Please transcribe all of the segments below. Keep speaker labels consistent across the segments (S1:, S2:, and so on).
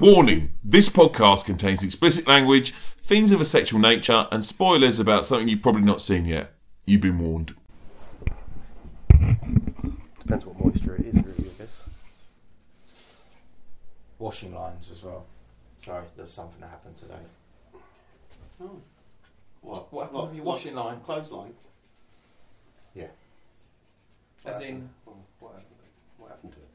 S1: Warning this podcast contains explicit language, themes of a sexual nature, and spoilers about something you've probably not seen yet. You've been warned.
S2: Depends what moisture it is, really, I guess.
S3: washing lines as well. Sorry, there's something that happened today.
S4: What?
S5: What happened
S4: Like-
S5: with your washing line?
S4: like Clothesline.
S5: As in,
S4: Well, What happened? What happened to it?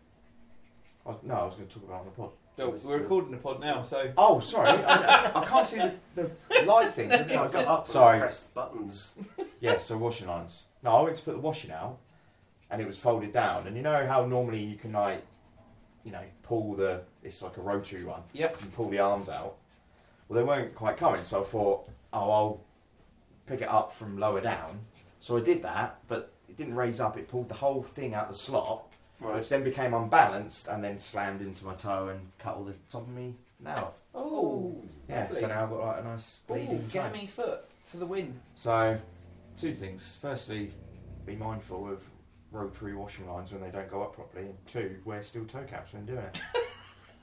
S3: I, no, I was going to talk about it on the pod.
S5: no, we're recording the pod now, so
S3: Oh, sorry, I, I can't see the, the light thing.
S2: I go up and
S3: Sorry.
S2: press buttons.
S3: Yeah, so washing lines. No, I went to put the washing out, and it was folded down. And you know how normally you can like, you know, pull the it's like a rotary one.
S5: Yep.
S3: You pull the arms out. Well, they weren't quite coming, so I thought, oh, I'll pick it up from lower down. So I did that, but it didn't raise up. It pulled the whole thing out the slot,
S4: Right.
S3: which then became unbalanced and then slammed into my toe and cut all the top of me now.
S5: oh,
S3: Yeah,
S5: lovely.
S3: so now I've got like a nice
S5: Ooh,
S3: bleeding toe.
S5: gammy foot for the win.
S3: So, two things. Firstly, be mindful of rotary washing lines when they don't go up properly, and two, wear steel toe caps when doing it.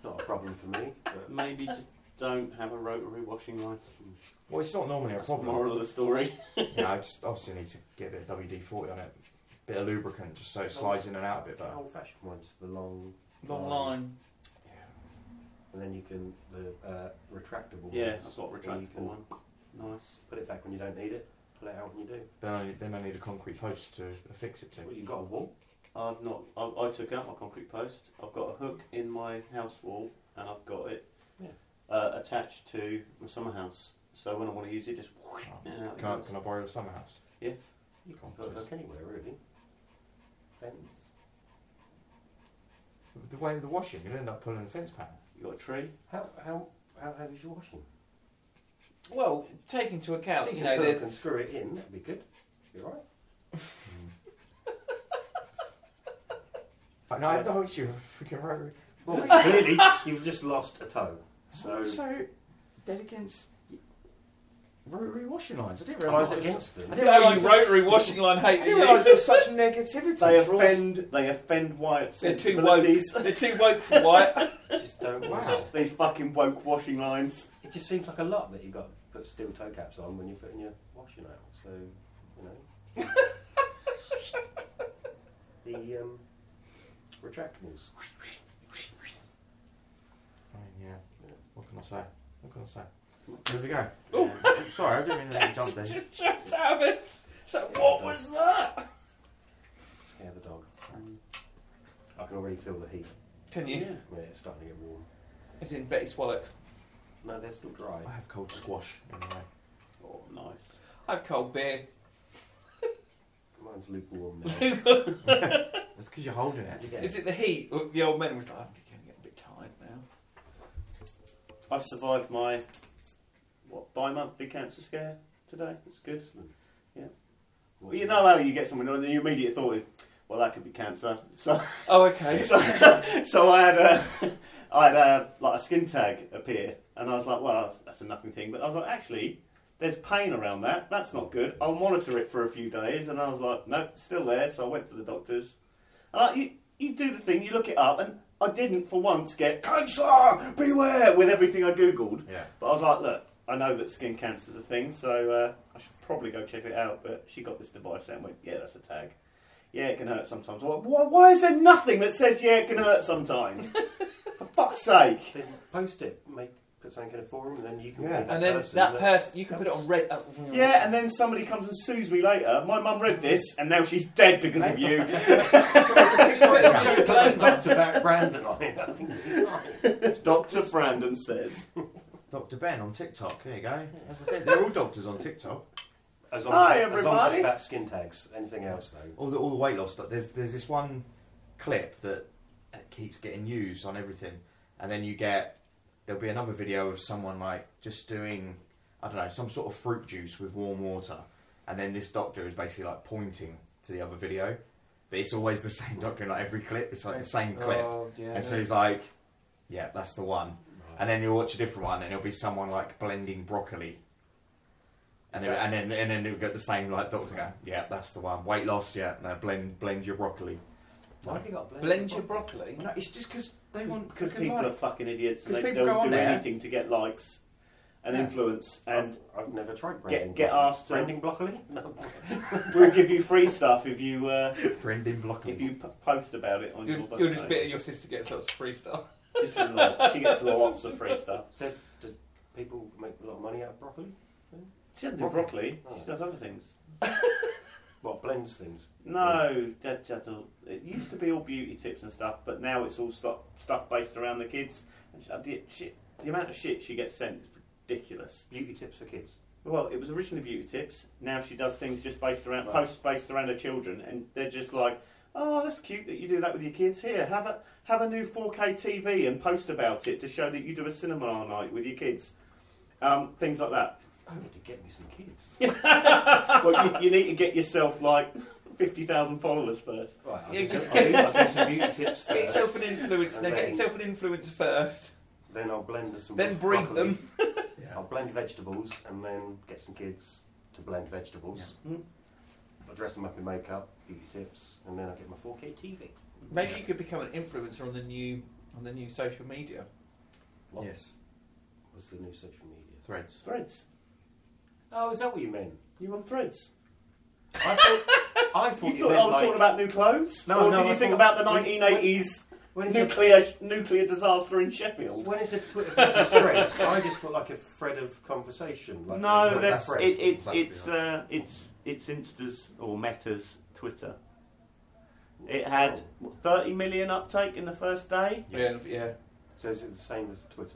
S2: Not a problem for me. But
S4: Maybe just don't have a rotary washing line.
S3: Well, it's not normally a
S4: That's the
S3: problem.
S4: moral of the story.
S3: You know, I just obviously need to get a bit of WD 40 on it, bit of lubricant just so it slides in and out a bit better.
S2: old fashioned one, just the long,
S5: Long
S2: Long.
S5: line.
S2: and then you can the uh, retractable.
S4: yeah,
S2: ones,
S4: I've got a
S2: and you
S4: retractable
S2: can
S4: one. Nice.
S2: Put it back when you don't need it. Pull it out when you do.
S3: Then I, then I need a concrete post to affix it to.
S2: Well, you've got a wall.
S4: I've not. I, I took out my concrete post. I've got a hook in my house wall, and I've got it
S2: Yeah.
S4: uh, attached to my summer house. So when I want to use it, just whoosh,
S3: Oh,
S4: and out it
S3: Can I,
S4: goes.
S3: can I borrow the summer house?
S2: You can put a hook anywhere really. Fence.
S3: The way of the washing, you'll end up pulling the fence panel.
S4: You got a tree?
S2: How how how heavy is your washing?
S5: Well, take into account, you
S2: Decent
S5: know,
S2: hook
S5: the-
S2: and screw it in. That'd be good. You're right.
S3: But no, I have no issue with freaking rotary.
S2: Well, clearly you've just lost a toe. So.
S3: so dead against rotary washing lines. I didn't
S2: I'm
S3: realise it
S2: not
S3: was.
S2: against them.
S3: I didn't
S5: no,
S3: realise
S5: you
S3: it was-
S5: rotary washing line
S3: I
S5: hate
S3: didn't
S5: you.
S3: reality there was such negativity.
S4: They
S3: towards-
S4: offend. They offend white
S5: They're too woke.
S4: sensibilities.
S5: They're too woke for white.
S2: just don't.
S3: Wow.
S4: These fucking woke washing lines.
S2: It just seems like a lot that you got to put steel toe caps on when you're putting your washing out. So, you know. the um, retractables.
S3: I mean, Oh, yeah. What can I say? What can I say? Where's it go?
S5: Oh.
S3: Yeah. Sorry, I didn't mean to jump there.
S5: Just jumped out of it. It's like, what was that?
S2: Scare the dog. I can already feel the heat.
S5: Can you?
S2: Yeah, it's starting to get warm.
S5: It's in Betty Swallock's.
S2: No, they're still dry.
S3: I have cold squash. Anyway.
S4: Oh, nice.
S5: I have cold beer.
S2: Mine's lukewarm now.
S5: Is
S3: That's because you're holding it.
S2: Again,
S5: it the heat? Or The old man was like, I'm going to get a bit tired now.
S4: I survived my what bi-monthly cancer scare today. It's good. Well, you know how you get someone, and the immediate thought is, well, that could be cancer. So,
S5: Oh, okay.
S4: so, so I had a, I had a, like a skin tag appear, and I was like, well, that's a nothing thing. But I was like, actually, there's pain around that. That's not good. I'll monitor it for a few days. And I was like, nope, it's still there. So I went to the doctors. And I, you, you do the thing, you look it up, and I didn't for once get cancer, beware, with everything I googled.
S3: Yeah.
S4: But I was like, look, I know that skin cancer's a thing, so uh, I should probably go check it out. But she got this device and went, yeah, that's a tag. Yeah, it can hurt sometimes. Why, why why is there nothing that says, yeah, it can hurt sometimes? for fuck's sake.
S2: Then post it. Make put something in a forum, and then you can.
S3: Yeah.
S2: be
S5: And then
S2: person
S5: that person, you can put it on
S2: helps.
S5: red. Uh,
S4: Yeah, and then somebody comes and sues me later. My mum read this, and now she's dead because of you.
S2: Put that Dr. Ba- Brandon on it. I think it'd be fine.
S4: Dr. Brandon says.
S3: Dr. Ben on TikTok. There you go. That's the thing. They're all doctors on TikTok.
S2: As long
S4: Hi,
S2: as, as long as
S4: everybody.
S2: it's about skin tags, anything else though.
S3: all the all the weight loss stuff. There's there's this one clip that keeps getting used on everything, and then you get there'll be another video of someone like just doing I don't know some sort of fruit juice with warm water, and then this doctor is basically like pointing to the other video, but it's always the same doctor in like every clip. It's like the same clip,
S5: Oh, yeah.
S3: and so he's like, yeah, that's the one. And then you'll watch a different one, and it'll be someone like blending broccoli. And then, and then and then it'll get the same like doctor go, yeah, that's the one. Weight loss, yeah, no, blend blend your broccoli.
S2: Why have you got a
S5: Blend your broccoli.
S3: No, it's just because they want
S4: Because
S3: fucking
S4: people
S3: like-
S4: are fucking idiots and
S3: 'Cause
S4: they
S3: people go
S4: don't
S3: on
S4: do
S3: there.
S4: anything to get likes and
S3: Yeah.
S4: influence.
S2: I've,
S4: And
S2: I've never tried branding.
S4: get
S2: broccoli.
S4: asked to-
S2: branding broccoli. No.
S4: we'll give you free stuff if you uh,
S3: Brendan Blockley.
S4: if you p- post about it on
S5: You're,
S4: your.
S5: you're just
S4: website.
S5: bitter your sister gets lots of free stuff.
S4: Just a lot. She gets lots of free stuff.
S2: So, do people make a lot of money out of broccoli?
S4: She doesn't do broccoli.
S2: Oh.
S4: She does other things.
S2: What blends things?
S4: No, that, that's all. It used to be all beauty tips and stuff, but now it's all stuff stuff based around the kids. And she- The, shit, the amount of shit she gets sent is ridiculous.
S2: Beauty tips for kids.
S4: Well, it was originally beauty tips. Now she does things just based around
S2: Right.
S4: posts based around her children, and they're just like, "Oh, that's cute that you do that with your kids. Here, have a have a new 4K TV and post about it to show that you do a cinema night with your kids." Um, things like that.
S2: I need to get me some kids.
S4: well, you, you need to get yourself like fifty thousand followers first.
S2: Right, I'll
S5: Yeah,
S2: do some,
S5: just-
S2: I'll do, I'll do some beauty tips
S5: Get yourself
S2: first.
S5: an influencer. No, get yourself an influencer first.
S2: Then I'll blend us some.
S5: Then breed
S2: broccoli.
S5: them.
S2: I'll blend vegetables and then get some kids to blend vegetables.
S4: Yeah. Mm.
S2: I'll dress them up in makeup, beauty tips, and then I'll get my 4K TV.
S5: Maybe you could become an influencer on the new on the new social media.
S2: What
S3: Yes,
S2: was the new social media?
S3: threads.
S4: Threads.
S2: Oh, is that what you meant?
S4: You want threads?
S2: I thought, I thought
S4: You
S2: you
S4: thought
S2: meant
S4: I was
S2: like,
S4: talking about new clothes?
S2: No,
S4: or
S2: no,
S4: did you
S2: I
S4: think
S2: thought-
S4: about the
S2: when-
S4: 1980s
S2: when it's a,
S4: nuclear nuclear disaster in Sheffield?
S2: when it's a Twitter versus threads, I just thought like a thread of conversation. Like
S4: no,
S2: a,
S4: that's,
S3: threads.
S4: it, it's
S3: That's
S4: it's
S3: the
S4: uh, it's it's Insta's or Meta's Twitter. It had
S2: Oh.
S4: what, 30 million uptake in the first day.
S5: Yeah, yeah.
S2: So is it the same as Twitter?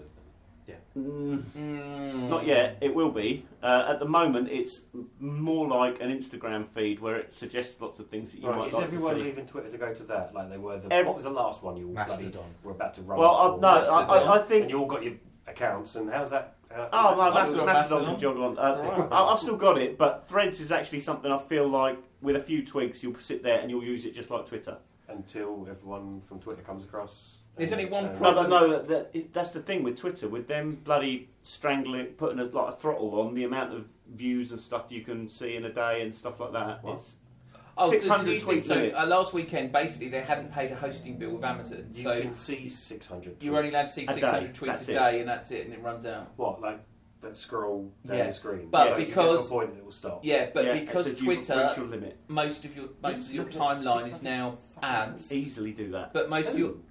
S4: Mm,
S5: Mm.
S2: Hmm.
S4: Not yet. It will be. Uh, at the moment, it's m- more like an Instagram feed where it suggests lots of things that you
S2: Right,
S4: might
S2: is
S4: like
S2: everyone
S4: to see.
S2: leaving Twitter to go to that? Like they were the
S4: Ev-
S2: what was the last one you all bloody
S3: Mastodon.
S2: were about to run?
S4: Well, I,
S2: for?
S4: no, I, I, I think
S2: and you all got your accounts, and how's that? How,
S4: Oh, no,
S2: is that-
S4: that's,
S5: Mastodon,
S4: that's
S5: Mastodon.
S4: can jog on.
S5: It's all
S4: Uh,
S5: right.
S4: I- I've still got it, but Threads is actually something I feel like with a few tweaks you'll sit there and you'll use it just like Twitter.
S2: until everyone from Twitter comes across.
S5: There's
S2: and uh,
S5: only one
S2: turns-
S4: No, but
S5: problem.
S4: no, that, it- that's the thing with Twitter, with them bloody strangling, putting a, like a throttle on the amount of views and stuff you can see in a day and stuff like that.
S2: What?
S4: It's
S5: Oh,
S4: 600
S5: 600
S4: tweets
S5: So
S4: a minute.
S5: uh, last weekend, basically, they hadn't paid a hosting bill with Amazon,
S2: You
S5: so
S2: can see six hundred.
S5: you're only allowed to see
S4: A day.
S5: 600 tweets
S4: That's
S5: a
S4: it.
S5: day, and that's it, and it runs out.
S2: What like that scroll down
S5: Yeah,
S2: the screen?
S5: but
S2: so you get to a
S5: because-
S2: point and it will stop.
S5: Yeah, but
S4: yeah,
S5: because
S4: it's a- you've reached
S5: Twitter,
S4: your limit.
S5: most of your most of your
S2: Look at
S5: timeline is
S2: 600
S5: now ads.
S4: easily do that.
S5: But most of your
S4: Oh.
S2: Ooh.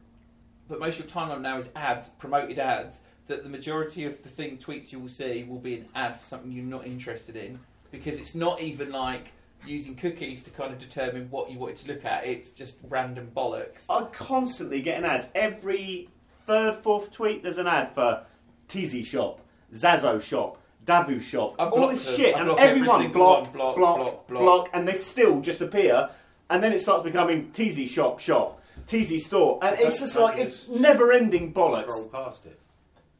S5: but most of your timeline now is ads, promoted ads. That the majority of the thing tweets you will see will be an ad for something you're not interested in, because it's not even like using cookies to kind of determine what you wanted to look at. It's just random bollocks.
S4: I constantly get an ad. Every third, fourth tweet, there's an ad for Tizzy Shop, Zazo Shop, Davu Shop,
S5: I
S4: all
S5: block
S4: this
S5: them.
S4: shit,
S5: I
S4: and
S5: block every
S4: everyone
S5: single
S4: block,
S5: one.
S4: block,
S5: Block,
S4: block,
S5: block, block.
S4: and they still just appear, and then it starts becoming Tizzy Shop Shop, Tizzy Store, and
S2: Don't-
S4: it's just
S2: don't
S4: like
S2: you
S4: it's
S2: just
S4: never-ending
S2: Scroll
S4: bollocks.
S2: past it.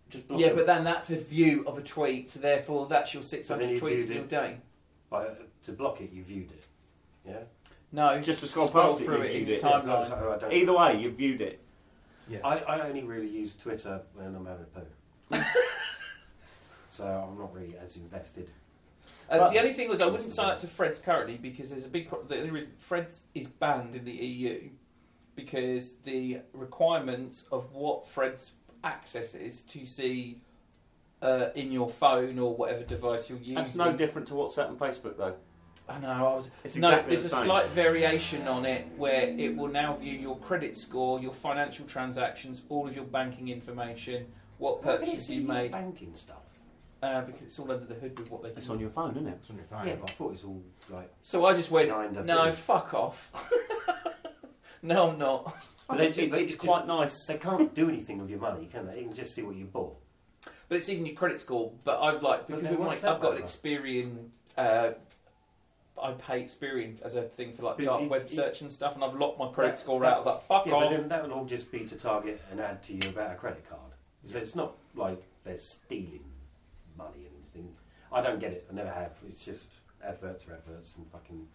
S4: Just block
S5: Yeah,
S4: them.
S5: but then that's a view of a tweet, so therefore that's your
S2: then
S5: 600
S2: you
S5: tweets
S2: viewed
S5: in your
S2: it.
S5: day.
S2: Like, uh, to block it, you viewed it. Yeah.
S5: No,
S4: Just to scroll past it,
S5: through
S4: you
S5: it in
S4: viewed
S5: your
S4: it, yeah.
S5: timeline.
S2: So I don't.
S4: either way, you've viewed it.
S2: I, I only really use Twitter when I'm having a poo. so I'm not really as invested.
S5: Uh,
S4: But-
S5: the only thing was I wouldn't sign up to Fred's currently because there's a big problem. The only reason Fred's is banned in the EU because the requirements of what Fred's access is to see uh, in your phone or whatever device you're using.
S4: That's no different to WhatsApp and Facebook, though.
S5: I know. I was.
S4: It's
S5: no,
S4: exactly
S5: there's
S4: the
S5: a
S4: same.
S5: slight variation on it where it will now view your credit score, your financial transactions, all of your banking information, what purchases you made,
S2: Banking stuff.
S5: uh, because it's all under the hood with what they
S4: It's
S5: do.
S4: on your phone, isn't it?
S3: It's on your phone.
S2: Yeah, but I thought it was all like.
S5: So I just went,
S2: Kind of
S5: no,
S2: thing.
S5: fuck off. no, I'm not.
S4: I
S2: But
S4: think
S2: they-
S4: it-
S2: they
S4: it's
S2: just-
S4: quite nice.
S2: They can't do anything with your money, can they? You can just see what you bought.
S5: But it's even your credit score. But I've like
S2: But
S5: because
S2: then
S5: of
S2: what's
S5: my-
S2: that
S5: I've got an
S2: like?
S5: Experian. Uh, I pay Experian as a thing for like
S2: But
S5: dark
S2: you-
S5: web
S2: you-
S5: search and stuff, and I've locked my credit
S2: That-
S5: score
S2: that-
S5: out. I was like, fuck
S2: yeah, but
S5: off.
S2: then that would all just be to target an ad to you about a credit card. So it's not like they're stealing money and anything. I don't get it. I never have. It's just adverts are adverts and fucking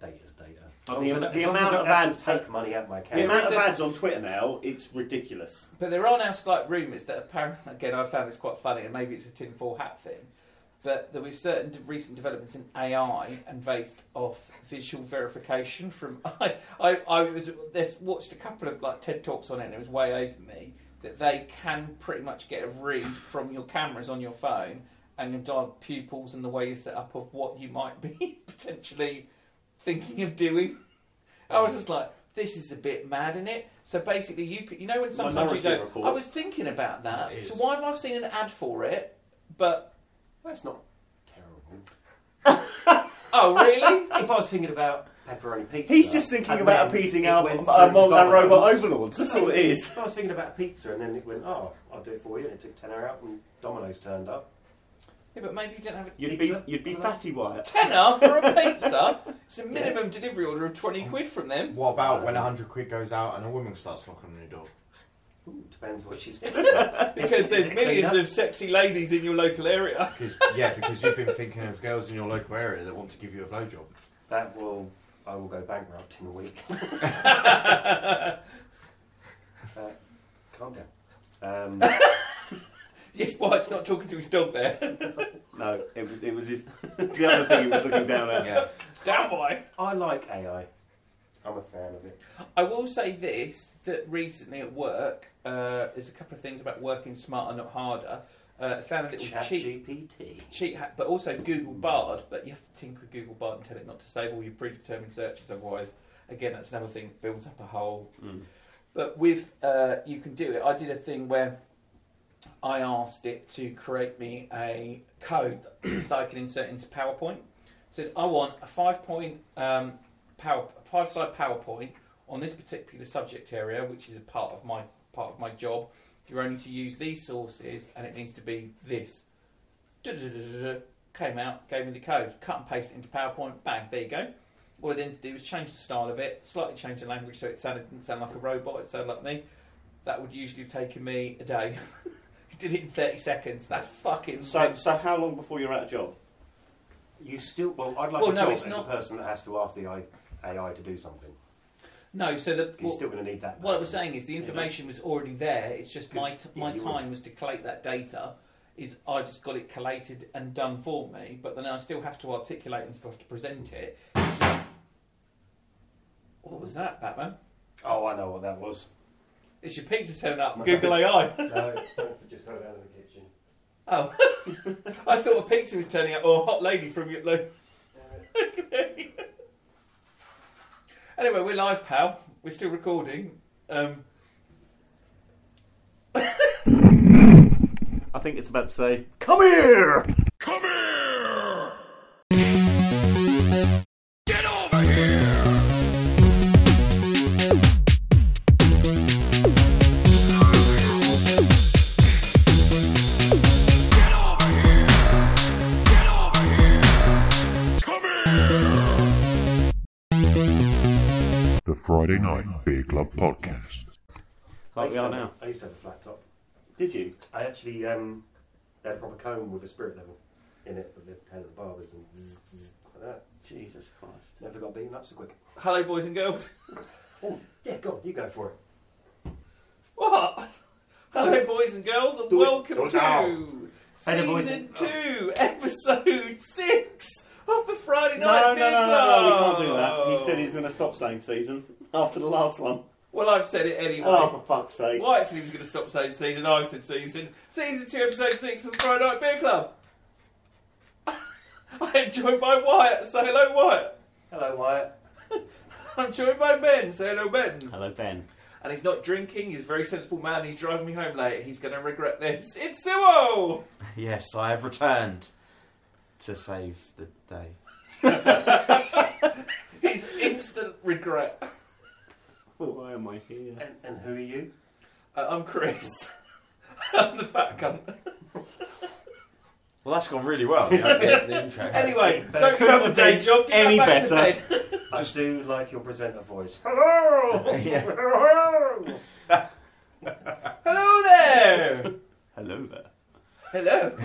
S2: data's data.
S4: The-
S2: As long as I
S4: the
S2: don't- as long as I
S4: amount
S2: don't
S4: of
S2: have to
S4: ads-
S2: take money out of my account.
S4: The amount of
S5: so-
S4: ads on Twitter now, it's ridiculous.
S5: But there are now slight rumours that apparently, again, I found this quite funny, and maybe it's a tinfoil hat thing. But there were certain de- recent developments in AI and based off visual verification from I, I, I was this watched a couple of like TED talks on it and it was way over me that they can pretty much get a read from your cameras on your phone and your dark pupils and the way you're set up of what you might be potentially thinking of doing. I was just like, this is a bit mad, isn't it? So basically, you could, you know when sometimes
S4: Minority
S5: you don't.
S4: Report.
S5: I was thinking about that.
S3: That is-
S5: so why have I seen an ad for it? But
S2: That's not terrible.
S5: oh really?
S2: if I was thinking about pepperoni pizza,
S4: He's just thinking
S2: and
S4: about
S2: then
S4: appeasing
S2: it
S4: our
S2: went
S4: our
S2: through
S4: Mog and
S2: McDonald's.
S4: Robot Overlords. That's all it is.
S2: If I was thinking about pizza, and then it went, oh, I'll do it for you, and it took tenner out, and Domino's turned up.
S5: yeah, but maybe you didn't have a
S4: You'd
S2: Pizza?
S4: be you'd be fatty Wyatt.
S5: tenner for a pizza. It's a minimum delivery order of twenty quid from them.
S3: What about when a hundred quid goes out and a woman starts knocking on your door?
S2: Ooh, depends what she's. because
S5: Because there's millions of sexy ladies in your local area.
S3: Because yeah, because you've been thinking of girls in your local area that want to give you a blowjob.
S2: That will. I will go bankrupt in a week. uh, calm down. Um,
S5: Yes, White's not talking to his dog there.
S4: No, it was it was his, the other thing he was looking down at.
S3: Yeah,
S5: Damn White.
S2: I like AI. I'm a fan of it.
S5: I will say this that recently at work, uh, there's a couple of things about working smarter, not harder. Uh, I found a little
S2: Chat
S5: cheat,
S2: GPT.
S5: cheat hack, but also Google Bard. But you have to tinker with Google Bard and tell it not to save all your predetermined searches, otherwise, again, that's another thing that builds up a whole.
S4: Mm.
S5: But with uh, you can do it. I did a thing where I asked it to create me a code that I can insert into PowerPoint. Said I want a five point um, power, a five slide PowerPoint on this particular subject area, which is a part of my part of my job. You're only to use these sources, and it needs to be this. Du-du-du-du-du-du. Came out, gave me the code, cut and paste it into PowerPoint. Bang, there you go. All I then had to do was change the style of it, slightly change the language so it sounded didn't sound like a robot. It sounded like me. That would usually have taken me a day. Did it in thirty seconds. That's fucking
S4: So so how long before you're out of job?
S2: You still. Well, I'd like
S5: Well,
S2: a
S5: no,
S2: job
S5: it's
S2: as
S5: not-
S2: a person that has to ask the AI, AI to do something.
S5: no. So the
S2: 'Cause You're still going to need that.
S5: What I was
S2: person.
S5: saying is the
S4: Yeah.
S5: information was already there. It's just my t-
S2: yeah,
S5: my
S2: you
S5: time was to collate that data. Is I just got it collated and done for me, but then I still have to articulate and stuff to present it. It's like- what was that, Batman?
S2: Oh, I know what that was.
S5: It's your pizza turning up.
S2: No.
S5: Google AI.
S2: no, it's something just heard out of the kitchen.
S5: Oh, I thought a pizza was turning up, or a hot lady from your. Lo- anyway, we're live, pal. We're still recording. Um,
S4: I think it's about to say, "Come here."
S1: Come here!
S6: The Friday Night Beer Club Podcast.
S4: Like we
S2: I
S4: are
S2: used to
S4: now.
S2: have- I used to have a flat top.
S4: Did you?
S2: I actually um, they had a proper cone with a spirit level in it, but they had it at the barbers and zzz, zzz, like that.
S4: Jesus Christ.
S2: Never got beaten up so quick.
S5: hello, boys and girls.
S2: Oh, yeah, go on, you go for it.
S5: What? Hello, boys and girls, and
S2: Do it.
S5: welcome
S2: Do it
S5: to
S2: Hey there, boys.
S5: season two, episode six of the Friday
S4: No,
S5: Night
S4: no, no,
S5: Beer
S4: no, no, we can't
S5: Club.
S4: do that. He said he's going to stop saying season after the last one.
S5: Well, I've said it anyway.
S4: Oh, for fuck's sake.
S5: White said he was going to stop saying season. I said season. Season two, episode six of the Friday Night Beer Club. I am joined by Wyatt. Say hello, Wyatt.
S2: Hello, Wyatt.
S5: I'm joined by Ben. Say hello, Ben.
S4: Hello, Ben.
S5: And he's not drinking. He's a very sensible man. He's driving me home late. He's going to regret this. It's Sewell.
S3: yes, I have returned to save the day.
S5: His instant regret.
S4: Oh, why am I here?
S2: And, and who are you?
S5: Uh, I'm Chris. I'm the fat cunt.
S3: Well, that's gone really well. You don't get the intro.
S5: Anyway,
S2: Couldn't
S5: don't have the
S4: have
S5: day
S4: been
S5: job. Get
S4: any
S5: back to
S4: better.
S5: bed.
S2: I do like your presenter voice. Hello.
S3: Yeah.
S2: Hello.
S5: Hello there.
S4: Hello there.
S5: Hello.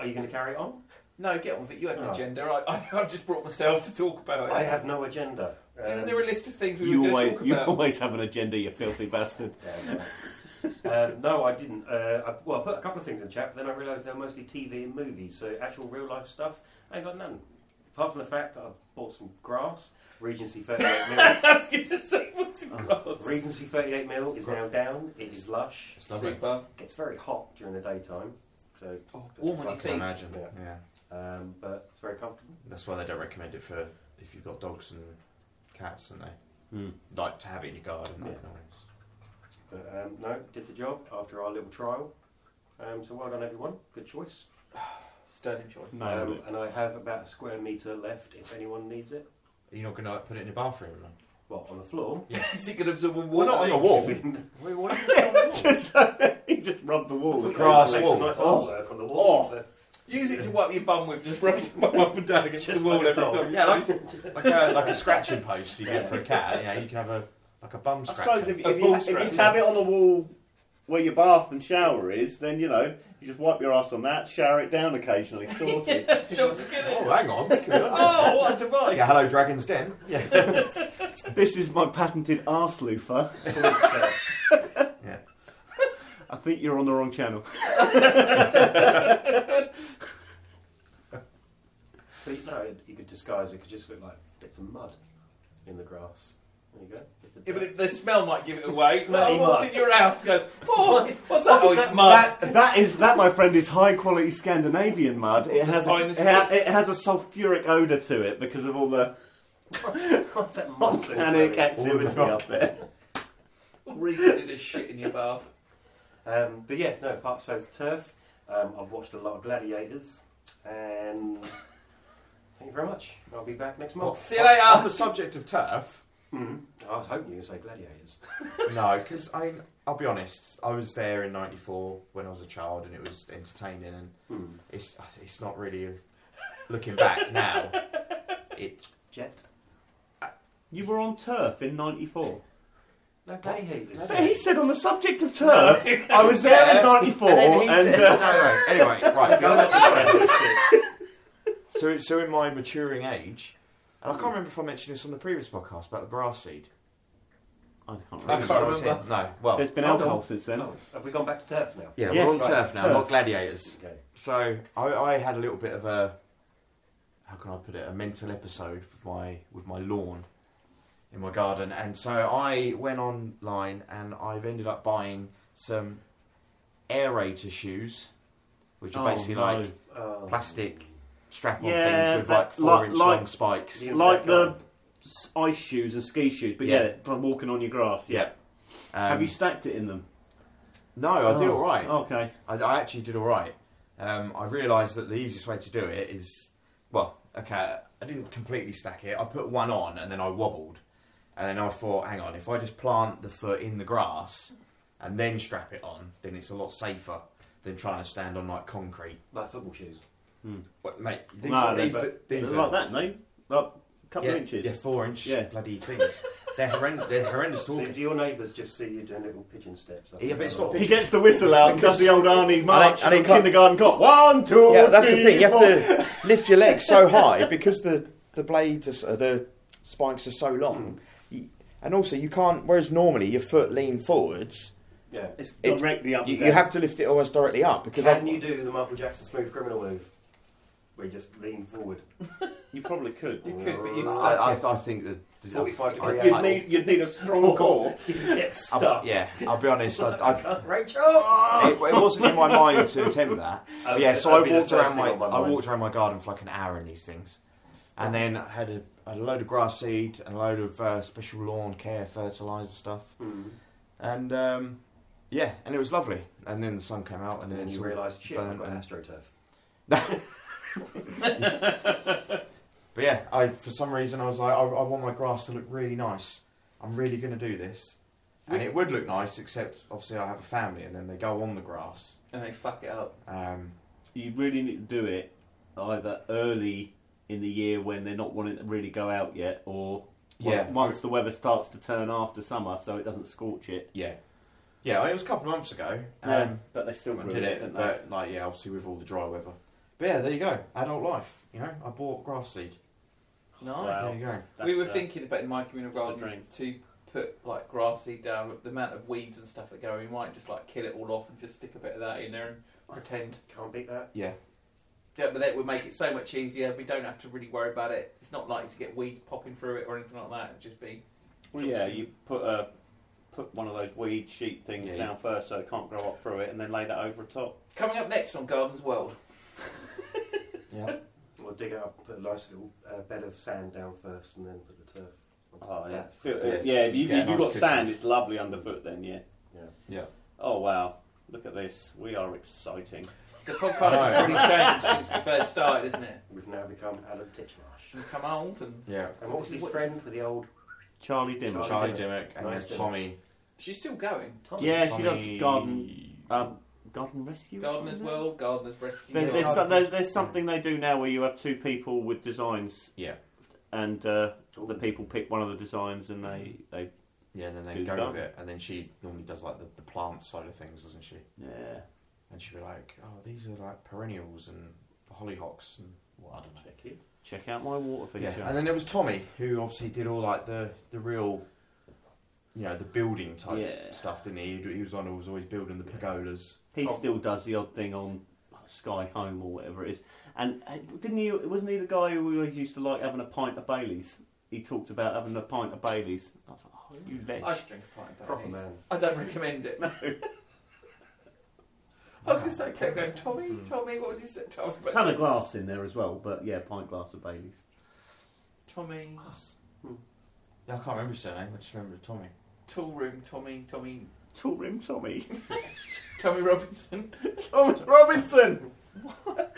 S2: Are you going to carry on?
S5: No, get on with it. You had an
S2: Oh.
S5: agenda. I, I, I've just brought myself to talk about it.
S2: I have no agenda.
S5: Didn't
S2: Um,
S5: there a list of things we
S4: You
S5: were going
S4: always,
S5: to talk
S4: you
S5: about?
S4: always have an agenda, you filthy bastard.
S2: yeah, no. Uh, no, I didn't. Uh, I, well, I put a couple of things in the chat, but then I realised they were mostly TV and movies, so actual real life stuff, I ain't got none. Apart from the fact that I bought some grass, Regency 38 mil.
S5: I was going to say, what's it called?
S2: Regency 38 mil is now down. It is lush.
S3: It's lovely.
S5: Super.
S2: It gets very hot during the daytime, so
S5: Oh,
S2: warm
S5: warm on
S3: I
S5: your
S3: can
S5: feet.
S3: imagine. Yeah.
S2: Yeah. um, but it's very comfortable.
S3: that's why they don't recommend it for if you've got dogs and cats, and they like to have it in your garden.
S2: Yeah.
S3: like noise.
S2: But um, no, did the job after our little trial. Um, so well done, everyone. Good choice.
S5: Sterling choice.
S4: No.
S2: Um,
S4: Nailed
S2: and I have about a square metre left if anyone needs it.
S3: Are you not going to put it in your bathroom? Then?
S2: Well, on the floor.
S5: Is he going to absorb
S3: Well,
S5: water?
S3: not on the wall.
S2: Wait, what are you doing on the wall?
S4: just, he just rubbed the wall.
S2: Well,
S4: with
S2: we
S3: grass
S2: can make
S3: wall.
S2: some Nice
S3: Oh.
S2: artwork on the wall.
S3: Oh.
S5: Use it to wipe your bum with. Just rub your bum up and down against the
S2: Just
S5: wall
S2: like a
S5: every
S2: dog.
S5: time. you-
S3: Yeah, like like a, like a scratching post you get for a cat. Yeah, you can have a like a bum
S4: I
S3: scratch.
S4: suppose if,
S5: A
S4: if,
S5: ball
S4: you, if you
S5: scratcher.
S4: have it on the wall where your bath and shower is, then you know you just wipe your ass on that, shower it down occasionally, sorted.
S5: Job's a good one.
S3: oh, hang on. Can we not-
S5: Oh, what a device!
S3: yeah, hello, Dragon's Den. Yeah,
S4: this is my patented arse loofah.
S3: yeah.
S4: I think you're on the wrong channel.
S2: But you know, you could disguise it. Could just look like bits of mud in the grass. There you go. It's a
S5: Yeah, but it, the smell might give it away. Like, I
S2: Smelly
S5: walked
S2: mud.
S5: in your house going, oh, it's- what's that? Oh, it's mud.
S4: That, that is that, my friend, is high quality Scandinavian mud. It has a,
S5: Finest
S4: it, ha-
S5: mix.
S4: it has a sulfuric odour to it because of all the
S2: What's that monster
S4: volcanic
S2: smelling?
S4: activity
S3: All the
S4: up there.
S5: Really did a shit in your bath.
S2: Um, but yeah, no. Apart so turf. Um, I've watched a lot of gladiators, and thank you very much. I'll be back next month.
S5: See you later.
S3: On the subject of turf,
S2: Mhm.
S3: Mm-hmm.
S2: I was hoping you would say gladiators.
S3: no, because I I'll be honest. I was there in '94 when I was a child, and it was entertaining. And
S2: Hmm.
S3: it's it's not really looking back now. It
S2: Jet.
S4: You were on turf in '94.
S2: No gladiators.
S4: He said on the subject of turf, I was there in '94,
S3: And then he
S4: and,
S3: said-
S4: uh,
S3: no, no, anyway, right.
S2: Go back to gladiators.
S3: So, so in my maturing age, and I can't remember if I mentioned this on the previous podcast about the grass seed.
S4: I can't
S5: I
S4: remember.
S5: can't
S3: When was
S5: remember.
S3: in- No, well,
S4: There's been
S2: Hold
S4: alcohol
S2: on.
S4: since then.
S2: Oh, have we gone back to turf now?
S3: yeah,
S4: Yes.
S3: we're on turf now,
S4: Turf.
S3: not gladiators.
S2: Okay.
S3: So I, I had a little bit of a, how can I put it, a mental episode with my with my lawn, in my garden, and so I went online and I've ended up buying some aerator shoes, which are
S4: Oh,
S3: basically
S4: no.
S3: like
S2: Oh.
S3: plastic strap-on
S4: Yeah,
S3: things with like
S4: that-
S3: four
S4: like-
S3: inch
S4: like-
S3: long spikes.
S2: Yeah.
S4: like the s- ice shoes and ski shoes, but
S3: Yeah.
S4: yeah, from walking on your grass.
S3: Yeah.
S4: Yeah.
S3: Um,
S4: Have you stacked it in them?
S3: No, I did
S4: Oh,
S3: all right.
S4: Okay.
S3: I, I actually did all right. Um, I realised that the easiest way to do it is, well, okay, I didn't completely stack it. I put one on and then I wobbled, and then I thought, hang on, if I just plant the foot in the grass and then strap it on, then it's a lot safer than trying to stand on like concrete.
S2: Like football shoes.
S3: What, mate, these
S4: No,
S3: are
S4: they're
S3: these,
S4: ba-
S3: are- these are
S4: like that, mate. Like a couple
S3: yeah,
S4: of inches.
S3: yeah, four inch
S4: Yeah.
S3: bloody things. they're horrendous. They're horrendous
S2: So
S3: talking.
S2: do your neighbours just see you doing little pigeon steps?
S3: Yeah, but it's not
S4: He gets the whistle out and does the old Arnie march
S3: and
S4: and
S3: he
S4: a
S3: can't-
S4: kindergarten cop. One, two,
S3: Yeah, that's the
S4: three,
S3: thing. You have
S4: four.
S3: to lift your legs so high because the the blades, are, s- uh, the spikes are so long,
S4: Hmm.
S3: you, and also you can't. Whereas normally your foot lean forwards,
S2: Yeah.
S4: It's
S3: It-
S4: directly up.
S3: you,
S4: and
S3: you
S4: down.
S3: have to lift it almost directly up because
S2: Can
S3: I've-
S2: you do the Michael Jackson smooth criminal move? Where you just lean forward.
S4: You probably could.
S5: You could, but you'd
S3: I,
S5: stuck
S3: I,
S5: it.
S3: I think that
S2: 45
S3: I-
S2: degree
S3: I-
S4: You'd
S3: I-
S4: need you'd need a
S3: Oh,
S4: strong core.
S2: You get
S3: I-
S2: stuck.
S3: yeah, I'll be honest. I, I,
S2: Rachel!
S3: it, it wasn't in my mind to attempt that. But yeah, so I
S2: that'd be the
S3: walked
S2: first
S3: around
S2: thing
S3: my,
S2: on my
S3: I
S2: mind.
S3: walked around my garden for like an hour in these things, and then I had a, had a load of grass seed and a load of uh, special lawn care fertilizer stuff.
S2: Mm.
S3: And um, yeah, and it was lovely. And then the sun came out, and,
S2: And
S3: then
S2: then
S3: it's
S2: you
S3: all
S2: realise, shit,
S3: burnt
S2: I've got
S3: and-
S2: AstroTurf.
S3: But yeah, I for some reason I was like, I, I want my grass to look really nice. I'm really going to do this, and it would look nice, except obviously I have a family, and then they go on the grass.
S5: And they fuck it up.
S3: Um,
S4: You really need to do it either early in the year when they're not wanting to really go out yet, or
S3: Yeah.
S4: once the weather starts to turn after summer, so it doesn't scorch it.
S3: yeah, yeah, it was a couple of months ago. Um,
S4: Yeah, but they still
S3: I
S4: ruined
S3: did
S4: it,
S3: it,
S4: didn't
S3: but like yeah, obviously with all the dry weather. But yeah, there you go. Adult life, you know. I bought grass seed.
S5: Nice.
S4: Wow.
S3: There you go.
S4: they?
S5: we were
S4: That's, uh,
S5: thinking about in my communal
S4: the
S5: garden
S4: dream.
S5: to put like grass seed down, with the amount of weeds and stuff that go, we might just like kill it all off and just stick a bit of that in there and pretend.
S2: Can't beat that.
S3: Yeah.
S5: Yeah, but that would make it so much easier. We don't have to really worry about it. It's not likely to get weeds popping through it or anything like that. It'd just be
S4: Well, yeah, you put a put one of those weed sheet things
S3: Yeah,
S4: down first so it can't grow up through it, and then lay that over the top.
S5: coming up next on Gardens World.
S3: Yeah.
S2: Or dig it up, put a nice little uh, bed of sand down first, and then put the turf. on top
S4: Oh
S2: of
S4: yeah,
S2: that.
S4: Feel,
S3: Yeah,
S4: yeah,
S3: it's-
S4: yeah. If, you,
S3: yeah,
S4: if you've got
S3: nice
S4: sand,
S3: cushions.
S4: it's lovely underfoot. Then yeah.
S3: Yeah.
S4: Oh wow, look at this. We are exciting.
S5: The podcast has really changed since we first started, isn't it?
S2: We've now become Alan Titchmarsh.
S5: We've come old and
S3: Yeah.
S2: And what was his friend for the old?
S4: Charlie Dimmer.
S3: Charlie
S2: Charlie
S3: Dimmock and
S2: Nice
S3: then
S2: Dimmock.
S3: Tommy.
S5: she's still going.
S2: Tommy?
S4: Yeah, she
S3: Tommy-
S4: does garden um, garden rescue. or
S5: Gardeners
S4: something?
S5: World, Gardeners Rescue.
S4: There's, there's,
S5: Gardeners-
S4: some, there's, there's something they do now where you have two people with designs,
S3: Yeah.
S4: and uh, the people pick one of the designs and they, they
S3: Yeah, and then they
S4: Do
S3: go
S4: that.
S3: with it, and then she normally does like the, the plant side of things, doesn't she?
S4: yeah.
S3: And she'll be like, "Oh, these are like perennials and hollyhocks and what I don't know."
S2: Check you.
S4: Check out my water feature.
S3: Yeah, and then there was Tommy, who obviously did all like the the real, you know, the building type
S4: Yeah.
S3: stuff, didn't he? He was on, was always building the pagodas.
S4: he
S5: Oh.
S4: still does the odd thing on Sky Home or whatever it is. And uh, didn't he? Wasn't he the guy who always used to like having a pint of Bailey's? He talked about having a pint of Bailey's. I was like, oh, you ledge.
S5: I should drink a pint of
S2: Proper
S5: Baileys.
S2: man.
S5: I don't recommend it. I was going to say, kept going, Tommy, Tommy, what was he saying? I was about to
S4: ton
S5: say,
S4: of glass in there as well, but yeah, pint glass of Bailey's.
S5: Tommy,
S3: Yeah, I can't remember his surname. I just remember Tommy.
S5: Tool Room, Tommy, Tommy,
S4: Tall rim Tommy.
S5: Tommy Robinson.
S4: Thomas Robinson!
S3: How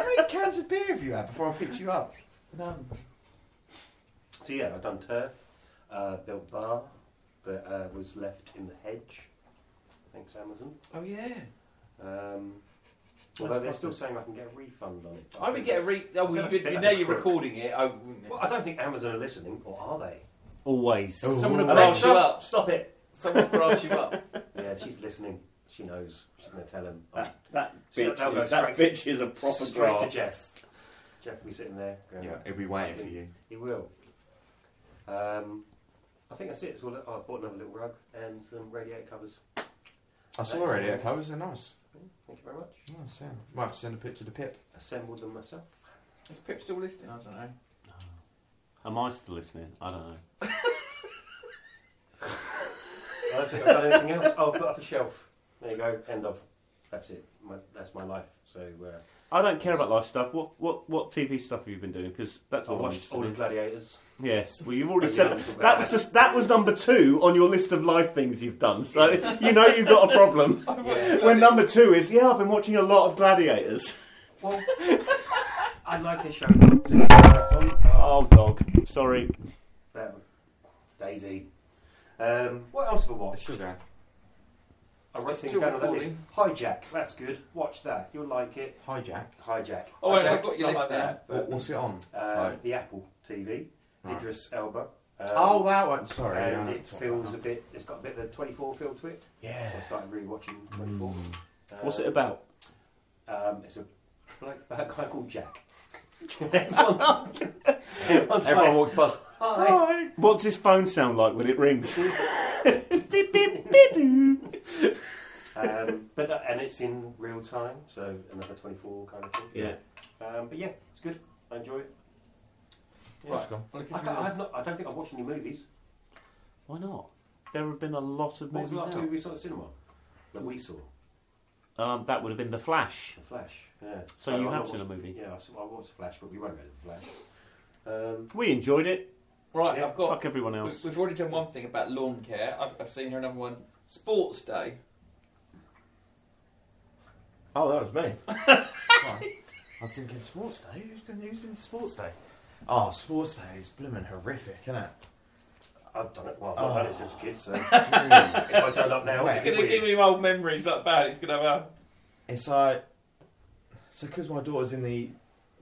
S3: many cans of beer have you had before I picked you up?
S5: None.
S2: So yeah, I've done turf, uh, built a bar that uh, was left in the hedge. Thanks, Amazon.
S5: Oh, yeah.
S2: Um, although they're still saying I can get a refund on it.
S5: I would get a re. Oh, well,
S2: That's
S5: you,
S2: a bit
S5: you know
S2: of a
S5: you're
S2: crook.
S5: recording it. I wouldn't.
S2: Well, I don't think Amazon are listening, or are they?
S4: Always.
S3: Oh.
S5: Someone will
S3: Ooh.
S5: grass you up.
S2: stop it!
S5: Someone will grass you up.
S2: Yeah, she's listening. She knows. She's going to tell him.
S4: That, that,
S2: So
S4: bitch,
S2: that'll go
S4: is, that
S2: straight-
S4: bitch is a proper
S2: Straight to
S4: grass.
S2: Jeff. Jeff will be sitting there. Going,
S3: Yeah, he'll be waiting for you.
S2: He will. Um, I think that's it. So oh, I've bought another little rug and some radiator covers.
S3: I saw already. It covers. They're nice.
S2: Thank you very much.
S3: Nice. Yeah. Might have to send a picture to Pip.
S2: Assembled them myself.
S5: Is Pip still listening? I don't know.
S4: Am I still listening? I don't know.
S2: I don't think I've done anything else. Oh, I've put up a shelf. There you go. End of. That's it. My, that's my life. So uh,
S4: I don't care about life stuff. What what what TV stuff have you been doing? Because that's
S2: I
S4: what I
S2: watched Oh, all the gladiators.
S4: Yes. Well, you've already
S2: Yeah,
S4: said
S2: I'm
S4: that.
S2: sure
S4: That
S2: about
S4: was
S2: that.
S4: just that was number two on your list of life things you've done. So you know you've got a problem. When number two is yeah, I've been watching a lot of gladiators.
S2: Well, I'd like a show to uh, on. Oh,
S4: Oh dog, sorry.
S2: that Daisy. Um, what else have I watched?
S3: sugar.
S2: I wrote
S5: It's
S2: things
S5: still
S2: down on that list.
S5: recording.
S2: Hijack. That's good. Watch that. You'll like it.
S3: Hijack.
S2: Hijack.
S5: Oh, wait,
S2: Hijack,
S5: I've got your
S2: not
S5: list
S2: like that,
S3: What,
S2: but,
S3: what's it on?
S2: uh,
S3: Right.
S2: The Apple TV.
S3: Right.
S2: Idris Elba. Um,
S3: oh, that one. Sorry.
S2: And
S3: yeah,
S2: it
S3: that's what-
S2: feels a bit. It's got a bit of the 24 feel to it. So I
S3: Yeah. Hmm.
S2: started rewatching 24. Uh,
S4: What's it about?
S2: Um, it's a bloke, a guy called Jack. Everyone- Everyone's
S3: Everyone
S2: like,
S3: walks past.
S2: "Hi."
S4: What's his phone sound like when it rings? beep, beep,
S2: um, but that, and it's in real time, so another 24 kind of thing.
S4: Yeah.
S2: Um, but yeah, it's good. I enjoy it. Yeah.
S3: Right.
S5: Look at
S2: I,
S5: your
S2: can't-
S5: list.
S2: I've not, I don't think I've watched any movies.
S4: Why not? There have been a lot of
S2: What
S4: movies
S2: was the last
S4: out.
S2: movie we saw at the cinema? That we saw,
S4: Um, that would have been The Flash.
S2: The Flash. Yeah.
S4: So you
S2: I've
S4: have
S2: not
S4: seen a
S2: watched-
S4: movie?
S2: Yeah, I saw- I watched The Flash, but we won't go to The Flash. Um,
S4: We enjoyed it.
S5: Right,
S2: Yeah,
S5: I've got.
S4: Fuck everyone
S5: we-
S4: else.
S5: We've already done one thing about lawn care. I've, I've seen here another one. Sports Day.
S3: Oh, that was me. Right. I was thinking sports day. Who's been, who's been to sports day? Oh, sports day is blooming horrific, isn't it?
S2: I've done it. Well, I've not
S4: Ah.
S3: Oh.
S2: done it since a kid, so if
S3: Jeez.
S2: I turned up now,
S3: It's
S2: it's
S5: It's going
S2: weird.
S5: to give him old memories that bad. It's going to have
S3: it's like so because my daughter's in the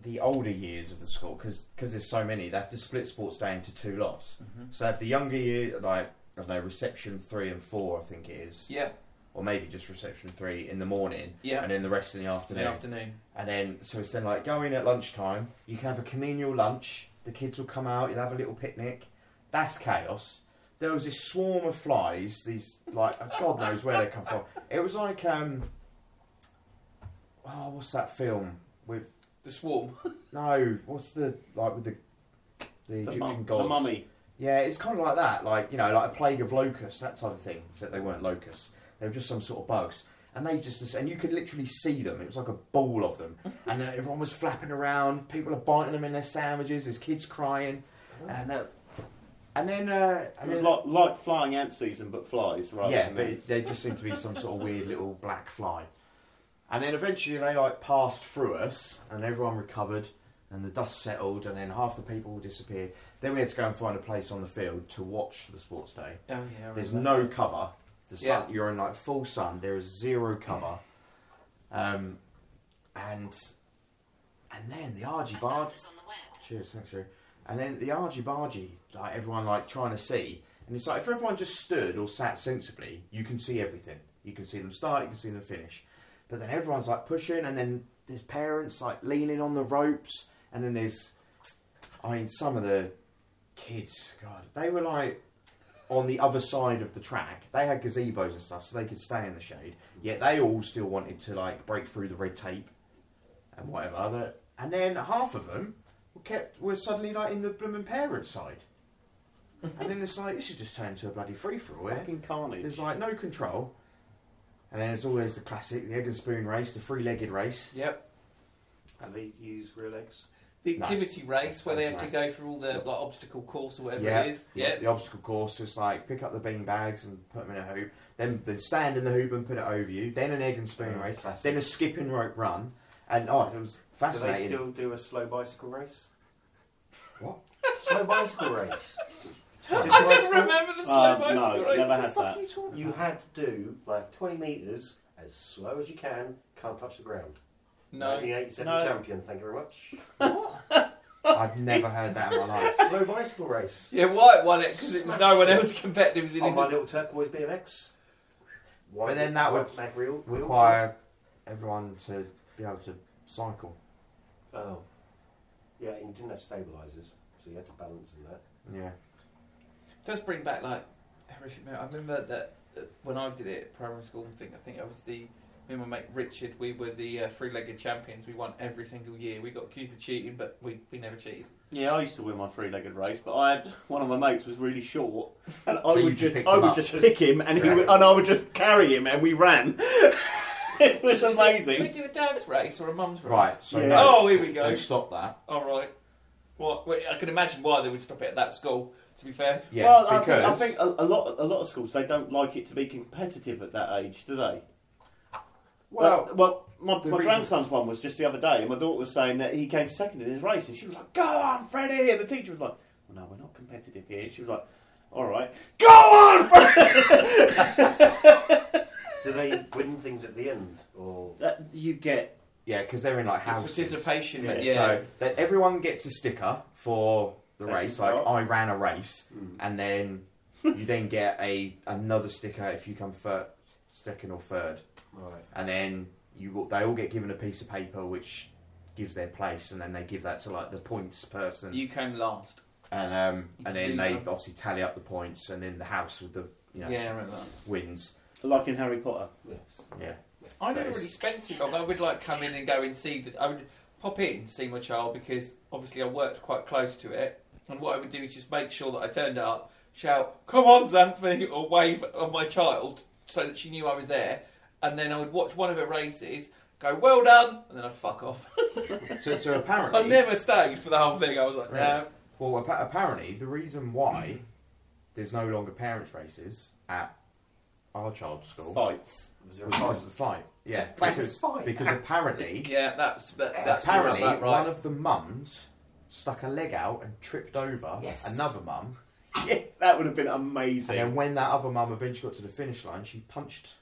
S3: the older years of the school because there's so many they have to split sports day into two lots.
S5: Mm-hmm.
S3: So if the younger year like I don't know reception three and four I think it is
S5: Yeah,
S3: or maybe just reception three in the morning
S5: Yeah.
S3: and then the rest in the
S5: in
S3: afternoon.
S5: the afternoon.
S3: And then, so it's then like go in at lunchtime. You can have a communal lunch. The kids will come out. You'll have a little picnic. That's chaos. there was this swarm of flies. These like uh, God knows where they come from. It was like um, oh, what's that film with
S5: The swarm.
S3: no? What's the like with the the
S4: The,
S3: Egyptian
S4: mum, the
S3: gods?
S4: mummy.
S3: Yeah, it's kind of like that, like you know, like a plague of locusts, that type of thing. Except they weren't locusts; they were just some sort of bugs, and they just and you could literally see them. It was like a ball of them, and then everyone was flapping around. People are biting them in their sandwiches. There's kids crying, and that, and then uh,
S4: It
S3: and
S4: was
S3: then,
S4: like, like flying ant season, but flies rather
S3: yeah,
S4: than
S3: but
S4: ants.
S3: it, there just seemed to be some sort of weird little black fly, and then eventually they like passed through us, and everyone recovered, and the dust settled, and then half the people disappeared. Then we had to go and find a place on the field to watch the sports day.
S5: Oh yeah.
S3: There's no cover. The sun,
S5: Yeah.
S3: You're in like full sun. There is zero cover. Um, and and then the argy
S7: I found
S3: bargy.
S7: this on the web.
S3: Cheers, thanks, Sherry. And then the argy bargy, like everyone like trying to see. And it's like if everyone just stood or sat sensibly, you can see everything. You can see them start. You can see them finish. But then everyone's like pushing, and then there's parents like leaning on the ropes, and then there's, I mean, some of the kids, God, they were like on the other side of the track. They had gazebos and stuff, so they could stay in the shade. Yet they all still wanted to like break through the red tape and whatever. Other. And then half of them were kept were suddenly like in the blooming parents' side. and then it's like this is just turned to a bloody free for all.
S4: Fucking carnage.
S3: There's like no control. And then there's always the classic, the egg and spoon race, the three-legged race.
S5: Yep.
S2: And they use real eggs.
S5: The
S3: No.
S5: activity race where they have to
S3: Right.
S5: go through all the like obstacle course or whatever it is.
S3: yeah.
S5: Yeah.
S3: The obstacle course is like pick up the bean bags and put them in a hoop. Then, then stand in the hoop and put it over you. Then an egg and spoon
S5: Mm,
S2: Oh,
S3: race.
S2: classic.
S3: Then a skip and rope run. And oh, it was
S2: Do they
S3: fascinating.
S2: still do a slow bicycle race?
S3: What?
S2: slow bicycle race. Just
S5: I don't
S2: bicycle-
S5: remember the slow
S4: Uh,
S5: bicycle
S4: no,
S5: race.
S4: never
S5: The
S4: had
S5: fuck
S4: that.
S5: are you talking
S2: You had to do like 20 metres as slow as you can, can't touch the ground.
S5: about? No.
S2: 1987
S4: No.
S2: champion, thank you very much.
S3: I've never heard that in my life.
S2: Slow bicycle race.
S5: Yeah, Wyatt won it because it was no one
S2: Smashed it.
S5: else competitive. It was in
S2: On
S5: his
S2: Oh, my little turquoise BMX. White-
S3: then that would
S2: white mag wheel, wheels.
S3: Require everyone to be able to cycle.
S2: Oh. Yeah, and you didn't have stabilisers, so you had to balance in that.
S3: Yeah.
S5: does bring back like horrific memory. I remember that uh, when I did it at primary school and think I think I was the me and my mate Richard we were the uh, three-legged champions. We won every single year. We got accused of cheating, but we, we never cheated.
S4: Yeah, I used to win my three-legged race, but I had one of my mates was really short, and I
S3: you
S4: would
S3: just
S4: just,
S3: picked
S4: I
S3: him
S4: would
S3: up?
S4: just pick him, and he
S3: Right.
S4: would, and I would just carry him, and we ran. it was
S5: Is it- Can we
S4: amazing.
S5: do a dad's race or a mum's race?
S3: Right. So
S4: Yes.
S3: now-
S5: Oh, here we go.
S3: They've stopped that.
S5: All right. What? Wait, I can imagine why they would stop it at that school. To be fair,
S3: Yeah.
S4: well, I think,
S3: because
S4: I think a, a lot, a lot of schools they don't like it to be competitive at that age, do they?
S3: well,
S4: Well, well my, my
S3: the reason-
S4: grandson's one was just the other day, and my daughter was saying that he came second in his race, and she was like, "Go on, Freddie!" And the teacher was like, "Well, no, we're not competitive here." She was like, "All right, go on, Freddie!"
S2: Do they win things at the end? Or
S4: That, you get
S3: yeah, because they're in like houses.
S5: participation. Yeah.
S4: Yeah,
S5: yeah.
S3: So that everyone gets a sticker for the
S4: Taking
S3: race. Like
S4: part.
S3: I ran a race, and then you then get a another sticker if you come third, second or third,
S2: right.
S3: and then you will- they all get given a piece of paper which gives their place, and then they give that to like the points person,
S5: you came last.
S3: and um,
S5: You
S3: and
S5: can
S3: then
S5: do
S3: they
S5: that.
S3: obviously tally up the points, and then the house with the you know,
S5: Yeah, I remember. that.
S3: wins.
S4: like in Harry Potter.
S2: Yes.
S3: Yeah,
S5: I never
S3: That is-
S5: really spent too long. I would like come in and go and see that. I would pop in and see my child because obviously I worked quite close to it. And what I would do is just make sure that I turned up, shout, "Come on, Xanthi!" or wave at my child so that she knew I was there. And then I would watch one of her races, go, "Well done," and then I'd fuck off.
S3: so so apparently
S5: I never stayed for the whole thing. I was like, "No."
S3: Really? Well, appa- apparently, the reason why there's no longer parents' races at our child's school
S4: Fights.
S2: Was
S3: is
S2: there a
S3: because of the fight. Yeah,
S2: That's
S3: because,
S2: fine.
S3: because apparently,
S5: Yeah, that's that, that's
S3: apparently,
S5: about right.
S3: one of the mums stuck a leg out and tripped over
S2: Yes.
S3: another mum,
S4: Yeah, that would have been
S3: and then
S4: amazing.
S3: when that other mum eventually got to the finish line, she punched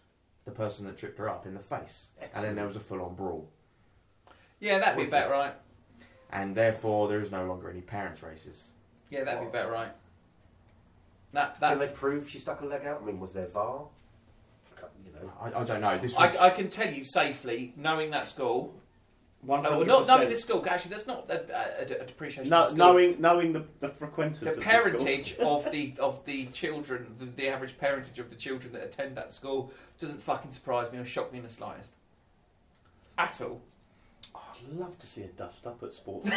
S3: the person that tripped her up in the face, and then
S2: Excellent.
S3: there was a full-on brawl.
S5: yeah, that'd be about right.
S3: And therefore, there is no longer any parents' races.
S5: Yeah, that'd be about right. That
S2: Can they
S5: that's.
S2: prove she stuck a leg out? I mean, was there VAR? You know.
S3: I, I don't know. This was,
S5: I, I can tell you safely, knowing that school,
S3: One
S5: Oh, well,
S3: hundred
S5: not knowing the
S3: percent.
S5: school. Actually, that's not a, a, a depreciation.
S4: No,
S5: of the school.
S4: knowing knowing the the frequenters,
S5: the
S4: of
S5: parentage of the of the children, the, the average parentage of the children that attend that school doesn't fucking surprise me or shock me in the slightest. At all.
S4: Oh, I'd love to see a dust up at sports day.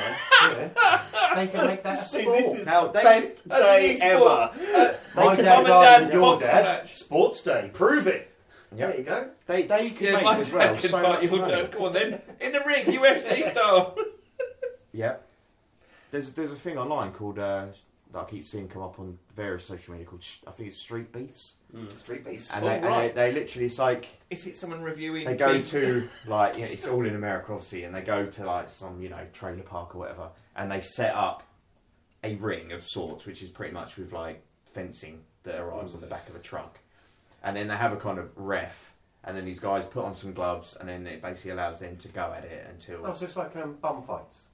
S7: They can make that a
S4: See,
S7: sport.
S4: this is
S3: Now,
S4: the
S3: they-
S4: best
S5: That's
S4: day
S5: an
S4: ever.
S5: e-sport. Uh,
S7: My
S5: mum and
S7: dad's arguing
S5: dad's
S7: with your
S5: boxing
S7: dad.
S5: match.
S2: Sports day. Prove it.
S3: Yeah.
S7: There you go.
S3: They, they could
S5: Yeah,
S3: make
S5: my
S3: as
S5: dad
S3: well.
S5: could
S3: so
S5: fight
S3: much
S5: your
S3: money.
S5: dad. Come on then, in the ring, UFC style.
S3: Yeah. There's there's a thing online called uh, that I keep seeing come up on various social media called sh- I think it's Street Beefs,
S7: Street beefs.
S3: and,
S5: Oh,
S3: they, and
S5: right.
S3: they, they literally it's like
S5: Is it someone reviewing?
S3: they go
S5: the-
S3: to like you know, it's all in America obviously, and they go to like some you know trailer park or whatever, and they set up a ring of sorts, which is pretty much with like fencing that arrives on the back of a truck, and then they have a kind of ref, and then these guys put on some gloves, and then it basically allows them to go at it until
S7: Oh, so it's like um, bum fights.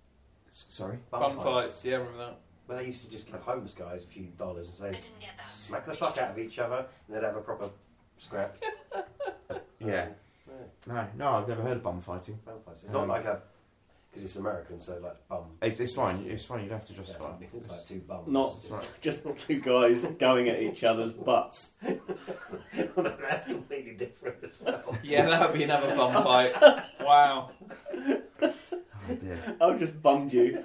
S3: S- sorry.
S5: bum fights. Yeah, I remember that.
S2: Where they used to just give homeless guys a few dollars and say,
S8: didn't get that.
S2: smack the fuck out of each other, and they'd have a proper scrap.
S3: Yeah.
S2: Yeah,
S4: Um,
S3: No, no, I've never heard of bum fighting.
S2: bum fights. It's not
S3: Um,
S2: like a because it's American, so like bum.
S3: It's, it's fine. It's fine. You'd have to justify.
S2: Yeah, it's like two bums.
S4: Not
S2: It's
S3: Right.
S4: just two guys going at each other's butts.
S2: just- That's completely different as well.
S5: Yeah, that would be another bum fight. Wow.
S3: Oh dear.
S4: I've just bummed you.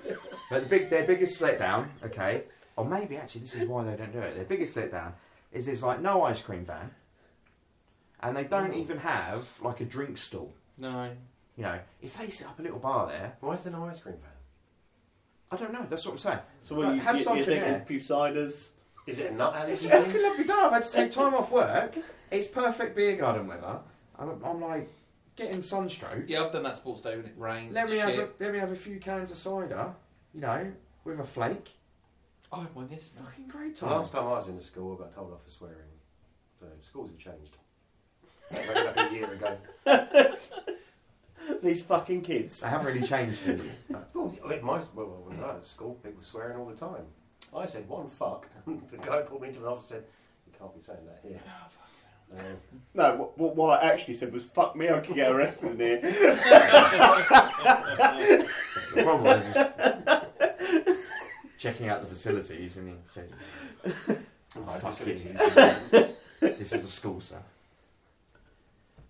S3: But the big, their biggest letdown, okay, or maybe actually this is why they don't do it. Their biggest letdown is there's like no ice cream van, and they don't even have like a drink stall.
S5: No.
S3: You know, if they set up a little bar there,
S2: Why is there no ice cream van?
S3: I don't know. That's what I'm saying.
S4: So what
S3: Like,
S4: are you,
S3: have
S4: you, you're
S3: something
S4: thinking?
S3: there.
S4: Few ciders.
S2: Is it a nut
S3: It's
S2: allergy?
S3: a fucking lovely day. I've had to take time off work. It's perfect beer garden weather. I'm, I'm like getting sunstroke.
S5: Yeah, I've done that sports day when it rains.
S3: Let
S5: and
S3: me have a,
S5: shit.
S3: let me have a few cans of cider. You know, with a flake.
S5: Oh, I had one yesterday.
S3: Fucking great
S2: The
S3: time.
S2: last time I was in a school, I got told off for swearing. So schools have changed. Maybe like a year ago.
S4: These fucking kids.
S3: They haven't really changed it.
S2: Well, I mean, my, well, well, when I was at school, people were swearing all the time. I said one fuck, and the guy pulled me into an office and said, You can't be saying that here.
S3: Ah,
S2: Um,
S4: No, what, what, what I actually said was, "Fuck me, I could get arrested in here."
S3: The problem was just checking out the facilities, and he said,
S2: my
S3: Fuck
S2: facilities.
S3: you.
S2: but
S3: "This is a school, sir."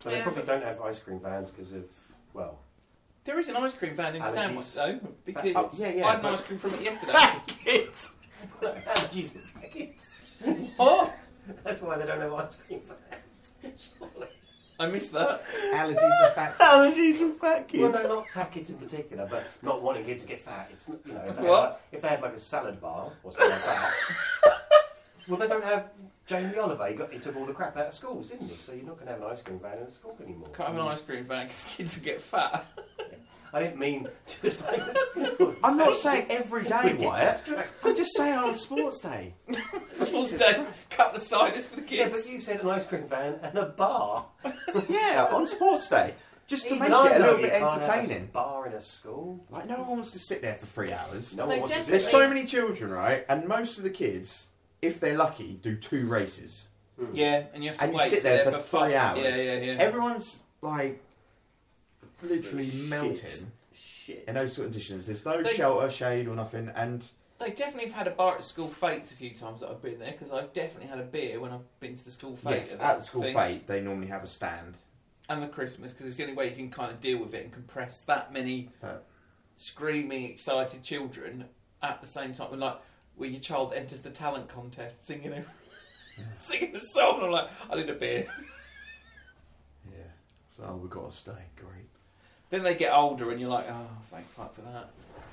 S2: they probably don't have ice cream vans because of, well,
S5: There is an ice cream van in Stanwood
S2: Allergies.
S5: though, because
S3: Oh, yeah, yeah,
S5: I had an
S3: but-
S5: ice cream from it yesterday.
S2: allergies and faggots.
S5: oh,
S2: That's why they don't have ice cream vans. Surely.
S5: I missed that.
S3: Allergies are fact.
S4: Allergies and fat
S2: Well,
S4: kids.
S2: no, not fat kids in particular, but not wanting kids to get fat. It's not- you know if they,
S5: What?
S2: Had, like- if they had like a salad bar or something like that. well, they don't have Jamie Oliver. He, got, he took all the crap out of schools, didn't he? So you're not going to have an ice cream van in a school anymore.
S5: Can't have an
S3: Mm.
S5: ice cream van because kids will get fat.
S2: I didn't mean just like.
S3: I'm not saying every day, Wyatt.
S2: distracted.
S3: I'm just saying on sports day.
S5: Sports day, cut the ciders for the
S2: Yeah,
S5: kids.
S2: but you said an ice cream van and a bar.
S3: Yeah, on sports day, just to
S2: Even
S3: make
S2: I
S3: it a
S2: know
S3: little
S2: you
S3: bit
S2: can't have a
S3: entertaining.
S2: bar in a school.
S3: Like no one wants to sit there for three hours.
S2: No
S5: They
S2: one wants to sit
S3: There's
S5: definitely-
S3: so many children, right? And most of the kids, if they're lucky, do two races.
S5: yeah, and you have to
S3: and you
S5: wait
S3: sit there for,
S5: fun.
S3: three hours.
S5: Yeah, yeah, yeah.
S3: Everyone's like literally
S4: Shit.
S3: melting
S4: Shit.
S3: in those sort of conditions. There's no
S5: They-
S3: shelter, shade, or nothing. And
S5: they definitely have had a bar at school fates a few times that I've been there because I've definitely had a beer when I've been to the school fete.
S3: yes,
S5: and
S3: at the school
S5: thing.
S3: fete, they normally have a stand.
S5: and the Christmas because it's the only way you can kind of deal with it and compress that many
S3: But-
S5: screaming, excited children at the same time. And like when your child enters the talent contest singing a singing a song, I'm like, I need a beer.
S3: Yeah. So Oh, we've got to stay. Great.
S5: Then they get older and you're like, oh, thank fuck for that.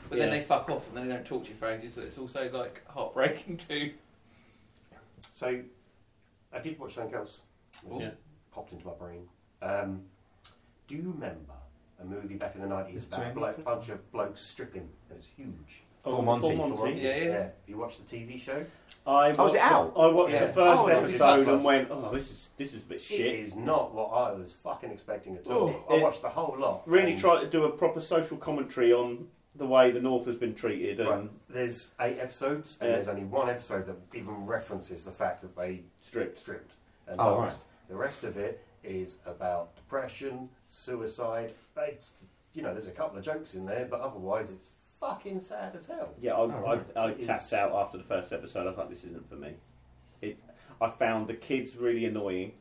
S5: But then
S4: Yeah.
S5: they fuck off and then they don't talk to you for ages, so it's also like heartbreaking too.
S2: So, I did watch something else. which
S5: Yeah.
S2: Popped into my brain. Um, do you remember a movie back in the nineties
S3: Is it
S2: about a
S3: Jamie
S2: bloke,
S3: Oliver?
S2: bunch of blokes stripping? It was huge.
S3: Full Monty.
S4: Full Monty.
S5: Yeah, yeah.
S2: Have you watched the TV show?
S4: I
S3: Oh, is
S4: watched
S3: it out?
S4: The, I watched
S5: Yeah.
S4: the first
S3: Oh, that's
S4: episode
S2: good.
S4: and went, "Oh, this is this is a bit
S2: It
S4: shit."
S2: is not what I was fucking expecting at all.
S4: Oh,
S2: I
S4: it-
S2: watched the whole lot.
S4: Really
S2: and
S4: tried to do a proper social commentary on the way the North has been treated, and
S2: Right. There's eight episodes, and
S4: Yeah.
S2: there's only one episode that even references the fact that they
S4: stripped.
S2: stripped. And
S3: Oh,
S2: danced.
S3: right.
S2: The rest of it is about depression, suicide. It's you know, there's a couple of jokes in there, but otherwise it's fucking sad as hell.
S4: Yeah, I,
S3: Oh, right.
S4: I, I
S2: It's-
S4: tapped out after the first episode. I was like, this isn't for me. It, I found the kids really annoying.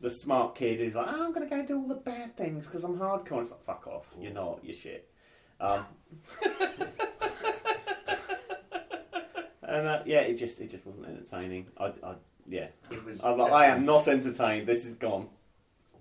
S4: The smart kid is like, "Oh, I'm going to go do all the bad things because I'm hardcore. It's like, fuck off. You're not. You're shit. Um, and uh, yeah, it just it just wasn't entertaining. I, I yeah,
S2: It was.
S4: I'm like, I am not entertained. This is gone.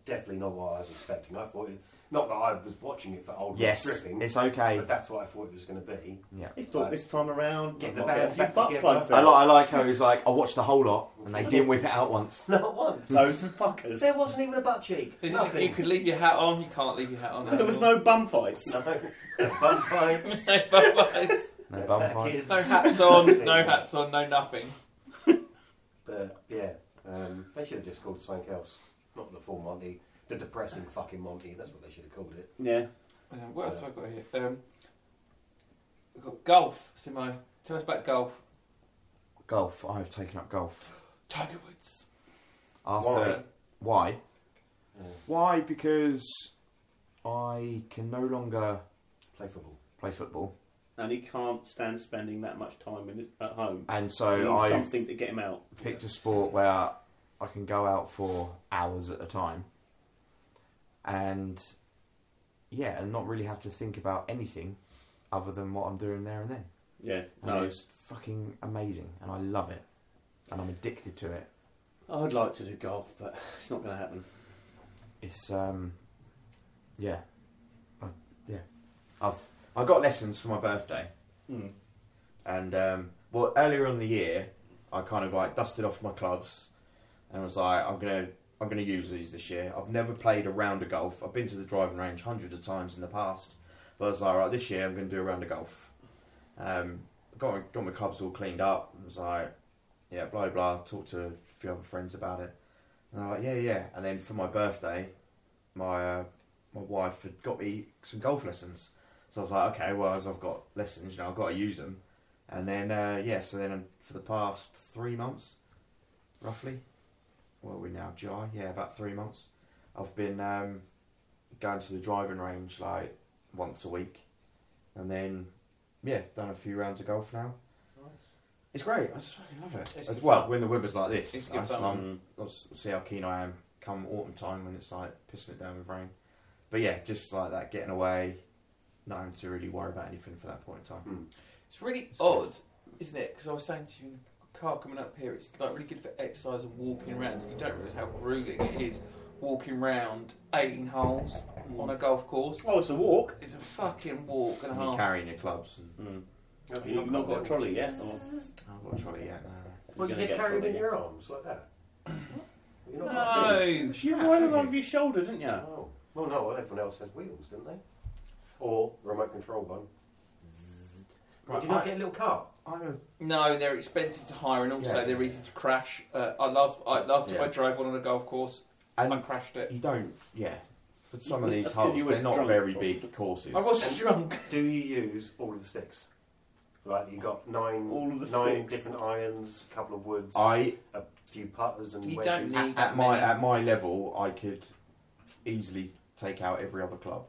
S2: definitely not what I was expecting. I thought, it, not that I was watching it for old
S3: Yes,
S2: stripping,
S3: it's okay.
S2: but that's what I thought it was going to be.
S3: Yeah.
S4: I thought this time around,
S2: Get the
S4: I'll get a
S2: band
S4: few
S2: back
S4: butt
S2: together.
S4: plugs
S3: I, li-
S4: out.
S3: I like how he's like, I watched the whole lot, and they didn't whip it out once.
S7: Not once.
S4: Those fuckers.
S7: There wasn't even a butt cheek.
S5: You- You
S7: Nothing.
S5: could leave your hat on. You can't leave your hat on.
S4: There was no bum fights.
S7: Bum fights.
S5: no bum fights.
S3: No
S7: Yeah,
S3: bum
S7: fair
S3: fights.
S7: kids.
S5: No hats on. No hats on. No nothing.
S2: But yeah, um, they should have just called it something else. Not the full Monty, the depressing fucking Monty. That's what they should have called it.
S4: Yeah.
S5: Um, what else have I got here? Um, we've got golf. Simo, tell us about golf.
S3: Golf. I have taken up golf.
S5: Tiger Woods.
S3: After why? Why?
S2: Yeah.
S3: Because I can no longer
S2: Play football.
S3: play football,
S4: and he can't stand spending that much time in at home.
S3: and
S4: He needs
S3: so I
S4: something to get him out.
S3: picked a sport where I can go out for hours at a time, and yeah, and not really have to think about anything other than what I'm doing there and then.
S4: Yeah,
S3: And
S4: no.
S3: it's fucking amazing, and I love it, and I'm addicted to it.
S4: I'd like to do golf, but it's not going to happen.
S3: it's um yeah I, yeah i've i got lessons for my birthday
S4: Mm.
S3: and um well earlier on in the year i kind of like dusted off my clubs and was like i'm gonna i'm gonna use these this year i've never played a round of golf i've been to the driving range hundreds of times in the past but i was like right this year i'm gonna do a round of golf um got my, got my clubs all cleaned up and was like yeah blah blah talked to a few other friends about it and I'm like, yeah, yeah. And then for my birthday, my uh, my wife had got me some golf lessons. So I was like, okay, well, as I've got lessons, you know, I've got to use them. And then, uh, yeah, so then um, for the past three months, roughly, what are we now, July? Yeah, about three months. I've been um, going to the driving range like once a week. And then, yeah, done a few rounds of golf now. It's great. I just fucking love it.
S5: It's
S3: As
S5: good
S3: well,
S5: fun.
S3: when the weather's like this,
S5: It's
S3: it's
S5: good
S3: nice.
S5: fun.
S3: Um, I'll s- see how keen I am come autumn time when it's like pissing it down with rain. But yeah, just like that, getting away, not having to really worry about anything for that point in time.
S5: It's really odd, isn't it? Because I was saying to you in the car coming up here, it's like really good for exercise and walking around. You don't realise how grueling it is walking round 18 holes on a golf course.
S4: Oh, it's a walk.
S5: It's a fucking walk and a
S3: And you're
S5: half.
S3: carrying your clubs. And,
S2: Have
S4: You've not got a trolley yet. Or
S3: I've got a trolley yet now.
S7: Well, you
S4: gonna
S7: just
S4: get
S7: carry them
S4: trolley,
S7: in
S4: yeah.
S7: your arm.
S2: arms like that? You're not got a
S5: No,
S4: you wore them over your shoulder, didn't you?
S2: thing. Oh. Well, no, well, everyone else has wheels, didn't they? Or remote control one.
S7: Did you not get a little cart?
S3: I'm a,
S5: no, they're expensive to hire and also
S3: Yeah.
S5: they're easy to crash. Uh, I last I, last time I
S3: Yeah.
S5: drove one on a golf course, I
S3: and
S5: crashed it.
S3: you don't, yeah. For some of
S4: You-
S3: these
S4: that's 'cause
S3: holes,
S4: you were
S3: they're not
S4: drunk.
S3: very big courses.
S5: I wasn't drunk.
S2: Do you use all of the sticks? Like you got nine,
S4: All of the
S2: nine
S4: sticks.
S2: different irons, a couple of woods,
S3: I
S2: a few putters and
S5: You don't
S2: wedges.
S5: need-
S3: at my at my level, I could easily take out every other club.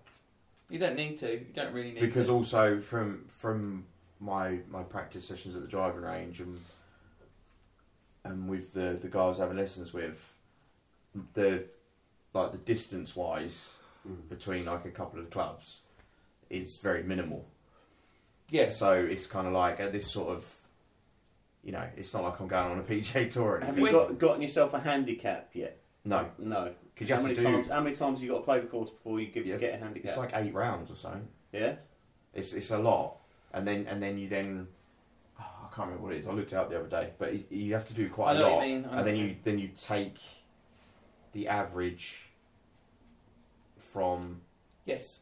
S5: You don't need to. You don't really need
S3: because
S5: to.
S3: also from from my my practice sessions at the driving range and and with the the guys having lessons with the like the distance wise
S2: Mm.
S3: between like a couple of clubs is very minimal
S5: yes.
S3: so it's kind of like at this sort of you know it's not like I'm going on a PJ tour or
S4: Have
S3: anything
S4: you got, gotten yourself a handicap yet?
S3: no
S4: No.
S3: 'Cause you
S4: how
S3: have
S4: many
S3: to do-
S4: times? How many times you got to play the course before you give,
S3: Yeah.
S4: get a handicap?
S3: it's like eight rounds or something
S4: yeah.
S3: It's it's a lot, and then and then you then oh, I can't remember what it is. I looked it up the other day, but it, you have to do
S5: I
S3: quite a
S5: know what you
S3: lot,
S5: mean, I know
S3: and then
S5: what you
S3: you
S5: mean.
S3: then you take the average from
S5: Yes.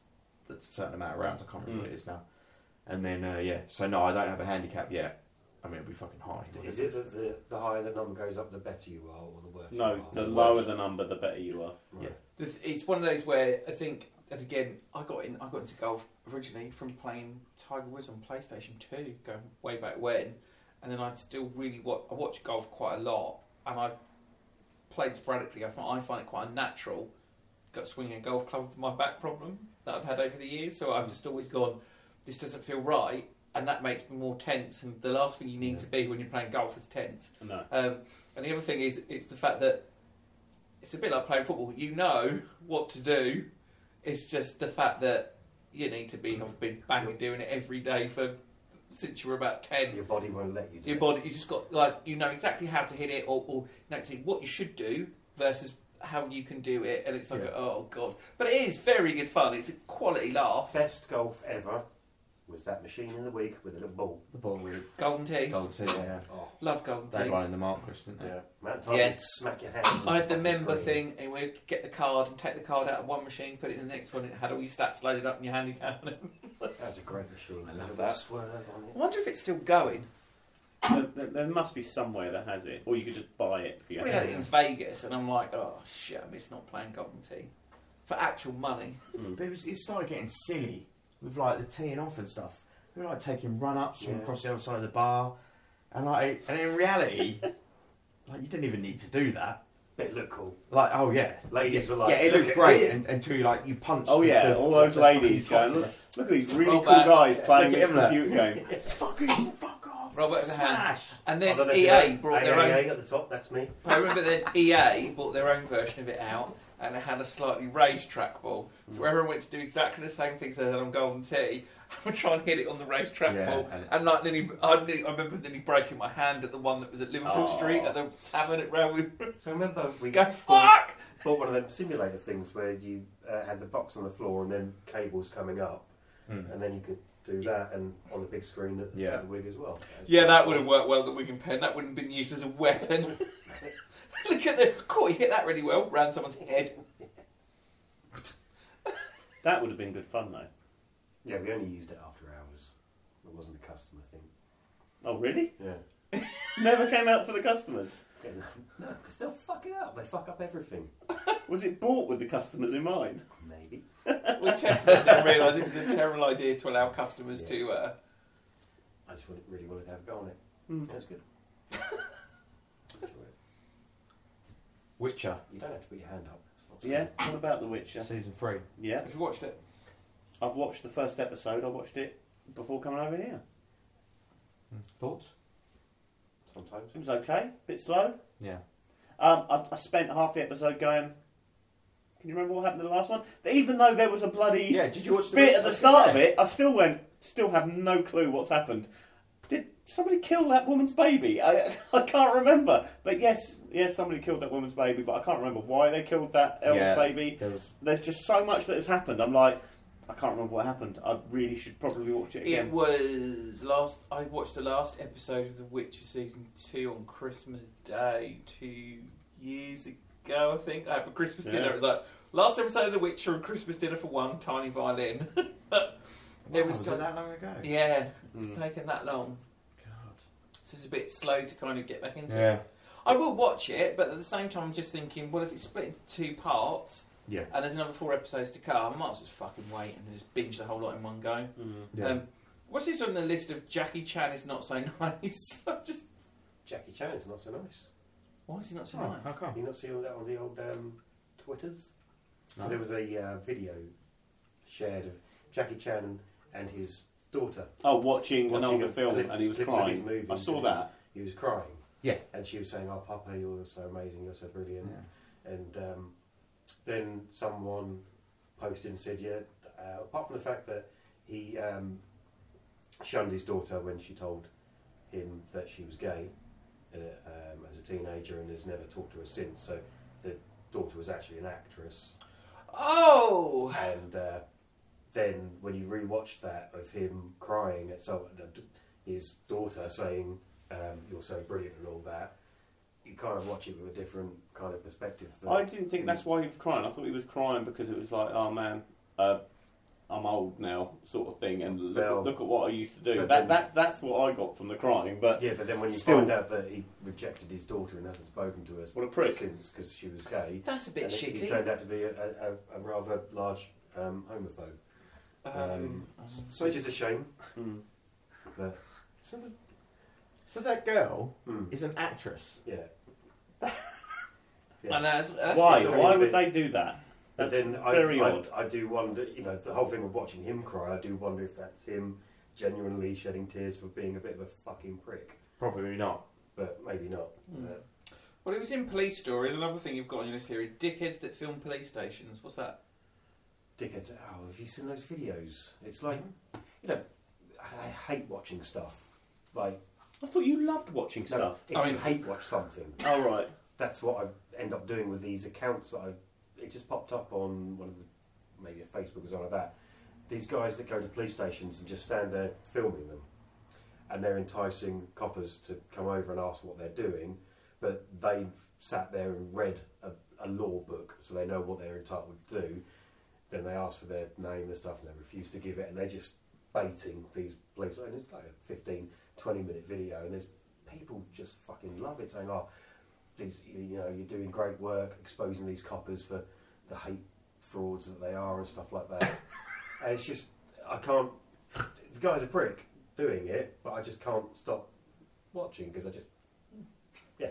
S3: a certain amount of rounds. I can't remember
S4: Mm.
S3: what it is now, and then uh, yeah. So no, I don't have a handicap yet. I mean, it'll be fucking high. wouldn't
S2: Is it that the, the higher the number goes up, the better you are, or the worse? you
S4: No.
S2: are?
S4: The lower the number, the better you are.
S5: The th- It's one of those where I think, and again, I got in. I got into golf originally from playing Tiger Woods on PlayStation Two, going way back when, and then I still really wa- I watch golf quite a lot, and I've played sporadically. I find I find it quite unnatural got swinging a golf club with my back problem that I've had over the years. So I've just always gone, this doesn't feel right, and that makes me more tense. And the last thing you need to be when you're playing golf is tense.
S4: No.
S5: Um, and the other thing is, it's the fact that it's a bit like playing football. You know what to do. It's just the fact that you need to be. I've been banging doing it every day for since you were about ten.
S2: Your body won't let you do
S5: Your
S2: it.
S5: body, you just got like you know exactly how to hit it, or, or you know exactly what you should do versus how you can do it, and it's like
S2: Yeah.
S5: oh god. But it is very good fun. It's a quality laugh.
S2: Best golf ever was that machine in the week with a little ball.
S7: The ball with
S5: Golden tea,
S7: gold too, yeah.
S2: Oh,
S5: love golden
S3: They had
S5: tea.
S3: one in the Marquess, didn't they?
S2: yeah. Amount of time
S7: Yeah.
S2: you'd smack your hand. on
S5: I had the
S2: fucking
S5: member
S2: screen.
S5: thing, and we'd get the card and take the card out of one machine, put it in the next one. It had all your stats loaded up in your handicap. I
S2: That was a great machine. I
S7: love
S2: love
S7: that.
S2: that. Swerve on it.
S5: wonder if it's still going.
S4: there, there- there must be somewhere that has it, or you could just buy it. For your
S5: We had it in
S4: house.
S5: Vegas, and I'm like, oh shit, I miss not playing golden tea for actual money.
S3: But it, was, it started getting silly with like the teeing off and stuff. We were like taking run ups from
S2: Yeah.
S3: across the other side of the bar, and like, and in reality, like you didn't even need to do that.
S2: But it looked cool.
S3: Like, oh yeah,
S2: Ladies
S3: yeah,
S2: were like,
S3: yeah, it
S2: "Look
S3: looked
S2: at
S3: great
S2: me."
S3: and, until you like you punched.
S4: Oh
S3: the-
S4: yeah,
S3: the-
S4: all those
S3: the
S4: ladies
S3: fucking
S4: going.
S3: top.
S4: Look, look at these really
S5: Roll
S4: cool
S5: back.
S4: guys playing
S3: Look at
S4: this
S3: him, look.
S4: computer game.
S3: It's fucking fuck off.
S5: Robert's a hand.
S3: smash.
S5: And
S2: Oh, I
S5: then
S2: don't know if you
S5: EA
S2: know.
S5: brought their own.
S2: AAA at the top, that's me.
S5: I remember then EA brought their own version of it out, and it had a slightly raised track ball.
S3: Mm.
S5: So everyone went to do exactly the same things they had on Golden Tee. I would try and hit it on the raised track
S3: Yeah,
S5: ball,
S3: and-
S5: and like nearly, I, nearly, I remember nearly breaking my hand at the one that was at Liverpool
S4: Oh.
S5: Street at the tavern at Railway.
S2: So I remember we
S5: Go
S2: bought,
S5: fuck!
S2: bought one of them simulator things where you uh, had the box on the floor and then cables coming up,
S5: Hmm.
S2: and then you could do that and on the big screen at,
S3: Yeah.
S2: at the wig as well.
S5: Yeah, that would have worked well. The Wigan pen that wouldn't have been used as a weapon. Look at the cool. You hit that really well. Ran someone's head.
S4: That would have been good fun though.
S2: Yeah, we only used it after hours. It wasn't a customer thing.
S4: Oh really?
S2: Yeah.
S4: Never came out for the customers.
S2: No, because they'll fuck it up. They fuck up everything.
S4: Was it bought with the customers in mind?
S2: Maybe.
S5: We tested it and realised it was a terrible idea to allow customers to. Uh,
S2: I just wanted, really wanted to have a go on it. Yeah, it's good. Enjoy it.
S3: Witcher
S2: You don't have to put your hand up. It's not
S4: Yeah. What about The Witcher?
S3: season three.
S4: Yeah.
S5: have you watched it?
S4: I've watched the first episode. I watched it before coming over here.
S3: Thoughts?
S2: Sometimes.
S4: It was okay. Bit slow.
S3: Yeah.
S4: Um, I, I spent half the episode going. Can you remember what happened in the last one? Even though there was a bloody
S3: Yeah. Did you watch the
S4: bit at the start of it, I still went, still have no clue what's happened. Did somebody kill that woman's baby? I, I can't remember. But yes, yes, somebody killed that woman's baby, but I can't remember why they killed that elf's
S3: Yeah.
S4: baby.
S3: There was
S4: There's just so much that has happened. I'm like, I can't remember what happened. I really should probably watch it
S5: It
S4: again.
S5: was last. I watched the last episode of The Witcher season two on Christmas Day two years ago. I think I had a Christmas dinner.
S4: Yeah.
S5: It was like last episode of The Witcher and Christmas dinner for one tiny violin. it was,
S3: oh, was it that long ago?
S5: yeah, it's
S4: Hmm.
S5: taken that long. So it's a bit slow to kind of get back into.
S3: Yeah.
S5: It. I will watch it, but at the same time, I'm just thinking, well, if it's split into two parts
S3: Yeah.
S5: and there's another four episodes to come, I might as well just fucking wait and just binge the whole lot in one go.
S3: Yeah.
S5: Um, what's this on the list of Jackie Chan is not so nice? I'm just
S2: Jackie Chan is not so nice.
S5: why is he not so
S3: Oh,
S5: nice?
S3: how come?
S2: You not see all that on the old um, Twitters? So
S3: No.
S2: there was a uh, video shared of Jackie Chan and, and his daughter.
S4: Oh, watching, an
S2: Watching
S4: older
S2: a
S4: film
S2: clip-
S4: and he was
S2: clips of his
S4: crying.
S2: movies
S4: I saw
S2: and-
S4: that.
S2: He was crying.
S3: Yeah.
S2: And she was saying, "Oh, Papa, you're so amazing. You're so brilliant." And um, then someone posted and said, "Yeah, uh, apart from the fact that he um, shunned his daughter when she told him that she was gay uh, um, as a teenager and has never talked to her since, so the daughter was actually an actress."
S5: Oh,
S2: And uh, then when you rewatched that of him crying at so his daughter saying, um, "You're so brilliant" and all that, you kind of watch it with a different kind of perspective. than-
S4: I didn't think that's why he was crying. I thought he was crying because it was like, oh man, uh, I'm old now, sort of thing, and look,
S2: Well-
S4: look at what I used to do.
S2: But
S4: That,
S2: then-
S4: that that's what I got from the crying. But
S2: Yeah, but then when you
S4: Still-
S2: find out that he rejected his daughter and hasn't spoken to her
S4: What a prick.
S2: since because she was gay,
S5: that's a bit
S2: and he- he
S5: shitty.
S2: turned out to be a, a, a- a rather large um, homophobe,
S5: Um,
S2: so which is a shame.
S4: Hmm.
S2: But
S3: So, the, so that girl
S2: Hmm.
S3: is an actress.
S2: yeah,
S5: and that's, that's
S4: why?
S5: what's-
S2: it's a
S4: Why
S2: bit-
S4: would they do that? That's
S2: then I,
S4: very
S2: I,
S4: odd.
S2: I do wonder, you know, the whole thing of watching him cry, I do wonder if that's him genuinely shedding tears for being a bit of a fucking prick.
S3: Probably not.
S2: But maybe not.
S4: Hmm.
S2: Uh,
S5: Well, it was in Police Story, and another thing you've got on your list here is dickheads that film police stations. What's that?
S2: dickheads, oh, have you seen those videos? It's like,
S4: Hmm.
S2: you know, I, I hate watching stuff. Like,
S4: I thought you loved watching
S2: no,
S4: stuff.
S2: if
S5: I
S2: you
S5: mean-
S2: hate watch something,
S4: All right. oh, right.
S2: that's what I end up doing with these accounts that I. It just popped up on one of the. Maybe a Facebook or something like that. These guys that go to police stations and just stand there filming them. And they're enticing coppers to come over and ask what they're doing, but they've sat there and read a, a law book, so they know what they're entitled to do. Then they ask for their name and stuff, and they refuse to give it, and they're just baiting these police. And it's like a 15, 20 minute video, and there's people just fucking love it, saying, oh, these, you know, you're doing great work exposing these coppers for the hate frauds that they are and stuff like that. and it's just, I can't. The guy's a prick doing it, but I just can't stop watching because I just, yeah.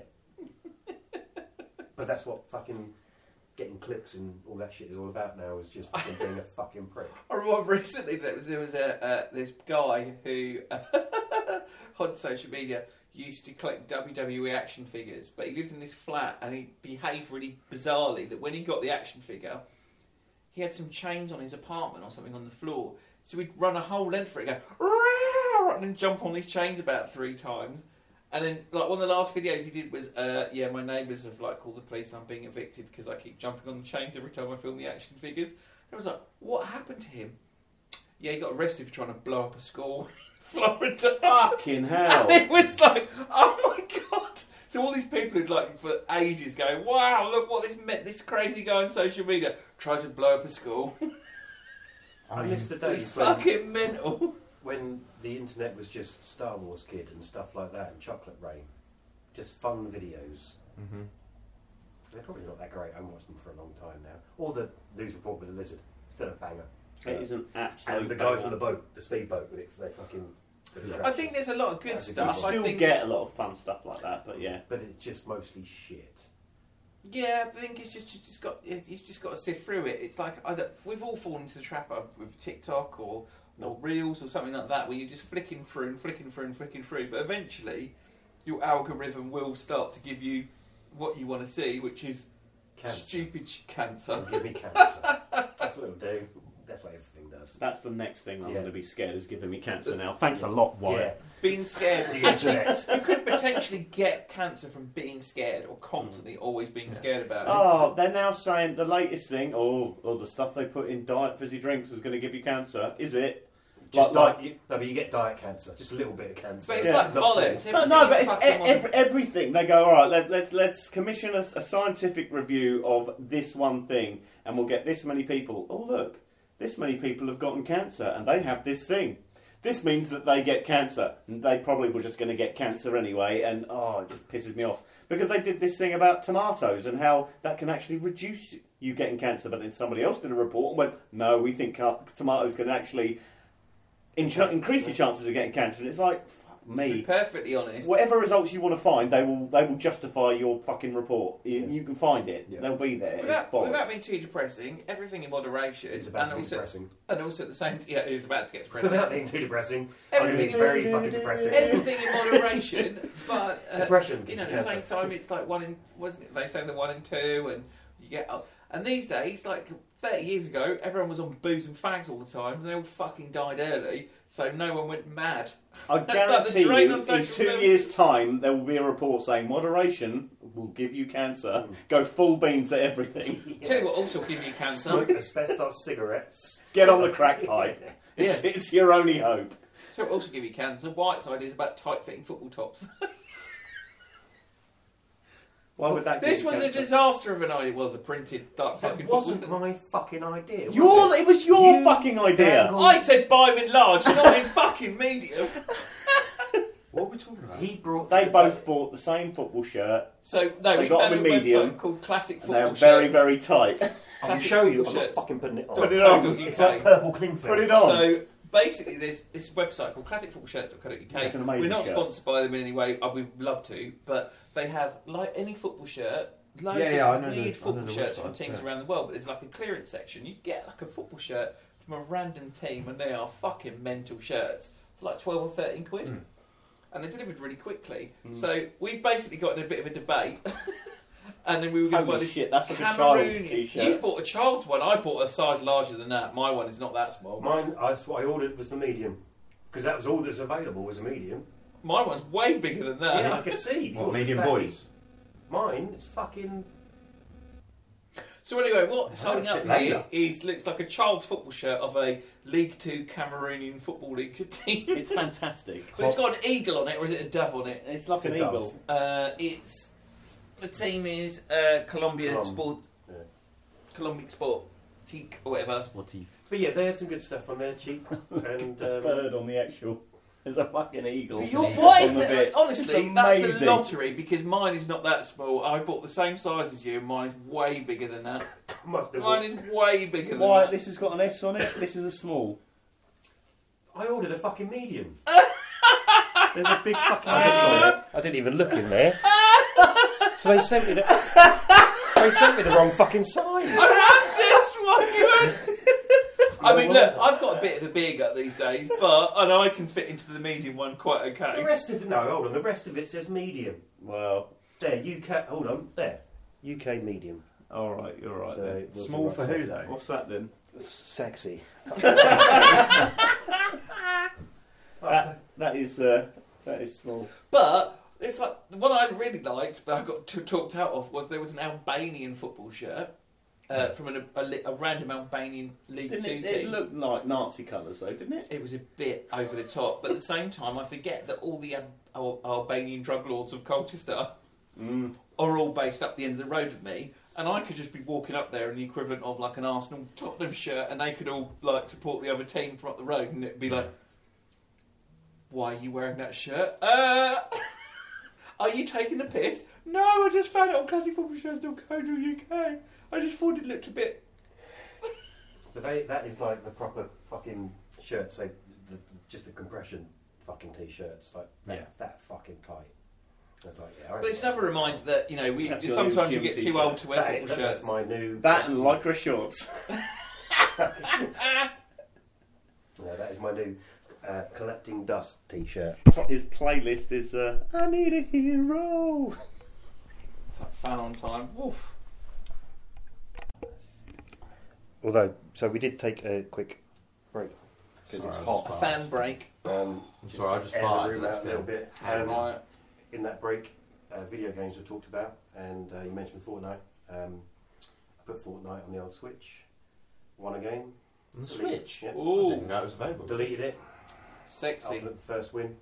S2: but that's what fucking getting clicks and all that shit is all about now. Is just fucking being a fucking prick.
S5: I remember recently that was, there was a uh, this guy who on social media used to collect WWE action figures, but he lived in this flat and he behaved really bizarrely. That when he got the action figure, he had some chains on his apartment or something on the floor, so he'd run a whole length for it, and go "Roar!" and then jump on these chains about three times. And then, like one of the last videos he did was, uh, yeah, my neighbours have like called the police. and I'm being evicted because I keep jumping on the chains every time I film the action figures. I was like, what happened to him? Yeah, he got arrested for trying to blow up a school in Florida.
S4: Fucking
S5: and
S4: hell.
S5: it was like, oh my god. So all these people who'd like for ages going, wow, look what this met this crazy guy on social media tried to blow up a school.
S2: I miss the
S5: It's
S2: days when,
S5: fucking mental.
S2: when the internet was just Star Wars Kid and stuff like that, and Chocolate Rain, just fun videos.
S3: Mm-hmm.
S2: They're probably not that great. I haven't watched them for a long time now. Or the news report with the lizard. Still a banger.
S4: It is an absolute.
S2: and the guys
S4: banger.
S2: on the boat, the speedboat with it, they fucking.
S5: I think there's a lot of good
S2: That's a good
S5: stuff.
S2: one.
S5: I
S4: Still
S5: think,
S4: get a lot of fun stuff like that, but yeah.
S2: But it's just mostly shit.
S5: Yeah, I think it's just you just got it- you've just got to sift through it. It's like I don't- we've all fallen into the trap of with TikTok or or Reels or something like that, where you're just flicking through and flicking through and flicking through. But eventually, your algorithm will start to give you what you want to see, which is
S2: Cancer.
S5: stupid sh-
S2: It'll
S5: cancer.
S2: give me cancer. That's what it'll do. That's what everything does.
S4: That's the next thing I'm
S2: Yeah.
S4: going to be scared is giving me cancer now. Thanks a lot, Wyatt.
S5: being scared,
S2: Yeah,
S5: you
S2: the internet.
S5: could potentially get cancer from being scared or constantly always being scared about it.
S4: Oh, they're now saying the latest thing, oh, all the stuff they put in diet fizzy drinks is going to give you cancer. Is it?
S2: Just
S4: Like-
S2: like, you, no, but you get diet cancer. Just a little bit of cancer.
S5: But it's
S4: Yeah.
S5: like
S2: Not full.
S5: bollocks.
S4: No,
S5: Everything
S4: no,
S5: you
S4: but it's
S5: fucking
S4: e-
S5: want-
S4: ev- everything. They go, all right, let, let's let's commission us a scientific review of this one thing, and we'll get this many people. Oh, look, this many people have gotten cancer, and they have this thing. This means that they get cancer. And they probably were just going to get cancer anyway, and oh, it just pisses me off because they did this thing about tomatoes and how that can actually reduce you getting cancer. But then somebody else did a report and went, no, we think car- tomatoes can actually inch- increase your chances of getting cancer. And it's like, fuck me.
S5: To be perfectly honest,
S4: Whatever results you want to find, they will they will justify your fucking report. You,
S2: Yeah.
S4: you can find it;
S2: Yeah.
S4: they'll be there.
S5: Without,
S4: It's bollocks.
S5: without being too depressing, everything in moderation
S2: It's
S5: is
S2: about
S5: and
S2: to be
S5: also
S2: depressing.
S5: and also at the same yeah, it is about to get
S2: Without
S5: depressing.
S2: being too depressing, I'm going to
S5: everything,
S2: be very fucking depressing.
S5: everything in moderation, but uh,
S2: Depression
S5: You
S2: gives
S5: know,
S2: you
S5: at the same
S2: cancer.
S5: time, it's like one in wasn't it? They say the one in two, and you get up. And these days, like thirty years ago, everyone was on booze and fags all the time. and They all fucking died early, so no one went mad.
S4: I
S5: That's like the
S4: guarantee
S5: drain
S4: you,
S5: on
S4: in two
S5: social services.
S4: years' time, there will be a report saying moderation will give you cancer. Go full beans at everything.
S5: Tell you what, also will give you
S2: Smoke
S5: cancer.
S2: asbestos cigarettes.
S4: Get on the crack pipe. It's, it's your only hope.
S5: so it'll also give you cancer. Whiteside is about tight-fitting football tops.
S4: Why would that? give
S5: This
S4: you
S5: was a
S4: cancer?
S5: disaster of an idea. Well, the printed like, fucking
S2: That wasn't
S5: football-
S2: my fucking idea. was
S4: Your, it was your
S2: You
S4: fucking idea.
S2: dangle-
S5: I said buy him in large, not in fucking medium.
S3: What are we talking about?
S7: He brought.
S4: They
S7: to the
S4: both
S7: table.
S4: bought the same football shirt,
S5: So no,
S4: They
S5: we
S4: got
S5: found
S4: him
S5: a
S4: in medium,
S5: website called Classic
S4: and
S5: Football
S4: they're very,
S5: Shirts.
S4: very tight.
S5: Classic
S2: I'll show you.
S5: football
S2: I'm not
S5: shirts.
S2: fucking putting it on.
S4: Put it on.
S5: Totally
S2: It's that
S5: fine.
S2: purple cling film.
S4: Put it on.
S5: So basically, there's this website called ClassicFootballShirts.co.uk.
S4: It's an amazing
S5: We're not
S4: shirt.
S5: Oh, sponsored by them in any way. I would love to, but they have like any football shirt, loads
S3: Yeah, yeah, I
S5: of
S3: know the- I know
S5: weird
S3: the
S5: football shirts from
S3: website,
S5: teams
S3: yeah.
S5: around the world, but there's like a clearance section. You get like a football shirt from a random team, and they are fucking mental shirts for like 12 or 13 quid.
S4: Hmm.
S3: Mm.
S5: And they're delivered really quickly.
S4: Mm.
S5: So we basically got in a bit of a debate, and then we were going to buy
S4: Holy
S5: this.
S4: shit, that's like a
S5: Cameroon.
S4: child's
S5: You
S4: t-shirt.
S5: bought a child's one. I bought a size larger than that. My one is not that small.
S2: Mine, I, that's what I ordered was the medium. Because that was all that's available was a medium.
S5: My one's way bigger than that.
S2: yeah, I could see.
S3: What,
S2: Yours
S3: medium
S2: was baggy.
S3: boys?
S2: Mine is fucking.
S5: So anyway, what's holding up
S3: Later.
S5: here is looks like a child's football shirt of a League Two Cameroonian football league team.
S4: It's fantastic.
S5: So it's got an eagle on it, or is it a dove on it?
S4: It's like
S2: It's
S4: an
S2: a dove.
S4: eagle.
S5: Uh, it's the team is uh, Colombia
S2: Colom-
S5: Sport,
S2: yeah.
S5: Colombian Sport Teak or whatever.
S2: But yeah, they had some good stuff on there, cheap. and
S4: The
S2: um,
S4: bird on the actual. There's a fucking eagle.
S5: But
S4: on
S5: your,
S4: the-
S5: why is
S4: on the
S5: that?
S4: bit.
S5: Honestly,
S4: It's
S5: that's a
S4: amazing.
S5: lottery because mine is not that small. I bought the same size as you, and mine's way bigger than that.
S2: must have.
S5: Mine is way bigger than
S4: Why?
S5: that.
S4: This has got an S on it. This is a small.
S2: I ordered a fucking medium.
S4: There's a big fucking
S8: I didn't,
S4: S on it.
S8: even, I didn't even look in there. so they sent me the, they sent me the wrong fucking size.
S5: I have this one. I mean, look, I've got a bit of a beer gut these days, but and I can fit into the medium one quite
S2: The
S5: okay.
S2: rest of it, no, hold on. The rest of it says medium.
S4: Well,
S2: There, UK. Hold on, there. UK medium.
S4: all right, you're right.
S2: So
S4: then.
S2: it was
S3: Small
S2: the
S3: for
S2: right
S3: who
S2: size.
S3: though?
S4: What's that then?
S8: Sexy.
S4: That that is uh, that is small.
S5: But it's like the one I really liked, but I got t- talked out of was there was an Albanian football shirt uh, from an, a, li- a random Albanian League
S4: Didn't
S5: Two
S4: it,
S5: team.
S4: it looked like Nazi colours though, didn't it?
S5: It was a bit over the top, but at the same time, I forget that all the Al- Al- Albanian drug lords of Colchester
S4: Mm.
S5: are all based up the end of the road with me, and I could just be walking up there in the equivalent of like an Arsenal Tottenham shirt, and they could all like support the other team from up the road, and it'd be like, "Why are you wearing that shirt? Uh, are you taking the piss? No, I just found it on classicfootballshirts.co.uk. I just thought it looked a bit.
S2: But they, that is like the proper fucking shirts. They, the, just the compression fucking t-shirts, like that,
S4: Yeah.
S2: that fucking tight. That's like, yeah, I
S5: But it's
S2: don't-
S5: another reminder that you know we
S4: That's your
S5: sometimes you
S4: gym
S5: get too
S4: t-shirt.
S5: old to wear
S2: That,
S5: football
S2: that
S5: shirts.
S2: was my new.
S4: That and lycra shorts.
S2: Yeah, that is my new uh, collecting dust t-shirt.
S4: His playlist is uh, I need a hero.
S5: It's like fan on time. Woof.
S8: Although, so we did take a quick break because it's
S3: Sorry,
S8: hot.
S5: A fan break.
S2: Um,
S3: I'm sorry, I just
S2: air the
S3: farted.
S2: room
S3: Let's
S2: out a little
S3: go.
S2: bit. Um,
S5: Right.
S2: in that break, uh, video games were talked about, and uh, you mentioned Fortnite. Um, I put Fortnite on the old Switch, won a game,
S3: On the
S2: Deleted-
S3: Switch.
S2: yeah,
S3: I
S5: Ooh,
S3: didn't know it was available.
S2: deleted it
S5: sexy.
S2: after the first win.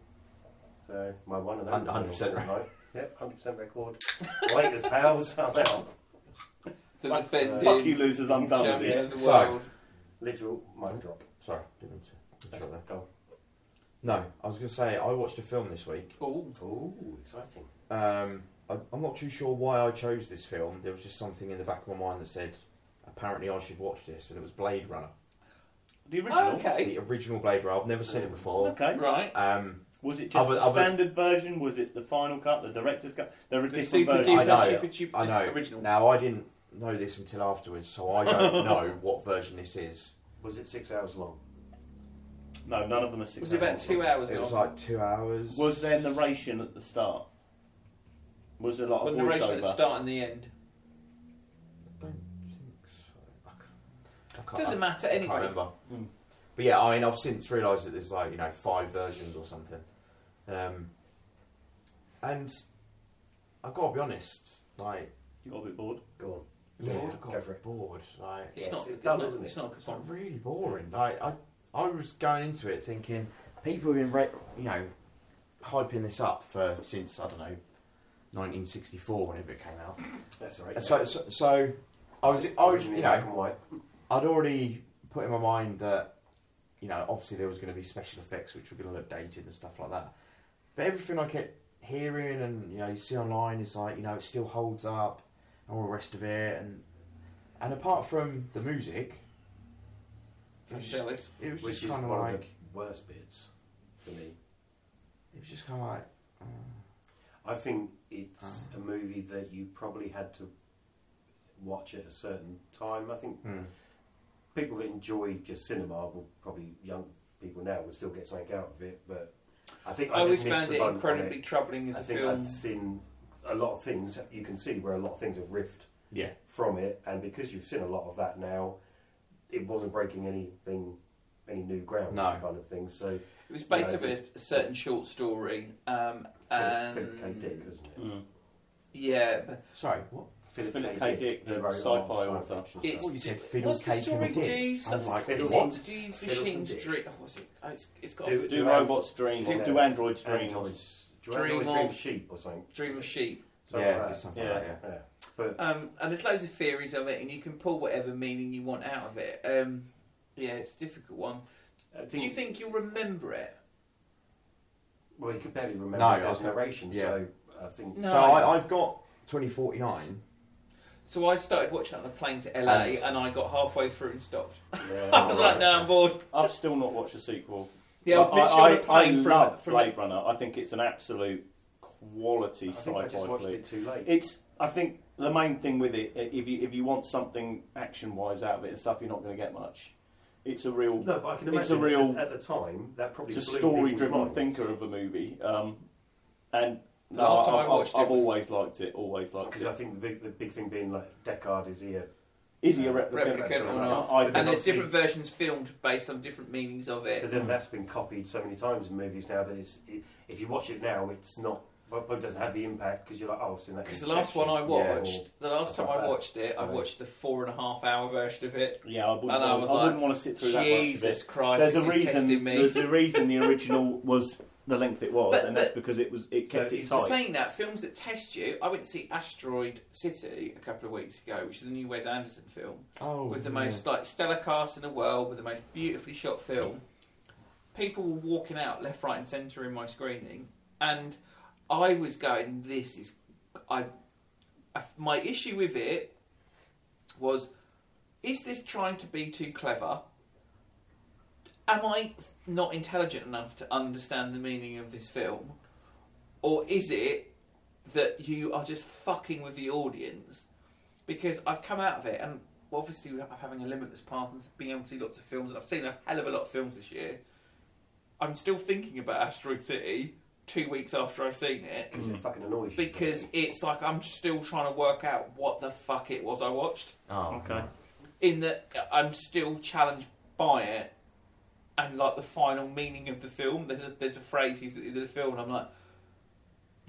S2: So my one and
S3: Hun-
S2: only
S3: 100%
S2: Fortnite. Yep, hundred percent record. Laters, pals, I'm out.
S5: To
S4: Fuck-
S5: defend
S4: Fuck you losers, I'm done with
S5: champion
S4: this.
S5: of the
S3: So-
S5: world.
S2: Literal mic drop.
S3: Sorry, didn't mean to.
S2: That's
S3: interrupt there.
S2: go.
S3: No, I was going to say I watched a film this week.
S5: Ooh.
S2: Ooh, exciting.
S3: Um, I, I'm not too sure why I chose this film. There was just something in the back of my mind that said, apparently I should watch this, and it was Blade Runner,
S4: The original.
S5: Oh, Okay.
S3: the original Blade Runner. I've never seen it
S5: Oh.
S3: before.
S4: Okay.
S5: Right.
S3: Um,
S4: Was it just
S3: Other-
S4: the
S3: other-
S4: standard version? Was it the final cut, the director's cut? There are
S5: The
S4: different
S5: super
S4: versions.
S3: I know.
S5: duper, super duper,
S3: I know.
S5: original.
S3: Now I didn't know this until afterwards, so I don't know what version this is.
S2: Was it six hours long?
S4: No, none of them are six.
S5: Was it about
S4: hours.
S5: two hours
S3: It was
S5: long?
S3: like two hours.
S4: Was there narration at the start? Was there like a
S5: With narration at the
S4: voiceover?
S5: start and the end.
S3: I don't think so. I can't- I can't-
S5: Doesn't matter
S3: I can't
S5: anyway.
S3: remember.
S4: Mm.
S3: But yeah, I mean, I've since realised that there's like you know five versions or something, um, and I've got to be honest, like
S4: You got a bit bored.
S2: Go on.
S3: yeah,
S2: Yeah,
S3: I got
S2: go for it.
S3: bored. Like
S5: It's
S2: Yes,
S5: not.
S2: it's done,
S5: it's not-
S2: isn't it?
S5: It's not.
S3: it's
S5: It's not.
S3: like really boring. Like I, I was going into it thinking people have been ra- you know hyping this up for since I don't know 1964 whenever it came out.
S2: That's all
S3: And
S2: right.
S3: So, so, so I was, I was, you
S2: black
S3: know,
S2: and white.
S3: I'd already put in my mind that, you know, obviously there was going to be special effects which were going to look dated and stuff like that. But everything I kept hearing and you know you see online is like you know it still holds up and all the rest of it and and apart from the music, it
S5: I'm
S3: was just,
S5: jealous.
S3: it was
S2: Which
S3: just
S2: is
S3: kind
S2: one
S3: of
S2: of the
S3: like
S2: worst bits for me.
S3: it was just kind of like
S4: Ah.
S2: I think it's a movie that you probably had to watch at a certain time. I think
S3: Hmm.
S2: people that enjoy just cinema will probably young people now will still get something out of it, but I think I,
S5: I always
S2: just missed
S5: found
S2: the
S5: it
S2: boat on
S5: incredibly
S2: it.
S5: troubling as
S2: I
S5: a
S2: think
S5: film.
S2: I'd seen a lot of things. You can see where a lot of things have riffed
S3: Yeah.
S2: from it, and because you've seen a lot of that now, it wasn't breaking anything, any new ground,
S3: No.
S2: kind of thing. So
S5: It was based
S2: Yeah,
S5: off a, a certain short story, um,
S2: Philip- Philip K.
S5: and
S2: Dick, isn't it?
S4: Mm.
S5: yeah, but
S3: Sorry, what?
S4: Philip K. Dick,
S2: he
S4: the
S2: wrote a
S4: sci-fi
S2: lot of
S4: author.
S2: science
S5: it's,
S2: fiction
S3: thought you said Fiddle
S5: what's the
S3: Cake and a
S5: story?
S3: Dick. I
S5: Do
S3: was
S5: something?
S3: like,
S5: is
S2: what?
S5: it do
S2: Fiddles and
S5: machines
S2: Dick.
S5: dream? Oh, what's it? Oh, it's, it's got
S2: Do-
S5: a
S4: Do,
S2: do
S4: robots dream?
S2: do-
S4: Do, androids
S2: stuff.
S4: dream?
S2: Androids, do you
S5: Dream
S2: remember Dream
S5: of-
S2: Sheep or something?
S5: dream of sheep.
S2: Something
S3: yeah,
S2: like
S3: it's
S2: that.
S3: something
S4: Yeah.
S3: like that.
S2: uh, Yeah. But
S5: Um, and there's loads of theories of it, and you can pull whatever meaning you want out of it. Um, yeah, it's a difficult one.
S2: I
S5: Do you think you'll remember it?
S2: Well, you can barely remember
S3: No,
S2: if there's
S3: I can't-
S2: narration,
S3: yeah.
S2: so I think.
S5: No.
S3: So I, I've got 2049.
S5: So I started watching it on the plane to LA,
S3: And-
S5: and Oh, I got halfway through and stopped.
S2: Yeah,
S5: I was like, no, I'm bored.
S4: I've still not watched the sequel.
S5: Yeah,
S4: I,
S5: I've literally
S4: I,
S5: on a
S4: I,
S5: plane from-
S4: love
S5: from-
S4: Blade Runner. I think it's an absolute quality
S2: I think
S4: sci-fi
S2: I just watched
S4: flick.
S2: it too late.
S4: It's. I think the main thing with it, i- if you if you want something action-wise out of it and stuff, you're not going to get much. It's a real.
S2: no, but I can imagine
S4: it's a real.
S2: at, at the time that probably
S4: It's a
S2: blew
S4: story-driven
S2: people's minds.
S4: thinker of a movie. Um, and no,
S5: Last time
S4: I've,
S5: I watched
S4: I've,
S5: it
S4: I've
S5: was-
S4: always liked it. Always liked
S2: Because
S4: it.
S2: I think the big, the big thing being like Deckard is here.
S4: Is he a replicant?
S5: Replicant or not?
S4: I think
S5: And there's
S2: obviously-
S5: different versions filmed based on different meanings of
S2: But
S5: it.
S2: then that's been copied so many times in movies now that it's, it, if you watch it now, it's not. Well, it doesn't have the impact because you're like, oh, I've seen that.
S5: Because
S2: in
S5: the last one I
S2: Inception.
S5: watched, the last time
S2: stuff like
S5: I
S2: that.
S5: watched it, I
S2: Right.
S5: watched the four and a half hour version of it.
S4: Yeah, I wouldn't,
S5: And I
S4: I
S5: was
S4: wouldn't
S5: like,
S4: want to sit through that much of it.
S5: Jesus Christ,
S4: there's
S5: this
S4: a
S5: is testing
S4: reason.
S5: me.
S4: There's a reason the original was the length it was,
S5: But-
S4: and that's
S5: but-
S4: because it was it
S2: So
S4: kept it
S2: it's
S5: So
S4: tight.
S5: saying that, films that test you, I went to see Asteroid City a couple of weeks ago, which is the new Wes Anderson film,
S3: Oh,
S5: with the
S3: yeah.
S5: most like stellar cast in the world, with the most beautifully shot film. People were walking out left, right, and centre in my screening, and I was going, "This is." I, I my issue with it was, is this trying to be too clever? Am I not intelligent enough to understand the meaning of this film, or is it that you are just fucking with the audience? Because I've come out of it and obviously with having a limitless path and being able to see lots of films, I've seen a hell of a lot of films this year. I'm still thinking about Asteroid City two weeks after I've seen it
S2: because it fucking annoys you.
S5: because it's like I'm still trying to work out what the fuck it was I watched.
S3: Oh,
S4: Okay.
S5: In that I'm still challenged by it and like the final meaning of the film. There's a there's a phrase used at the end of the film, and I'm like,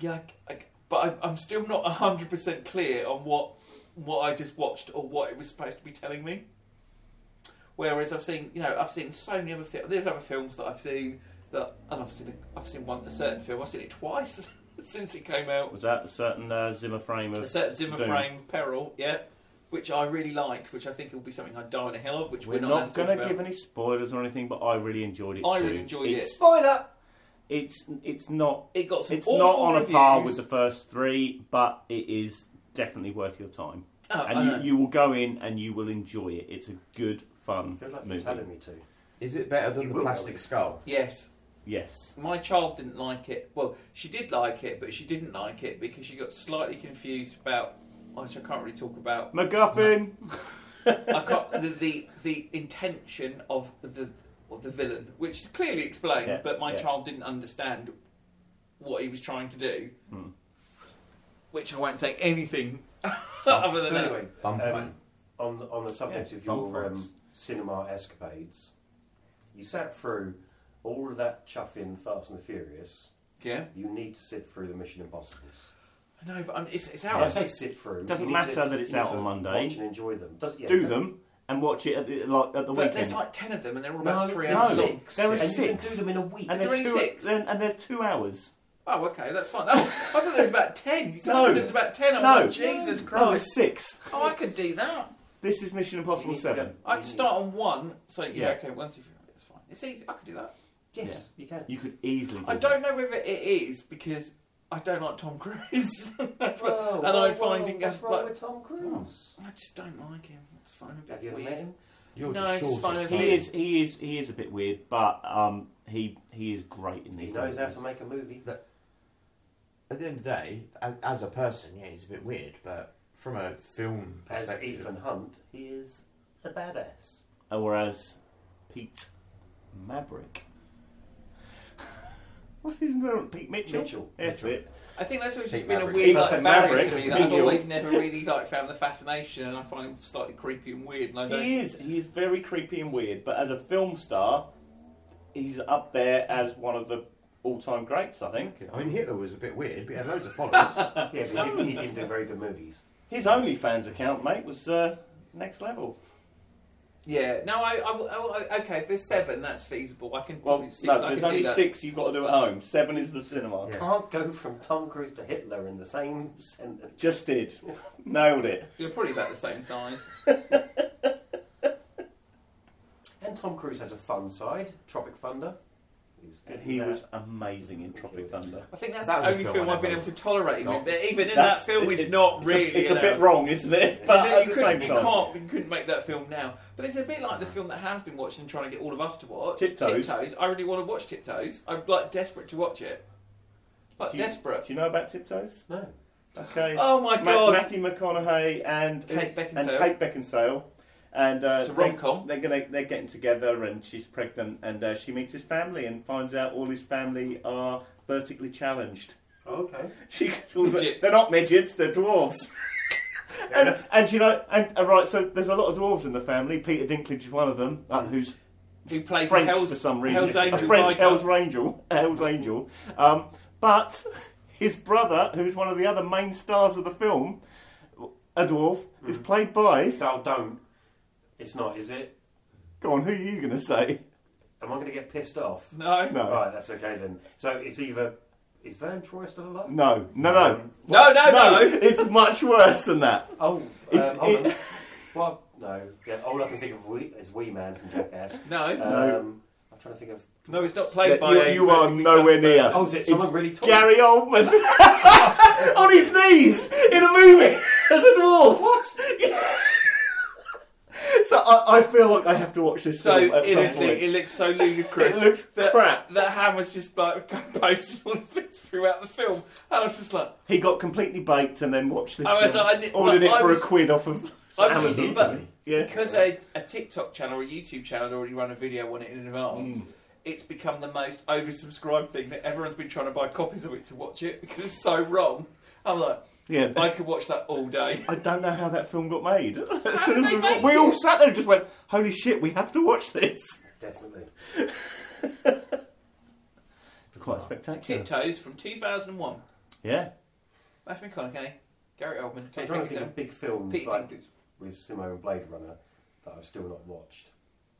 S5: yeah, I, I, but I, I'm still not hundred percent clear on what what I just watched or what it was supposed to be telling me. Whereas I've seen, you know, I've seen so many other films. There's other films that I've seen that, and I've seen, I've seen one a certain film. I've seen it twice since it came out.
S4: Was that a certain uh, Zimmer frame
S5: A
S4: of?
S5: certain Zimmer
S4: Boom.
S5: frame peril, yeah, which I really liked, which I think will be something I'd die on a hill of, which we're,
S4: We're
S5: not,
S4: not going to give any spoilers or anything, but I really enjoyed it.
S5: I
S4: too.
S5: really enjoyed it.
S4: it's,
S7: Spoiler!
S4: It's it's not
S5: It got some
S4: it's
S5: awful
S4: not on a par with
S5: reviews.
S4: the first three, but it is definitely worth your time,
S5: Oh, I know.
S4: and you, you will go in and you will enjoy it. It's a good
S2: I
S4: fun
S2: feel like you're
S4: movie.
S2: telling me to.
S3: is it better than
S2: You
S3: the
S2: will
S3: plastic
S2: know.
S3: skull?
S5: Yes,
S4: Yes.
S5: my child didn't like it. Well, she did like it, but she didn't like it because she got slightly confused about. Which I can't really talk about.
S4: MacGuffin.
S5: I can't, the, the the intention of the of the villain, which is clearly explained,
S4: Yeah,
S5: but my
S4: yeah.
S5: child didn't understand what he was trying to do.
S4: Hmm.
S5: Which I won't say anything other than
S2: So
S5: that.
S2: anyway,
S3: Bum
S2: um, on the- on the subject
S4: Yeah,
S2: of
S4: bum
S2: your
S4: fights.
S2: um, cinema escapades, you sat through all of that chuffing Fast and the Furious.
S5: Yeah.
S2: You need to sit through the Mission Impossibles.
S5: No, but um, it's, it's
S2: When I
S5: out.
S2: say sit through.
S4: Doesn't
S2: you need
S4: matter that it's
S2: you need
S4: out
S2: to
S4: on Monday.
S2: Watch and enjoy them. Does- yeah,
S4: Do
S2: don't-
S4: them and watch it at the, like, at the
S5: But
S4: weekend.
S5: there's like ten of them, and they're all
S2: No,
S5: about three
S2: no.
S5: hours.
S2: Six.
S4: There are
S2: And you can
S4: six.
S2: do them in a week.
S4: and
S5: Is
S4: they're
S5: there
S4: two,
S5: only six?
S4: then- and they're two hours.
S5: Oh, okay, that's fine. Oh, I thought there was about ten. You
S4: No.
S5: no. there was about ten. I'm
S4: No.
S5: like, Jesus
S4: No,
S5: Christ.
S4: it's six.
S5: Oh, I could do that.
S4: This is Mission
S2: You
S4: Impossible
S2: need to
S4: Seven.
S2: go-
S5: I
S2: you
S5: could
S2: need-
S5: start on one. So yeah,
S4: Yeah.
S5: okay, one, two, three. That's fine. It's easy. I could do that.
S2: Yes, you can.
S4: You could easily. Do
S5: I
S4: that.
S5: don't know whether it is because I don't like Tom Cruise, But-
S2: Whoa,
S5: and
S2: whoa,
S5: I find
S2: whoa,
S5: it
S2: what's wrong
S5: like,
S2: with Tom Cruise?
S5: I just don't like him. I just find him a
S4: Hmm.
S5: bit
S2: Have you ever
S5: weird.
S2: met him?
S3: You're
S5: No,
S3: just
S5: it's
S3: short.
S5: fine.
S3: of
S5: He
S4: He
S3: stuff.
S4: is. He is. He is a bit weird, but um, he he is great in
S2: He
S4: these.
S2: knows how
S4: movies.
S2: to make a movie.
S3: At the end of the day, a- as a person, yeah, he's a bit weird, but from a film
S2: As
S3: perspective,
S2: Ethan Hunt, he is a badass.
S4: Or as Uh, Pete Maverick. What's his name? Pete Mitchell?
S2: Mitchell.
S4: That's
S3: Mitchell.
S4: it.
S5: I think that's always
S3: Think
S5: just been a
S3: Maverick.
S5: weird
S4: Think
S5: like,
S4: that's
S5: balance
S4: Maverick,
S5: to me that I've
S4: Mitchell.
S5: always never really like found the fascination, and I find him slightly creepy and weird. And I don't-
S4: He is. He's very creepy and weird, but as a film star, he's up there as one of the all-time greats, I think.
S3: I mean, Hitler was a bit weird, but he had loads of followers.
S2: Yeah, but he, didn't- he didn't do very good movies.
S4: His OnlyFans account, mate, was uh, next level.
S5: Yeah. No, I, I, I- Okay, if there's seven, that's feasible. I can
S4: Well,
S5: probably six.
S4: no,
S5: I
S4: there's
S5: can
S4: only
S5: do that.
S4: six you've got to do at home. Seven is the cinema.
S3: Yeah.
S7: Can't go from Tom Cruise to Hitler in the same sentence.
S4: Just did. Nailed it.
S5: You're probably about the same size.
S7: And Tom Cruise has a fun side, Tropic Thunder. He was,
S4: He
S7: in
S4: was
S7: that.
S4: amazing in Tropic Thunder.
S5: I think that's
S3: That was
S5: the
S3: a
S5: only
S3: film
S5: film
S3: I
S5: I've been
S3: never-
S5: able to tolerate him in.
S3: Not-
S5: But even in
S4: That's-
S5: that film,
S4: it-
S5: is not
S4: it's
S5: really.
S4: A, it's a
S5: allowed.
S4: bit wrong, isn't it?
S5: You
S4: But at
S5: know, you,
S4: the
S5: couldn't,
S4: same
S5: you
S4: time,
S5: can't, you couldn't make that film now. But it's a bit like the film that Hal's been watching and trying to get all of us to watch.
S4: Tiptoes.
S5: Tiptoes. I really want to watch Tiptoes. I'm like desperate to watch it. Like
S4: Do you-
S5: desperate.
S4: do you know about Tiptoes?
S7: No.
S4: Okay.
S5: oh my
S4: Ma-
S5: god!
S4: Matthew McConaughey and
S5: Kate Beckinsale.
S4: and Kate Beckinsale, and uh,
S5: It's a rom-com.
S4: They, are gonna they're getting together, and she's pregnant, and uh, she meets his family and finds out all his family are vertically challenged.
S7: Oh, okay.
S4: She calls them,
S5: Midgets.
S4: they're not midgets, they're dwarves. and and you know and uh, right, so there's a lot of dwarves in the family. Peter Dinklage is one of them,
S5: Mm.
S4: uh, who's
S5: Who plays
S4: French
S5: Hell's-
S4: for some reason.
S5: Hell's Angel
S4: a French
S5: Zygarde.
S4: Hell's Angel. Hell's Angel. Um, but his brother, who's one of the other main stars of the film, a dwarf,
S5: Hmm.
S4: is played by.
S7: No, don't.
S2: It's not, is it?
S4: Go on, who are you going to say?
S2: Am I going to get pissed off?
S5: no.
S4: No.
S2: Right, that's okay then. So it's either is Vern Troy still alive?
S4: No, no, no.
S5: No, no, no.
S4: It's much worse than that.
S2: Oh,
S4: It's-
S2: um,
S4: it-
S2: hold on. Well, no. Yeah, all I can think of we, is Wee Man from Jackass.
S5: No.
S4: No.
S2: Um, I'm trying to think of.
S5: No, it's not played by.
S4: you
S5: a
S4: you are
S5: vertically
S4: nowhere
S5: challenged
S4: near.
S5: person.
S2: Oh, is it someone really tall?
S4: Gary Oldman on his knees in a movie as a dwarf. What? so I, I feel like I have to watch this
S5: So
S4: film at
S5: it,
S4: some
S5: is,
S4: point.
S5: it looks so ludicrous.
S4: It looks
S5: that,
S4: crap.
S5: That Ham was just like posting all these things throughout the film, and I was just like,
S4: He got completely baked and then watched this.
S5: I was
S4: film,
S5: like, I did-
S4: ordered
S5: like,
S4: it
S5: I
S4: for
S5: was-
S4: a quid off of
S5: I was
S4: Amazon.
S5: just, but
S4: yeah.
S5: because a, a TikTok channel or a YouTube channel had already run a video on it in advance.
S2: Mm.
S5: It's become the most oversubscribed thing that everyone's been trying to buy copies of it to watch it because it's so wrong. I'm like,
S4: yeah.
S5: I could watch that all day.
S4: I don't know how that film got made. As
S5: did
S4: soon as
S5: they
S4: we,
S5: make
S4: we all
S5: it?
S4: sat there and just went, "Holy shit, we have to watch this!"
S2: Definitely.
S4: Quite spectacular.
S5: Tiptoes from 2001.
S4: Yeah.
S5: Matthew McConaughey, Gary Oldman,
S2: I'm
S5: Kate
S2: trying to think
S5: Beckinsale,
S2: of big films
S5: Peter
S2: like
S5: Dinklage.
S2: with Simo and Blade Runner that I've still not watched.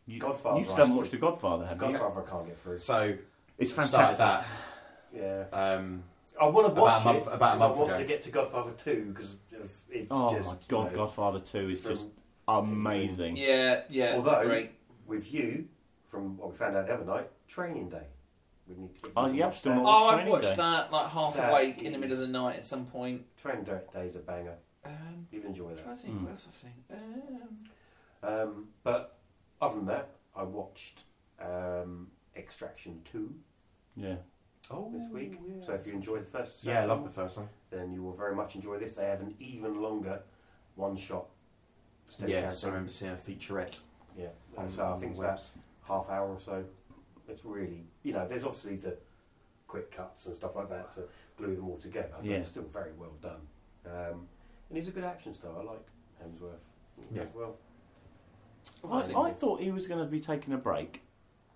S4: You,
S2: Godfather,
S4: You still
S2: I
S4: haven't
S2: still-
S4: watched The Godfather, have you?
S2: Godfather, I can't get through.
S3: so
S4: It's
S3: started
S4: fantastic.
S3: that.
S2: Yeah.
S3: Um,
S2: I want to
S3: About
S2: watch
S3: a month- about
S2: it
S3: a
S2: because
S3: month
S2: I want
S3: ago.
S2: to get to Godfather 2 because it's
S4: Oh
S2: just
S4: my god,
S2: you know,
S4: Godfather Two is
S2: from-
S4: just amazing.
S5: Yeah, yeah, it's
S2: Although-
S5: great.
S2: with you from what we found out the other night, Training Day. We need to get
S4: Oh,
S2: you to
S4: you have
S2: watch
S4: still
S2: that.
S4: not
S5: Oh,
S4: It's
S5: I've
S4: Training
S5: watched
S4: Day.
S5: that like half
S2: That
S5: awake in the middle of
S2: is-
S5: the night at some point.
S2: Oh. Training Day is a banger.
S5: Um,
S2: You'd enjoy that.
S5: trying to think what else I've seen. Um,
S2: Um, but other than that, I watched um, Extraction 2
S4: Yeah.
S3: oh,
S2: this week. So if you enjoyed the first
S3: yeah, I
S2: session,
S3: love the first one.
S2: then you will very much enjoy this. They have an even longer one shot.
S3: Yeah, so I remember seeing a featurette
S2: Yeah,
S3: on,
S2: so I
S3: on
S2: think
S3: the
S2: it's about
S3: webs.
S2: half hour or so. It's really, you know, there's obviously the quick cuts and stuff like that to glue them all together, but
S4: Yeah.
S2: it's still very well done. Um, and he's a good action star. I like Hemsworth
S3: Yeah.
S2: as well.
S5: I've
S4: I, I thought he was going to be taking a break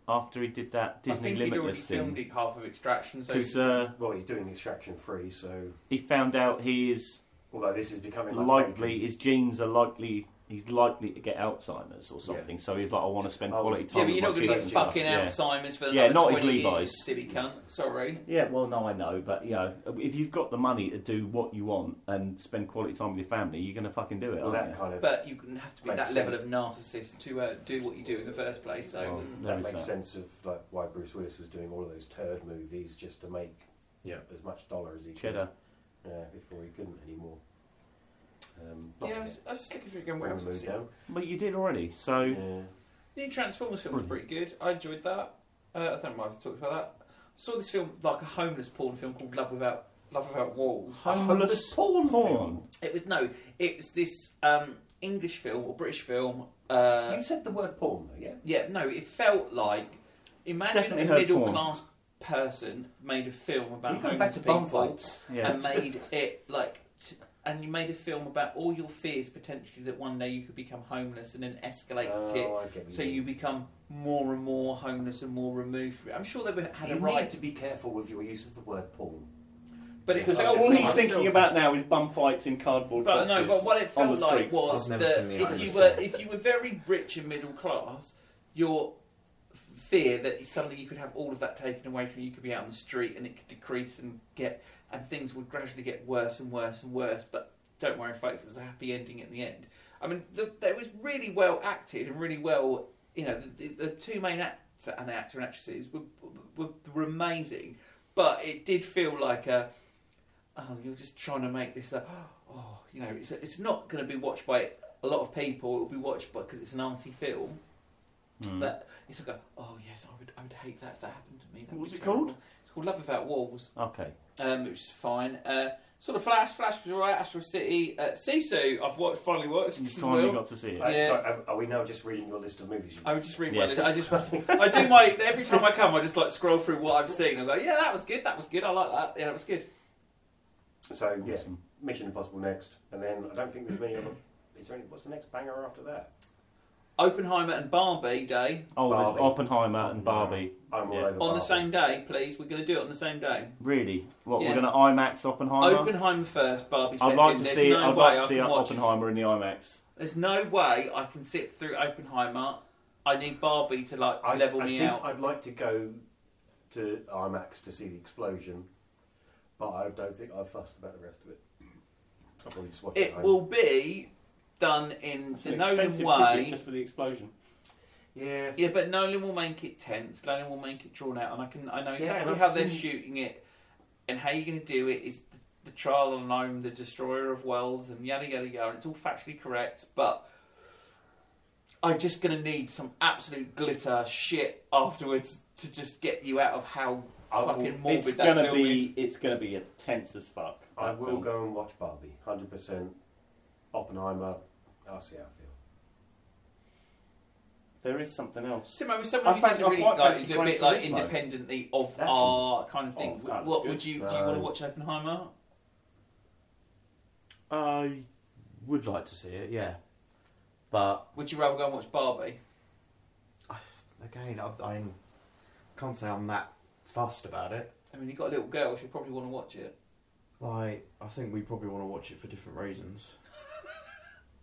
S4: after he did that
S5: I
S4: Disney
S5: think he'd already
S4: Limitless
S5: filmed
S4: thing
S5: it half of Extraction, so
S4: because uh,
S2: Well, he's doing Extraction Free, so
S4: he found out he is
S2: although this is becoming like
S4: likely his genes are likely he's likely to get Alzheimer's or something. So he's like, I want to spend
S2: Oh,
S4: quality
S2: yeah,
S4: time.
S5: yeah, but
S4: with
S5: you're
S4: my kids
S5: not going to get
S4: and stuff.
S5: fucking
S4: yeah.
S5: Alzheimer's for
S4: Yeah,
S5: another
S4: not his
S5: 20 years,
S4: Levi's.
S5: you silly cunt. Sorry.
S4: Yeah, well, no, I know, but you know, if you've got the money to do what you want and spend quality time with your family, you're going to fucking do it.
S2: Well,
S4: aren't
S2: that kind of
S5: But you can have to be
S2: Makes
S5: that
S2: sense.
S5: level of narcissist to uh, do what you do in the first place. So
S4: Well,
S5: mm.
S4: There
S2: that
S4: is
S2: makes
S4: that.
S2: sense of like why Bruce Willis was doing all of those turd movies just to make
S3: Yeah.
S2: as much dollar as he
S4: you? Cheddar.
S2: could. Yeah, before he couldn't anymore. Um, not
S5: yeah, I
S2: to
S5: was,
S2: get
S5: I was just looking through again. What
S2: all
S5: else
S2: the
S5: I've
S2: mood
S5: seen?
S2: down.
S4: But you did already, so
S2: Yeah.
S5: New Transformers film was pretty
S4: Brilliant.
S5: good. I enjoyed that. Uh, I don't know why I've talked about that. saw this film, like a homeless porn film called Love Without Love Without Walls.
S2: Homeless porn
S1: porn.
S5: It was no, it was this um, English film or British film. Uh,
S2: You said the word porn though, yeah?
S5: yeah, no, it felt like imagine
S7: Definitely
S5: a
S7: heard
S5: middle
S7: porn.
S5: class person made a film about
S2: You go back
S5: homeless
S2: to
S5: people
S2: bum fights.
S7: Yeah.
S5: and made it like. T- and you made a film about all your fears potentially that one day you could become homeless and then escalate it
S2: Oh, I get what
S5: so
S2: mean.
S5: you become more and more homeless and more removed from it. I'm sure they were- had
S2: you
S5: a right
S2: need
S5: to,
S2: to be careful with your use of the word porn.
S5: but it was
S2: Because I
S4: all
S2: just-
S4: he's
S2: I'm
S4: thinking
S2: still-
S4: about now is bum fights in cardboard
S5: But no,
S4: boxes
S5: but what it
S4: on the
S5: felt like
S4: streets.
S5: was
S3: I've
S5: that
S3: never seen the
S5: if
S3: Irish
S5: you
S3: one.
S5: were if you were very rich and middle class, your f- fear that suddenly you could have all of that taken away from you, you could be out on the street and it could decrease and get and things would gradually get worse and worse and worse. But don't worry, folks, there's a happy ending at the end. I mean, the, that was really well acted and really well. You know, the, the, the two main actor and actor and actresses were, were, were amazing, but it did feel like a oh, you're just trying to make this a oh, you know, it's it's not going to be watched by a lot of people. It'll be watched by because it's an arty film.
S7: Hmm.
S5: But it's like, a, oh yes, I would, I would hate that if that happened to me. That
S7: What
S5: would
S7: was
S5: be
S7: it called?
S5: terrible. It's called Love Without Walls.
S7: Okay.
S5: Um, it was fine. Uh, sort of Flash, Flash was alright. Astro City, uh, Sisu, I've watched, finally watched.
S7: You
S5: as
S7: finally
S5: well.
S7: got to see it.
S2: Uh,
S5: Yeah.
S2: sorry, are- are we now just reading your list of movies?
S5: I would just read
S7: Yes.
S5: my list. I just, I do my every time I come, I just like scroll through what I've seen. I'm like, yeah, that was good. That was good. I like that. Yeah, that was good.
S2: So yeah,
S7: Awesome.
S2: Mission Impossible next, and then I don't think there's many other. Is there any? What's the next banger after that?
S5: Oppenheimer and Barbie Day
S7: Oh,
S2: Barbie.
S7: there's Oppenheimer and Barbie.
S2: I'm all
S7: Yeah.
S2: over
S5: on the
S2: Barbie.
S5: same day, please. We're going to do it on the same day.
S7: Really? What,
S5: Yeah.
S7: we're going to IMAX Oppenheimer?
S5: Oppenheimer first, Barbie.
S7: I'd
S5: second.
S7: like to
S5: There's
S7: see,
S5: no
S7: I'd
S5: way
S7: like
S5: I
S7: to see
S5: can watch-
S7: Oppenheimer in the IMAX.
S5: There's no way I can sit through Oppenheimer. I need Barbie to like
S2: I,
S5: level
S2: I
S5: me
S2: think
S5: out.
S2: I'd like to go to IMAX to see the explosion, but I don't think I've fussed about the rest of it. I'll probably just watch it.
S5: It will be done in
S4: It's
S5: the
S4: an
S5: Nolan
S4: expensive ticket
S5: way.
S4: just for the explosion.
S2: Yeah.
S5: Yeah, but Nolan will make it tense. Nolan will make it drawn out, and I can I know exactly
S2: and
S5: how
S2: I've
S5: they're
S2: seen-
S5: shooting it, and how you're going to do it is the, the trial and home, the destroyer of worlds, and yada yada yada. And it's all factually correct, but I'm just going to need some absolute glitter shit afterwards to just get you out of how
S2: I will-
S5: fucking morbid
S4: It's
S5: that
S4: gonna
S5: film
S4: be.
S5: is.
S4: It's gonna be a tense as fuck.
S2: I
S4: that
S2: will
S4: film.
S2: go and watch Barbie. Hundred percent. Oppenheimer. I'll see how I feel.
S4: There is something else.
S5: Simo, with someone
S4: I
S5: who
S4: fancy-
S5: doesn't
S4: I
S5: really
S4: quite
S5: like,
S4: fancy
S5: is a
S4: going
S5: bit
S4: to
S5: like
S4: this, though.
S5: independently of
S2: That-
S5: our kind of thing.
S4: Oh, that
S5: what
S4: was
S5: would
S4: good. Um,
S5: you do? You want to
S2: No.
S5: watch Oppenheimer?
S3: I would like to see it, yeah. But
S5: Would you rather go and watch Barbie?
S3: again, I, I can't say I'm that fussed about it.
S5: I mean, you've got a little girl; she'll probably want to watch it.
S3: Like, I think we probably want to watch it for different reasons.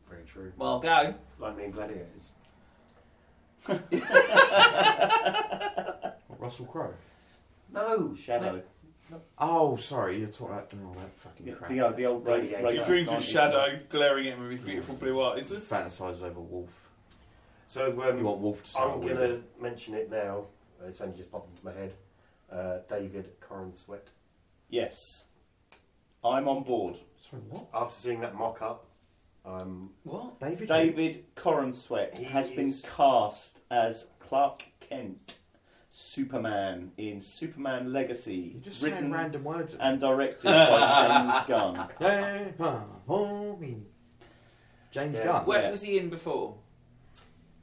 S2: Very true.
S5: Well, go.
S2: Like me and Gladiators.
S3: What, Russell Crowe.
S2: No.
S4: Shadow.
S3: Oh, sorry, you're talking about all that fucking
S4: The,
S3: crap.
S4: the, the old Ray,
S2: Gladiator.
S4: Ray
S2: He
S4: Charles
S2: dreams
S4: nineties.
S5: glaring at him with his
S3: beautiful
S5: blue
S3: Fantasizes over Wolf.
S2: So um,
S3: You want Wolf to
S2: I'm
S3: start
S2: going
S3: with.
S2: to mention it now. It's only just popped into my head. Uh, David Corrin Sweat.
S4: Yes, I'm on board.
S3: Sorry, what?
S2: After seeing that mock up, um,
S5: What?
S3: David?
S4: David Corensweet
S2: He
S4: has been
S2: is-
S4: cast as Clark Kent, Superman in Superman Legacy,
S3: You're just
S4: written
S3: saying random words.
S4: and directed by James Gunn.
S3: Hey, pa, homie. James
S2: Yeah.
S3: Gunn.
S5: Where
S4: Yeah.
S5: was he in before?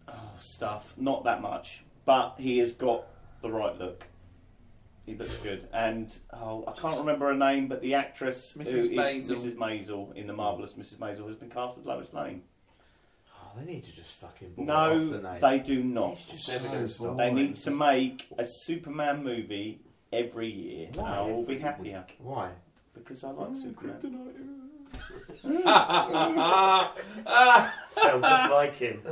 S4: Oh, stuff, not that much, but he has got the right look. He looks good, and oh, I can't remember her name, but the actress who
S5: Mrs.
S4: is
S5: Maisel.
S4: Mrs. Maisel in the marvelous Mrs. Maisel has been cast as Lois Lane.
S3: Oh, they need to just fucking ball off the
S4: No,
S3: name.
S4: they do not.
S3: It's just
S2: Never
S3: so
S2: gonna stop.
S4: They
S3: boring.
S4: need to make a Superman movie every year.
S3: Why?
S4: I will be happier
S3: Why?
S4: because I like Superman.
S2: sound just like him.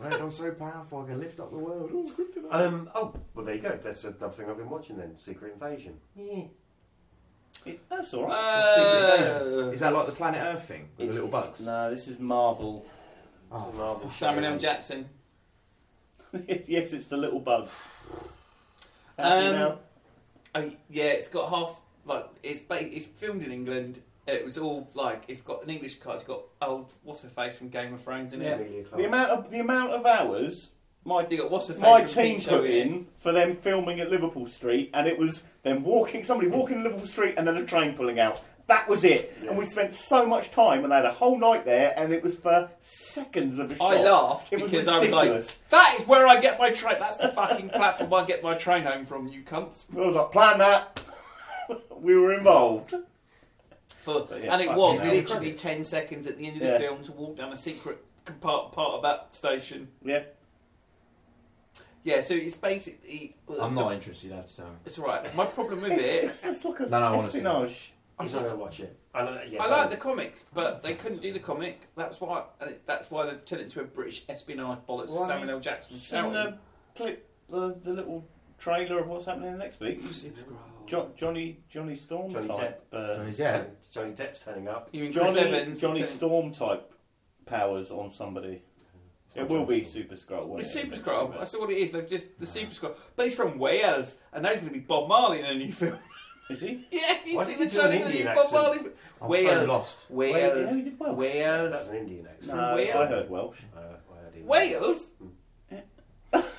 S3: Right, I'm so powerful, I can lift up the world. Ooh, kryptonite.
S2: Um, oh, well, there you go. That's another thing I've been watching then Secret Invasion.
S4: It, that's all right.
S5: Uh,
S3: Is that like the planet Earth thing? With the
S4: It's-
S3: little bugs?
S4: No, this is Marvel.
S3: Oh,
S2: It's a Marvel
S5: Samuel
S2: show.
S5: L. Jackson.
S4: yes, it's the little bugs. Happy now?
S5: Um, oh, yeah, it's got half. Like it's ba- it's filmed in England. It was all like it's got an English cast. It's got old what's her face from Game of Thrones in it.
S3: Oh.
S2: Amelia Clarke.
S4: The amount of the amount of hours my
S5: You got what's the face
S4: my
S5: from
S4: team
S5: Peep Show
S4: put in for them filming at Liverpool Street, and it was them walking, somebody walking in Liverpool Street, and then a train pulling out. That was it, and we spent so much time, and they had a whole night there, and it was for seconds of a shot.
S5: I laughed
S4: It was
S5: because I was
S4: ridiculous.
S5: like, "That is where I get my train. That's the fucking platform I get my train home from." You cunts.
S4: I was like, plan that. we were involved.
S5: For,
S4: yeah,
S5: and it
S4: fucking
S5: was
S4: hell.
S5: literally ten seconds at the end of the
S4: Yeah.
S5: film to walk down a secret part part of that station.
S4: Yeah,
S5: Yeah, so it's basically. uh,
S3: I'm not interested. You don't have to know.
S5: It's all right. My problem with
S4: it's,
S5: it,
S4: it's like a
S3: No, no, I wanna see
S4: espionage.
S2: He's not going to watch it. I, don't, yeah,
S5: I
S2: don't-
S5: like the comic, but they couldn't do the comic. That's why. And it, that's why they turned it into a British espionage bollocks.
S4: Well, I
S5: Samuel
S4: mean,
S5: L. Jackson
S4: Shall
S5: shouting.
S4: we uh, click the, the little trailer of what's happening next week? Jo- Johnny Johnny Storm
S2: Johnny
S4: type. Uh,
S3: Johnny
S2: Johnny,
S3: Depp.
S2: Johnny Depp's turning up.
S5: you mean Chris
S4: Johnny,
S5: Evans?
S4: Johnny
S5: is turning-
S4: Storm type powers on somebody. It will be Super Scroll. Won't
S5: It's
S4: it?
S5: Super Scroll. That's what it is. They've just the Super Scroll, but he's from Wales, and now he's going to be Bob Marley in a new film.
S4: Is he?
S5: yeah, you
S2: Why
S5: see
S2: did
S5: the
S2: he do an
S5: trailer for the new
S2: Indian
S5: Bob
S2: accent?
S5: Marley. film?
S3: I'm so
S5: Wales,
S3: lost.
S4: Wales. Yeah, he
S5: Wales,
S4: did Welsh.
S5: Wales,
S2: That's an Indian accent.
S4: No,
S5: from Wales.
S4: I heard Welsh.
S2: Uh, why I didn't-
S5: Wales.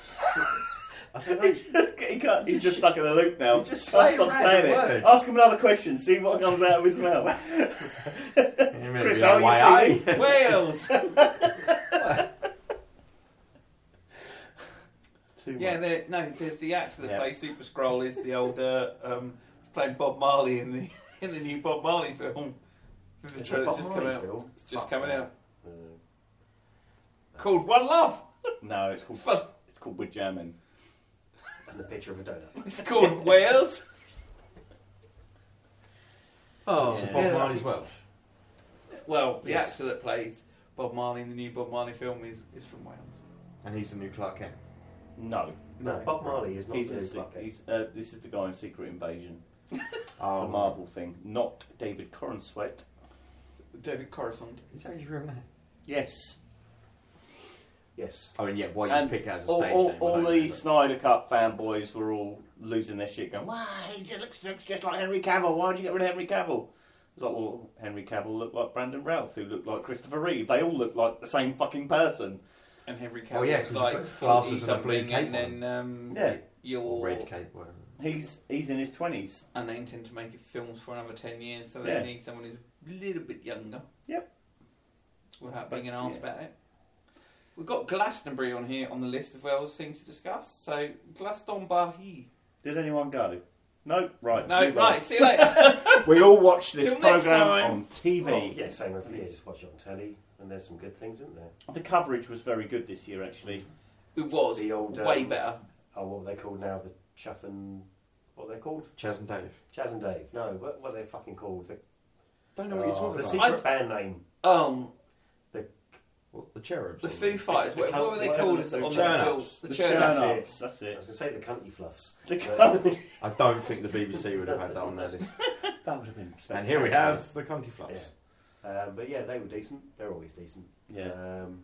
S4: he can't. He's just stuck in a loop now.
S3: You just
S4: Can't
S3: say
S4: stop
S3: random
S4: saying it.
S3: words.
S4: Ask him another question. See what comes out of his mouth. Chris, how are you
S3: why
S4: feeling?
S5: Wales.
S4: Too
S5: yeah,
S4: much.
S5: the, no, the, the actor that
S4: Yeah.
S5: plays Super Scroll is the old uh, um, he's playing Bob Marley in the in the new Bob Marley film. The
S2: Is it
S5: trailer
S2: Bob
S5: just come
S2: Marley
S5: out.
S2: film?
S5: It's just
S2: Fuck
S5: coming
S2: me.
S5: out.
S2: Uh,
S5: Called One Love.
S4: No, it's called.
S5: Fuck.
S4: It's called We're Jamming.
S2: and the picture of a donut.
S5: It's called Wales. Oh,
S4: Yeah.
S3: Bob Marley's Welsh.
S5: Well, the
S4: Yes.
S5: actor that plays Bob Marley in the new Bob Marley film is, is from Wales.
S3: And he's the new Clark Kent.
S4: No,
S2: No, Bob Marley is not
S4: he's,
S2: the
S4: in
S2: new
S4: Se-
S2: Clark Kent.
S4: he's uh, This is the guy in Secret Invasion,
S3: Oh,
S4: the Marvel thing, not David Cornsweet.
S5: David Coruscant.
S3: Is that his real name?
S4: Yes.
S2: Yes.
S3: I mean, yeah, why you
S4: And
S3: pick it as a
S4: all,
S3: stage
S4: all,
S3: name? I
S4: all
S3: don't
S4: the
S3: know,
S4: Snyder Cut fanboys were all losing their shit, going, "Why he just looks, looks just like Henry Cavill? Why'd you get rid of Henry Cavill?" It's like, well, Henry Cavill looked like Brandon Routh, who looked like Christopher Reeve. They all look like the same fucking person.
S5: And Henry Cavill
S3: Oh, yeah, 'cause he's
S5: was like
S3: got glasses and a blue
S5: 40 something, and
S3: cape
S5: then um,
S4: Yeah.
S3: but-
S5: you're
S3: Or red cape, whatever.
S4: He's he's in his twenties.
S5: and they intend to make films for another ten years, so they
S4: Yeah.
S5: need someone who's a little bit younger.
S4: Yep.
S5: Without
S4: That's
S5: being an arse
S4: basically
S5: about it. We've got Glastonbury on here on the list of Wales things to discuss. So Glastonbury.
S4: Did anyone go? No, right.
S5: No,
S4: move on.
S5: right. See you later.
S4: We all watch this
S5: Till next
S4: program
S5: time.
S4: on TV.
S2: Well, Oh, yeah, same over here. Just watch it on telly, and there's some good things, isn't there?
S4: The coverage was very good this year, actually.
S5: it was
S2: The old,
S5: way
S2: um,
S5: better.
S2: Oh, what are they called now? The Chuff and what are they called?
S3: Chaz and Dave.
S2: Chaz and Dave. No, what, what are they fucking called? The,
S3: Don't know what you're
S4: Oh,
S3: talking
S2: the
S3: about.
S2: secret band name.
S5: Um,
S3: What, the cherubs.
S5: the
S3: or-
S5: Foo Fighters.
S2: the
S5: What, what were they
S2: cunt-
S5: called?
S2: whatever
S5: on
S2: the
S5: the
S3: churn-ups.
S5: bills? The
S4: The
S5: churn-ups.
S2: churn-ups.
S4: churn-ups, That's
S2: I was
S4: it.
S2: going to say the cunty fluffs.
S4: The
S2: But-
S4: coverage.
S3: I don't think the BBC would have had that on their list.
S4: that would have been.
S3: and here we have the Conti Flops.
S2: Um, but yeah, they were decent. They're always decent.
S4: Yeah.
S2: Um,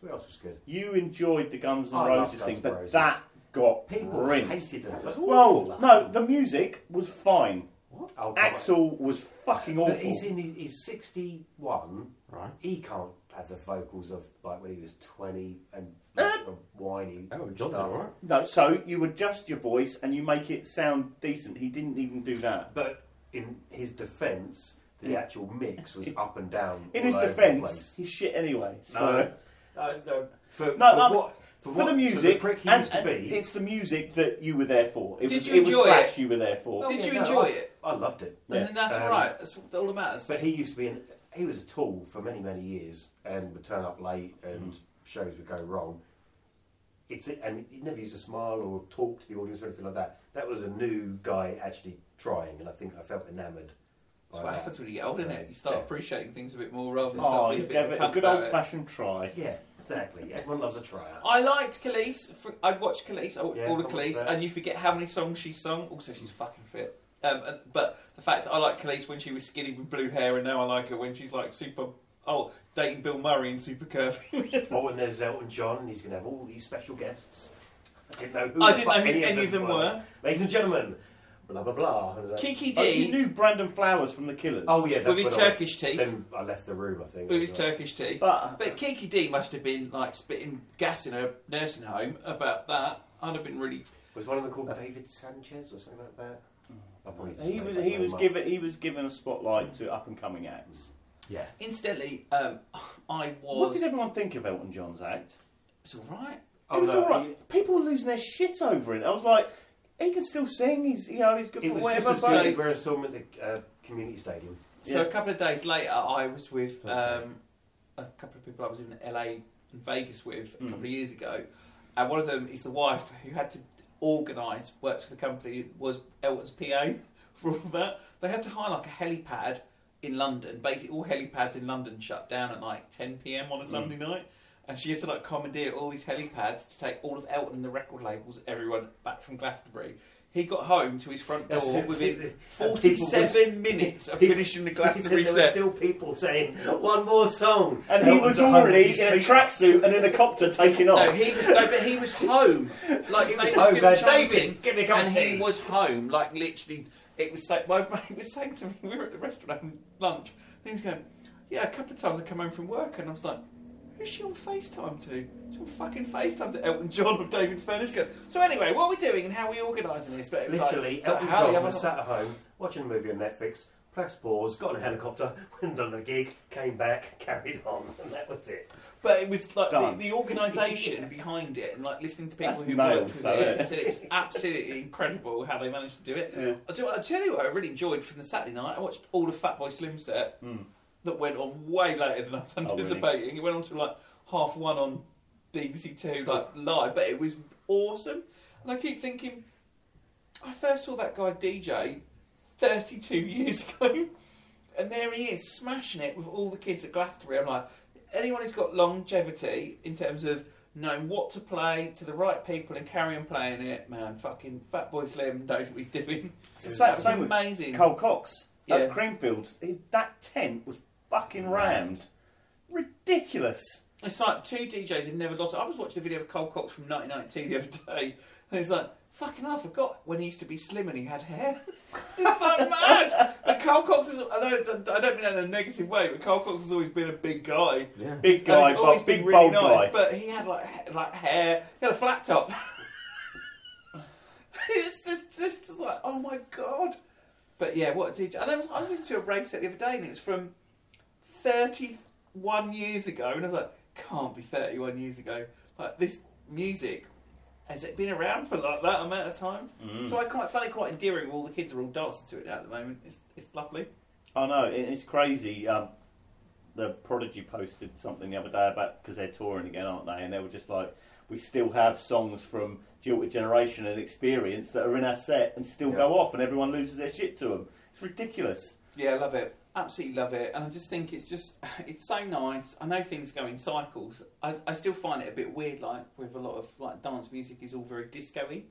S2: what else was good?
S4: You enjoyed the Guns N'
S2: I love
S4: Roses
S2: Guns
S4: thing,
S2: N'
S4: but
S2: Roses.
S4: that got
S2: People
S4: rinsed.
S2: hated them. It was
S4: Well,
S2: awful.
S4: no, the music was fine.
S2: Oh, come on.
S4: Axel was fucking awful.
S2: But he's in. his- He's sixty-one.
S3: Right.
S2: He can't have the vocals of like when he was twenty and
S4: Uh.
S2: like, the whiny.
S3: Oh, John,
S2: stuff.
S3: all right.
S4: No, so you adjust your voice and you make it sound decent. He didn't even do that.
S2: But in his defence, the actual mix was up and down.
S4: In
S2: all
S4: his
S2: over the
S4: defence,
S2: place.
S4: he's shit anyway. So.
S2: no,
S5: Uh,
S2: no, no. For, for
S4: no, but
S2: what? For,
S4: For,
S2: what,
S4: the music,
S2: for the prick he
S4: and,
S2: used to
S4: and
S2: be.
S4: it's the music that you were there for. It
S5: Did
S4: was,
S5: you
S4: it was
S5: enjoy
S4: Slash
S5: it?
S4: you were there for.
S5: Did you
S2: no,
S5: enjoy
S2: I-
S5: it?
S2: I loved it.
S4: Yeah.
S5: And that's
S2: Um,
S5: right. That's all that matters.
S2: But he used to be an he was a tool for many many years and would turn up late
S5: Mm.
S2: and shows would go wrong. It's and he never used to smile or talk to the audience or anything like that. That was a new guy actually trying, and I think I felt enamoured.
S5: That's what happens when you get old, isn't it? You start appreciating things a bit more rather than
S4: Oh,
S5: start
S4: he's
S5: being a
S4: gave
S5: bit
S4: it
S5: of
S4: a
S5: cunt
S4: good
S5: about
S4: old
S5: it.
S4: fashioned try.
S2: Yeah, exactly. Everyone loves a tryout.
S5: I liked Khalees. Fr- I'd watched Khalees. I watched
S2: Yeah,
S5: all
S2: I
S5: of
S2: watched
S5: Khalees,
S2: that.
S5: and you forget how many songs she sung. Also, she's fucking fit. Um, and, but the fact that I like Khalees when she was skinny with blue hair, and now I like her when she's like super. Oh, dating Bill Murray and super curvy.
S2: Oh, and there's Elton John, and he's going to have all these special guests. I didn't know who.
S5: I
S2: the
S5: didn't
S2: fuck
S5: know who any of them were.
S2: Ladies and gentlemen,
S7: blah blah blah. And I was like,
S5: Kiki
S4: Oh, you
S5: D
S4: knew Brandon Flowers from The Killers.
S7: oh yeah, that's
S5: with his
S7: when I-
S5: Turkish teeth.
S7: Then I left the room. I think
S5: With his
S7: I was like,
S5: Turkish teeth.
S4: But,
S5: But Kiki D must have been like spitting gas in a nursing home about that. I'd have been really.
S7: Was one of them called David Sanchez or something like that? I probably just
S4: he
S7: made
S4: was
S7: that
S4: he
S7: name
S4: was
S7: up.
S4: given he was given a spotlight to up and coming acts.
S5: Incidentally, um, I
S4: What
S5: was.
S4: did everyone think of Elton John's act?
S5: It's all right.
S7: Oh,
S4: it was
S7: no,
S4: all right. People were losing their shit over it. I was like, he can still sing. He's you know he's good
S7: It
S4: for
S7: was
S4: whatever.
S7: just as
S4: but
S7: good as where I saw him at the uh, community stadium.
S5: So
S4: Yeah.
S5: a couple of days later, I was with um, a couple of people I was in LA and Vegas with
S7: Hmm.
S5: a couple of years ago, and one of them is the wife who had to organise, works for the company, was Elton's PA for all that. They had to hire like a helipad in London. Basically, all helipads in London shut down at like 10 p.m.
S7: Hmm.
S5: on a Sunday night. And she had to like commandeer all these helipads to take all of Elton and the record labels, everyone back from Glastonbury. He got home to his front
S7: That's
S5: door
S7: it.
S5: within
S7: And people was-
S5: 47 minutes of
S7: People-
S5: finishing the
S7: Because
S5: Glastonbury
S7: there were
S5: set.
S7: still people saying one more song,
S4: And he
S7: Elton's
S4: was
S7: at home,
S4: already
S7: he's
S4: in a
S7: sleeping.
S4: tracksuit and in a copter taking off.
S5: No, he was, no, but he was home. Like they were
S7: home,
S5: still
S7: going,
S5: chanting,
S7: "David, give me a cup of
S5: and he
S7: tea."
S5: was home. Like literally, it was like my mate was saying to me, we were at the restaurant having lunch. And he was going, "Yeah, a couple of times I come home from work, and I was like." Who's she on FaceTime to? She's on fucking FaceTime to Elton John or David Furnish. Going, So anyway, what are we doing and how are we organising this? But it was
S7: Literally,
S5: like, so
S7: Elton
S5: how the
S7: John
S5: other-
S7: was sat at home watching a movie on Netflix, pressed pause, got in a helicopter, went on a gig, came back, carried on, and that was it.
S5: But it was like the,
S4: Done.
S5: the organisation behind it, and like listening to people
S4: That's
S5: who
S4: nails,
S5: worked with
S4: though,
S5: it,
S4: eh?
S5: and said it was absolutely incredible how they managed to do it.
S4: Yeah.
S5: I, tell, I tell you what, I really enjoyed from the Saturday night. I watched all of Fatboy Slim set that went on way later than I was
S4: Hmm. Oh, really?
S5: anticipating. It went on to like half one on BBC Two like live, but it was awesome. And I keep thinking, I first saw that guy DJ 32 years ago. And there he is, smashing it with all the kids at Glastonbury. I'm like, anyone who's got longevity in terms of knowing what to play to the right people and carry on playing it, man, fucking Fat Boy Slim knows what he's doing.
S4: It's the same,
S5: That was
S4: same with
S5: amazing.
S4: Cole Cox
S5: Yeah.
S4: at Creamfields. He- That tent was fucking rammed. Ridiculous.
S5: It's like two DJs who've never lost. I was watching a video of Cole Cox from 1992 the other day, and he's like, "Fucking, I forgot when he used to be slim and he had hair." it's like mad. But Cole Cox is—I know—I don't mean that in a negative way, but Cole Cox has always been a big guy.
S3: Yeah.
S4: Big
S5: And
S4: guy,
S5: he's always
S4: but big
S5: been really
S4: bold
S5: nice,
S4: guy.
S5: but he had like ha- like hair. He had a flat top. it's just, just like oh my god. But yeah, what did and I was, I was listening to a rave set the other day, and it was from thirty-one years ago, and I was like, can't be thirty-one years ago. Like this music. Has it been around for like that amount of time?
S4: Mm.
S5: So I quite find it quite endearing. All the kids are all dancing to it now at the moment. It's, it's lovely.
S4: I know, it, it's crazy. Um, the Prodigy posted something the other day about because they're touring again, aren't they? And they were just like, we still have songs from Jilted Generation and Experience that are in our set and still go off, and everyone loses their shit to them. It's ridiculous.
S5: Yeah, I love it. Absolutely love it. And I just think it's just, it's so nice. I know things go in cycles. I, I still find it a bit weird, like with a lot of like dance music is all very disco-y.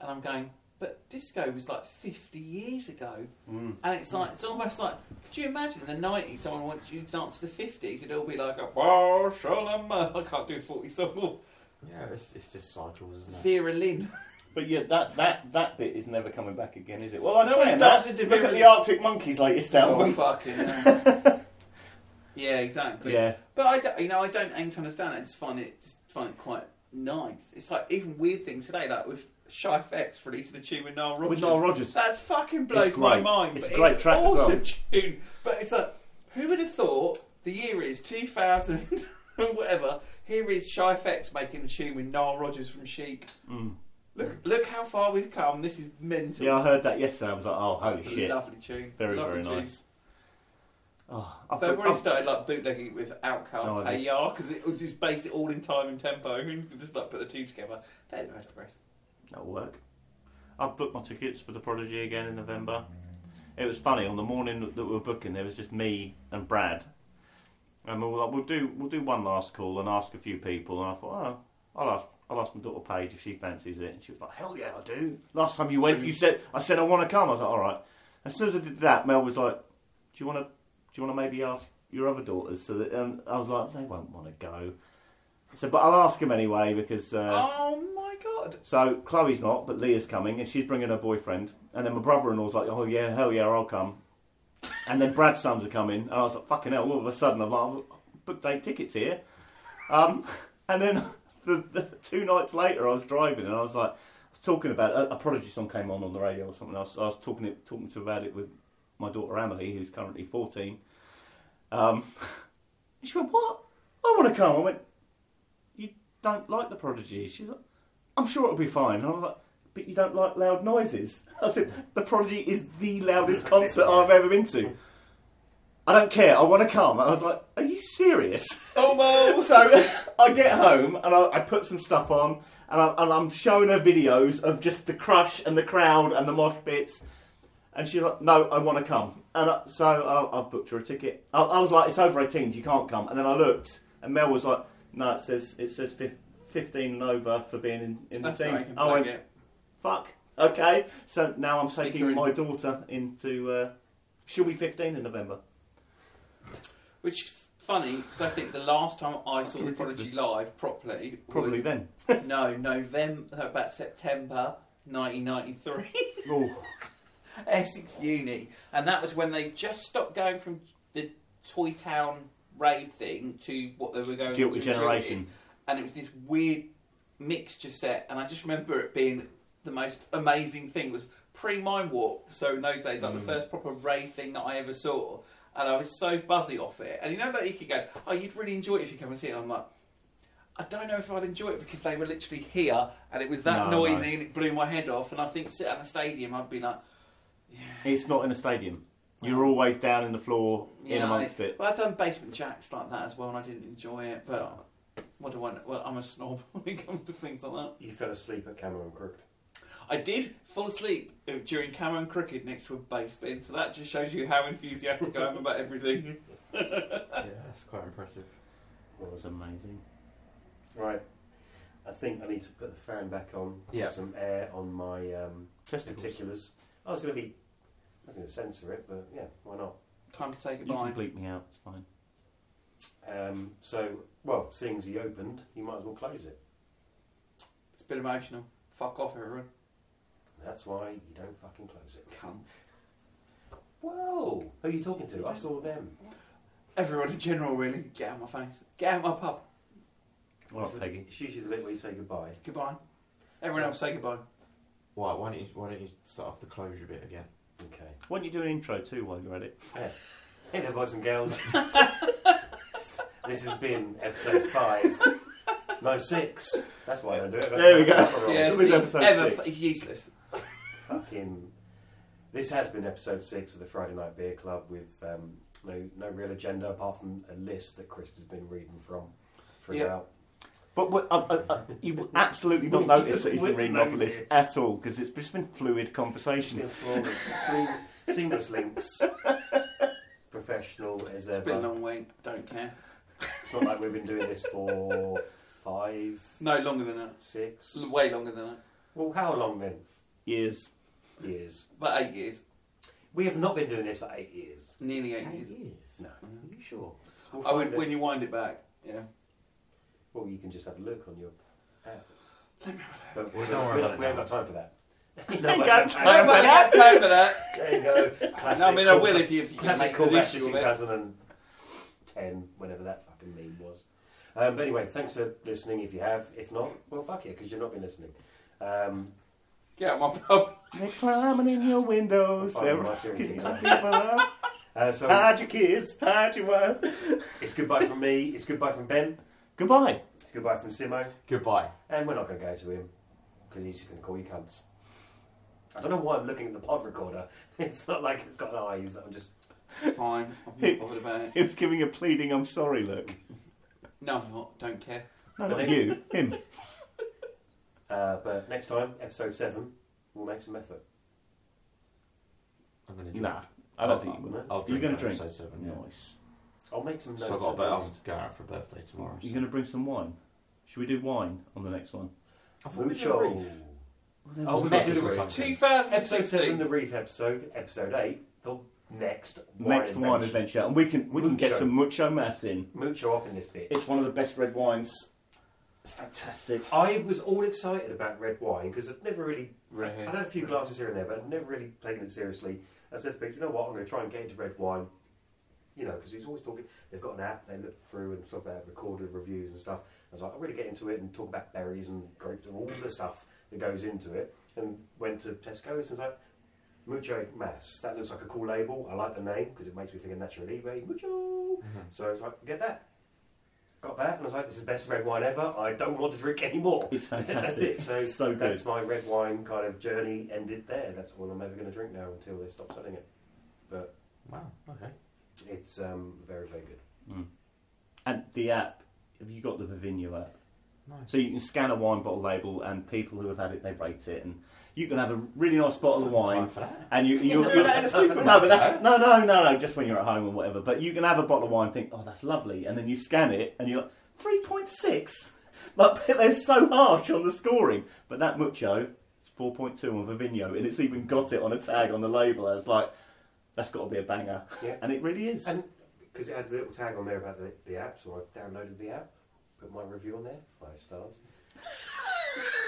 S5: And I'm going, but disco was like 50 years ago. And it's like, it's almost like, could you imagine in the 90s someone wants you to dance to the 50s? It'd all be like, a, "Wow, shalama." I can't do a 40 song.
S3: Yeah, it's, it's just cycles, isn't it?
S5: Vera Lynn.
S4: But yeah, that, that, that bit is never coming back again, is it? Well, I
S5: No,
S4: know
S5: it's
S4: saying
S5: started
S4: that.
S5: to
S4: Look
S5: be
S4: at
S5: re-
S4: the Arctic Monkeys latest
S5: Oh,
S4: album.
S5: fucking hell. Yeah, exactly.
S4: Yeah.
S5: But I don't, you know, I don't aim to understand. it. I just find it, just find it quite nice. It's like even weird things today, like with Shy FX releasing a tune with Nile Rodgers.
S4: With Nile Rodgers.
S5: That's fucking blows
S4: It's
S5: my
S4: great.
S5: mind.
S4: It's
S5: but
S4: a great
S5: it's
S4: track as
S5: awesome
S4: well.
S5: tune. But it's like, who would have thought the year is 2000 and whatever? Here is Shy FX making a tune with Nile Rodgers from Chic. Look, look how far we've come. This is mental.
S4: Mm. Yeah, I heard that yesterday. I was like, oh, holy
S5: It's a
S4: shit.
S5: Lovely tune.
S4: Very,
S5: lovely
S4: very
S5: tune.
S4: nice. Oh, I've
S5: They've
S4: got-
S5: already
S4: I've-
S5: started like bootlegging it with Outcast
S4: No, I
S5: AR because it will just base it all in time and tempo and you can just like put the two together. They're the most aggressive.
S4: That'll work. I've booked my tickets for the Prodigy again in November. It was funny on the morning that we were booking. There was just me and Brad, and we were like, "We'll do, we'll do one last call and ask a few people." And I thought, "Oh, I'll ask, I'll ask my daughter Paige if she fancies it." And she was like, "Hell yeah, I do." Last time you went, you said, "I said I want to come." I was like, "All right." As soon as I did that, Mel was like, "Do you want to, do you want to maybe ask your other daughters?" So that, and I was like, "They won't want to go." So, but I'll ask him anyway because. Uh,
S5: oh my god.
S4: So Chloe's not, but Leah's coming, and she's bringing her boyfriend. And then my brother-in-law's like, "Oh yeah, hell yeah, I'll come." And then Brad's sons are coming, and I was like, "Fucking hell!" All of a sudden, I'm like, I've "Booked eight tickets here." Um, and then the, the two nights later, I was driving, and I was like, I was talking about a, a Prodigy song came on on the radio or something. I was, I was talking it, talking to about it with my daughter Emily, who's currently fourteen. Um, and she went, "What? I want to come." I went, "You don't like the Prodigy?" She's like. I'm sure it'll be fine. And I was like, but you don't like loud noises. I said, The Prodigy is the loudest concert I've ever been to. I don't care. I want to come. And I was like, are you serious?
S5: Almost.
S4: so I get home and I, I put some stuff on and, I, and I'm showing her videos of just the crush and the crowd and the mosh bits. And she's like, no, I want to come. And I, so I, I booked her a ticket. I, I was like, it's over 18s, you can't come. And then I looked and Mel was like, no, it says, it says fif- 15 and over for being in, in the
S5: That's
S4: team.
S5: right, I can
S4: I went,
S5: blag it.
S4: fuck, okay. So now I'm
S5: Stick
S4: taking
S5: her in.
S4: my daughter into, uh, she'll be 15 in November.
S5: Which is funny because I think the last time I saw the Prodigy live properly
S4: Probably
S5: was,
S4: then.
S5: no November about September 1993 Essex Uni, and that was when they just stopped going from the Toy Town rave thing to what they were going
S4: Guilty
S5: to
S4: Generation.
S5: and it was this weird mixture set, and I just remember it being the most amazing thing. It was pre Mind Warp, so in those days, like the
S4: Mm.
S5: first proper rave thing that I ever saw, and I was so buzzy off it. And you know, like you could go, "Oh, you'd really enjoy it if you come and see it." And I'm like. I don't know if I'd enjoy it because they were literally here and it was that
S4: No, no.
S5: noisy and it blew my head off. And I think sitting in a stadium, I'd be like,
S4: It's not in a stadium. You're always down in the floor, in
S5: Yeah,
S4: amongst
S5: I-
S4: it.
S5: Well, I've done basement jacks like that as well, and I didn't enjoy it. But what do I? know? Well, I'm a snob when it comes to things like that.
S2: You fell asleep at Cameron Crook.
S5: I did fall asleep uh, during Cameron Cricket next to a bass bin, so that just shows you how enthusiastic I am about everything.
S3: yeah, that's quite impressive.
S4: Well, was amazing.
S2: Right. I think I need to put the fan back on. put
S3: Yeah.
S2: Some air on my um,
S4: Testicles.
S2: particulars. I was going to be. I was going to censor it, but yeah, why not?
S5: Time to say
S4: You can
S5: goodbye.
S4: bleep me out, it's fine.
S2: Um, so, well, seeing as he opened, you might as well close it.
S5: It's a bit emotional. Fuck off, everyone.
S2: That's why you don't fucking close it.
S5: Cunt.
S2: Whoa! Who are you talking to? I saw them.
S5: Everyone in general, really. Get out of my face. Get out of my pub.
S4: All
S2: It's-
S4: right, Peggy.
S2: It's usually the bit where you say goodbye.
S5: Goodbye. Everyone else, say goodbye.
S3: Why, why don't you why don't you start off the closure bit again?
S2: Okay.
S4: Why don't you do an intro too while you're at it?
S2: Hey there, boys and girls. this has been episode five. No, six. That's why I don't do it.
S4: There we go.
S2: Proper
S5: Yeah,
S4: This is
S2: roll.
S5: see,
S4: episode
S5: ever
S4: six.
S5: f- useless.
S2: Fucking. This has been episode six of the Friday Night Beer Club with um, no no real agenda apart from a list that Chris has been reading from throughout.
S4: But what, uh, uh, uh, you would absolutely not notice that he's been reading off of this
S2: Wouldn't notice.
S4: at all because it's just been fluid
S2: It's been
S4: conversation.
S2: flawless, seam- seamless links, professional as
S5: It's been a
S2: ever.
S5: long week. Don't care.
S2: It's not like we've been doing this for five,
S5: No longer than that.
S2: six.
S5: L- Way longer than that.
S2: Well, how long then?
S4: Years.
S2: Years.
S5: About eight years.
S2: We have not been doing this for eight years.
S5: Nearly eight years.
S9: years?
S2: No.
S9: Are you sure?
S2: We'll
S5: I would,
S2: find
S5: when
S2: it.
S5: you wind it back, yeah.
S2: Well, you can just have a look on your app.
S5: Let me
S2: But we
S3: Don't
S2: don't-
S3: worry about
S2: we don't-
S3: it
S2: we haven't
S3: now.
S2: got time for that.
S4: Ain't got
S5: I
S4: time
S5: haven't had time for that.
S2: There you go.
S5: And
S2: Classic
S5: I mean, I
S2: callback.
S5: will if you, if you can
S2: Classic
S5: make an
S2: callback to
S5: issue of it.
S2: 2010, whenever that fucking meme was. Um, but anyway, thanks for listening. If you have, if not, well, fuck you because you've not been listening. Um,
S5: Get out of my pub.
S4: They're climbing in your windows.
S2: I'm
S4: They're
S2: finding my serial
S4: rocking
S2: killer.
S4: people up.
S2: uh, so
S4: Hide your kids. Hide your wife.
S2: it's goodbye from me. It's goodbye from Ben.
S4: Goodbye.
S2: It's goodbye from Simo.
S3: Goodbye.
S2: And we're not going to go to him because he's just going to call you cunts. I don't know why I'm looking at the pod recorder. It's not like it's got eyes. I'm just
S5: Fine, I'm not bothered about it.
S4: He was giving a pleading, I'm sorry look.
S5: No, I'm not. Don't care.
S4: No, not you. Him.
S2: Uh, but next time, episode seven, we'll make some effort.
S3: I'm gonna drink.
S4: Nah. I don't think you will.
S3: I'll
S4: You're
S3: drink
S4: going to
S3: at
S4: drink.
S3: episode seven, yeah.
S4: Nice.
S2: I'll make some notes.
S3: So I got a
S2: at
S3: bit, I'll
S2: least.
S3: go out for a birthday tomorrow.
S4: You're
S3: so-
S4: going to bring some wine. Should we do wine on the next one?
S3: I thought we did a
S2: Mucho.
S3: brief.
S2: Oh,
S3: we
S2: we
S3: met
S2: did a
S3: this
S2: brief.
S3: week.
S5: 2016.
S2: Episode seven, the Reef episode. Episode eight, the next
S4: next wine adventure, and we can we can get
S2: Mucho.
S4: some mucho mass in.
S2: Mucho up in this bitch.
S4: It's one of the best red wines It's fantastic.
S2: I was all excited about red wine because I'd never really.
S5: Right here.
S2: I'd had a few glasses here and there, but I'd never really taken it seriously. I said, to Pete, you know what? I'm going to try and get into red wine. You know, because he's always talking. They've got an app. They look through and stuff. They have recorded reviews and stuff. I was like, I'm going to get into it and talk about berries and grapes and all the stuff that goes into it. And went to Tesco's and was like, Mucho Mass. That looks like a cool label. I like the name because it makes me think of natural eBay. Mucho. So I was like, get that. Got that, and I was like, this is the best red wine ever. I don't want to drink anymore.
S4: It's
S2: That's
S4: fantastic.
S2: it. So,
S4: It's so good.
S2: that's my red wine kind of journey ended there. That's all I'm ever going to drink now until they stop selling it. But
S3: Wow. Okay.
S2: it's um, very, very good.
S4: And the app, have you got the Vivino app?
S3: No.
S4: So you can scan a wine bottle label, and people who have had it, they rate it, and you can have a really nice bottle of wine. And you, you
S2: Do that in a supermarket.
S4: no, but that's no, no, no, no. Just when you're at home or whatever. But you can have a bottle of wine, and think, oh, that's lovely, and then you scan it, and you're like three point six. But they're so harsh on the scoring. But that mucho, it's four point two on Vivino, and it's even got it on a tag on the label. I was like, that's got to be a banger,
S2: Yeah.
S4: and it really is.
S2: And because it had a little tag on there about the, the app, so I downloaded the app, put my review on there, five stars.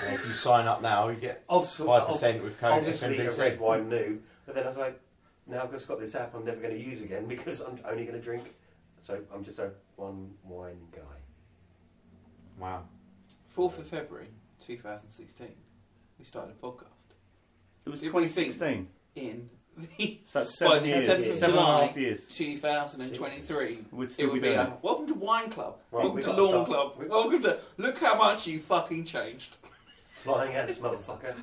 S3: And if you sign up now, you get
S2: Obviously,
S3: five percent with code. It's
S2: obviously
S3: gonna be a
S2: it's
S3: red
S2: red wine new, but then I was like, now I've just got this app I'm never going to use again because I'm only going to drink. So I'm just a one wine guy.
S3: Wow.
S5: 4th of February 2016, we started a podcast
S4: it was
S5: it
S4: twenty
S5: really seems-
S4: sixteen.
S5: in the
S4: So
S5: Well,
S4: seven
S5: the
S4: years.
S5: 7th of
S4: Seven and a
S5: July,
S4: half years.
S5: 2023.
S4: We'd
S5: It
S4: still
S5: would
S4: be
S5: be
S4: doing
S5: a welcome to Wine Club,
S2: Right,
S5: welcome
S2: we
S5: to
S2: gotta
S5: Lawn
S2: start.
S5: Club,
S2: We-
S5: welcome to look how much you fucking changed.
S2: Flying ants, motherfucker.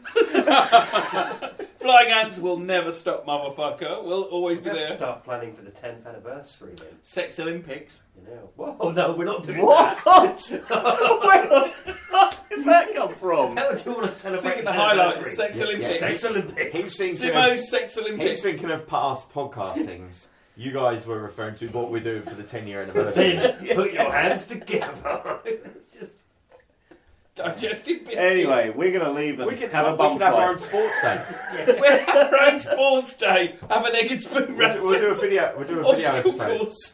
S5: Flying ants will never stop, motherfucker. We'll always
S2: We
S5: be
S2: have to
S5: there.
S2: start planning for the 10th anniversary then.
S5: Sex Olympics.
S2: You know. Whoa, Oh, no, we're not doing
S4: What? Where the fuck did that come from?
S2: that. How do you want to
S5: I
S2: celebrate
S5: think the
S2: an
S5: highlight
S2: anniversary?
S5: Sex
S3: Yeah, yeah.
S5: Olympics.
S2: Sex Olympics.
S3: He's thinking. Of,
S5: Simo's Sex
S3: he's
S5: Olympics.
S3: thinking of past podcastings. You guys were referring to what we're doing for the ten-year anniversary.
S2: Then put your hands together. it's just
S5: Digestive biscuit.
S4: Anyway, we're gonna leave and
S3: we can
S4: have a
S3: we
S4: bum
S3: can have our own
S4: fight.
S3: sports day.
S5: We're at our own sports day. Have an egg and spoon
S3: we'll,
S5: race.
S3: do, we'll do a video. We'll do a video
S5: Obstacle
S3: episode.
S5: course.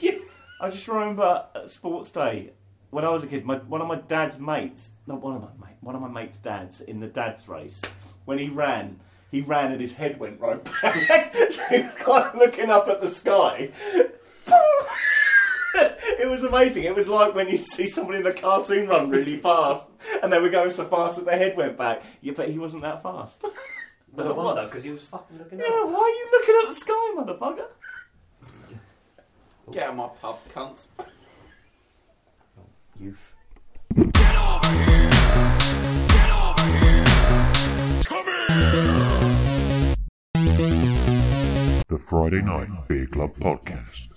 S5: Yeah.
S4: I just remember at sports day when I was a kid. My, one of my dad's mates, not one of my mate, one of my mates' dads in the dad's race. When he ran, he ran and his head went right back. so he was kind of looking up at the sky. It was amazing. It was like when you see somebody in a cartoon run really fast, and they were going so fast that their head went back. Yeah, but he wasn't that fast.
S2: no wonder because he was fucking looking
S4: Yeah,
S2: up.
S4: why are you looking at the sky, motherfucker?
S5: Get out of my pub, cunts.
S3: Youth.
S6: The Friday Night Beer Club Podcast.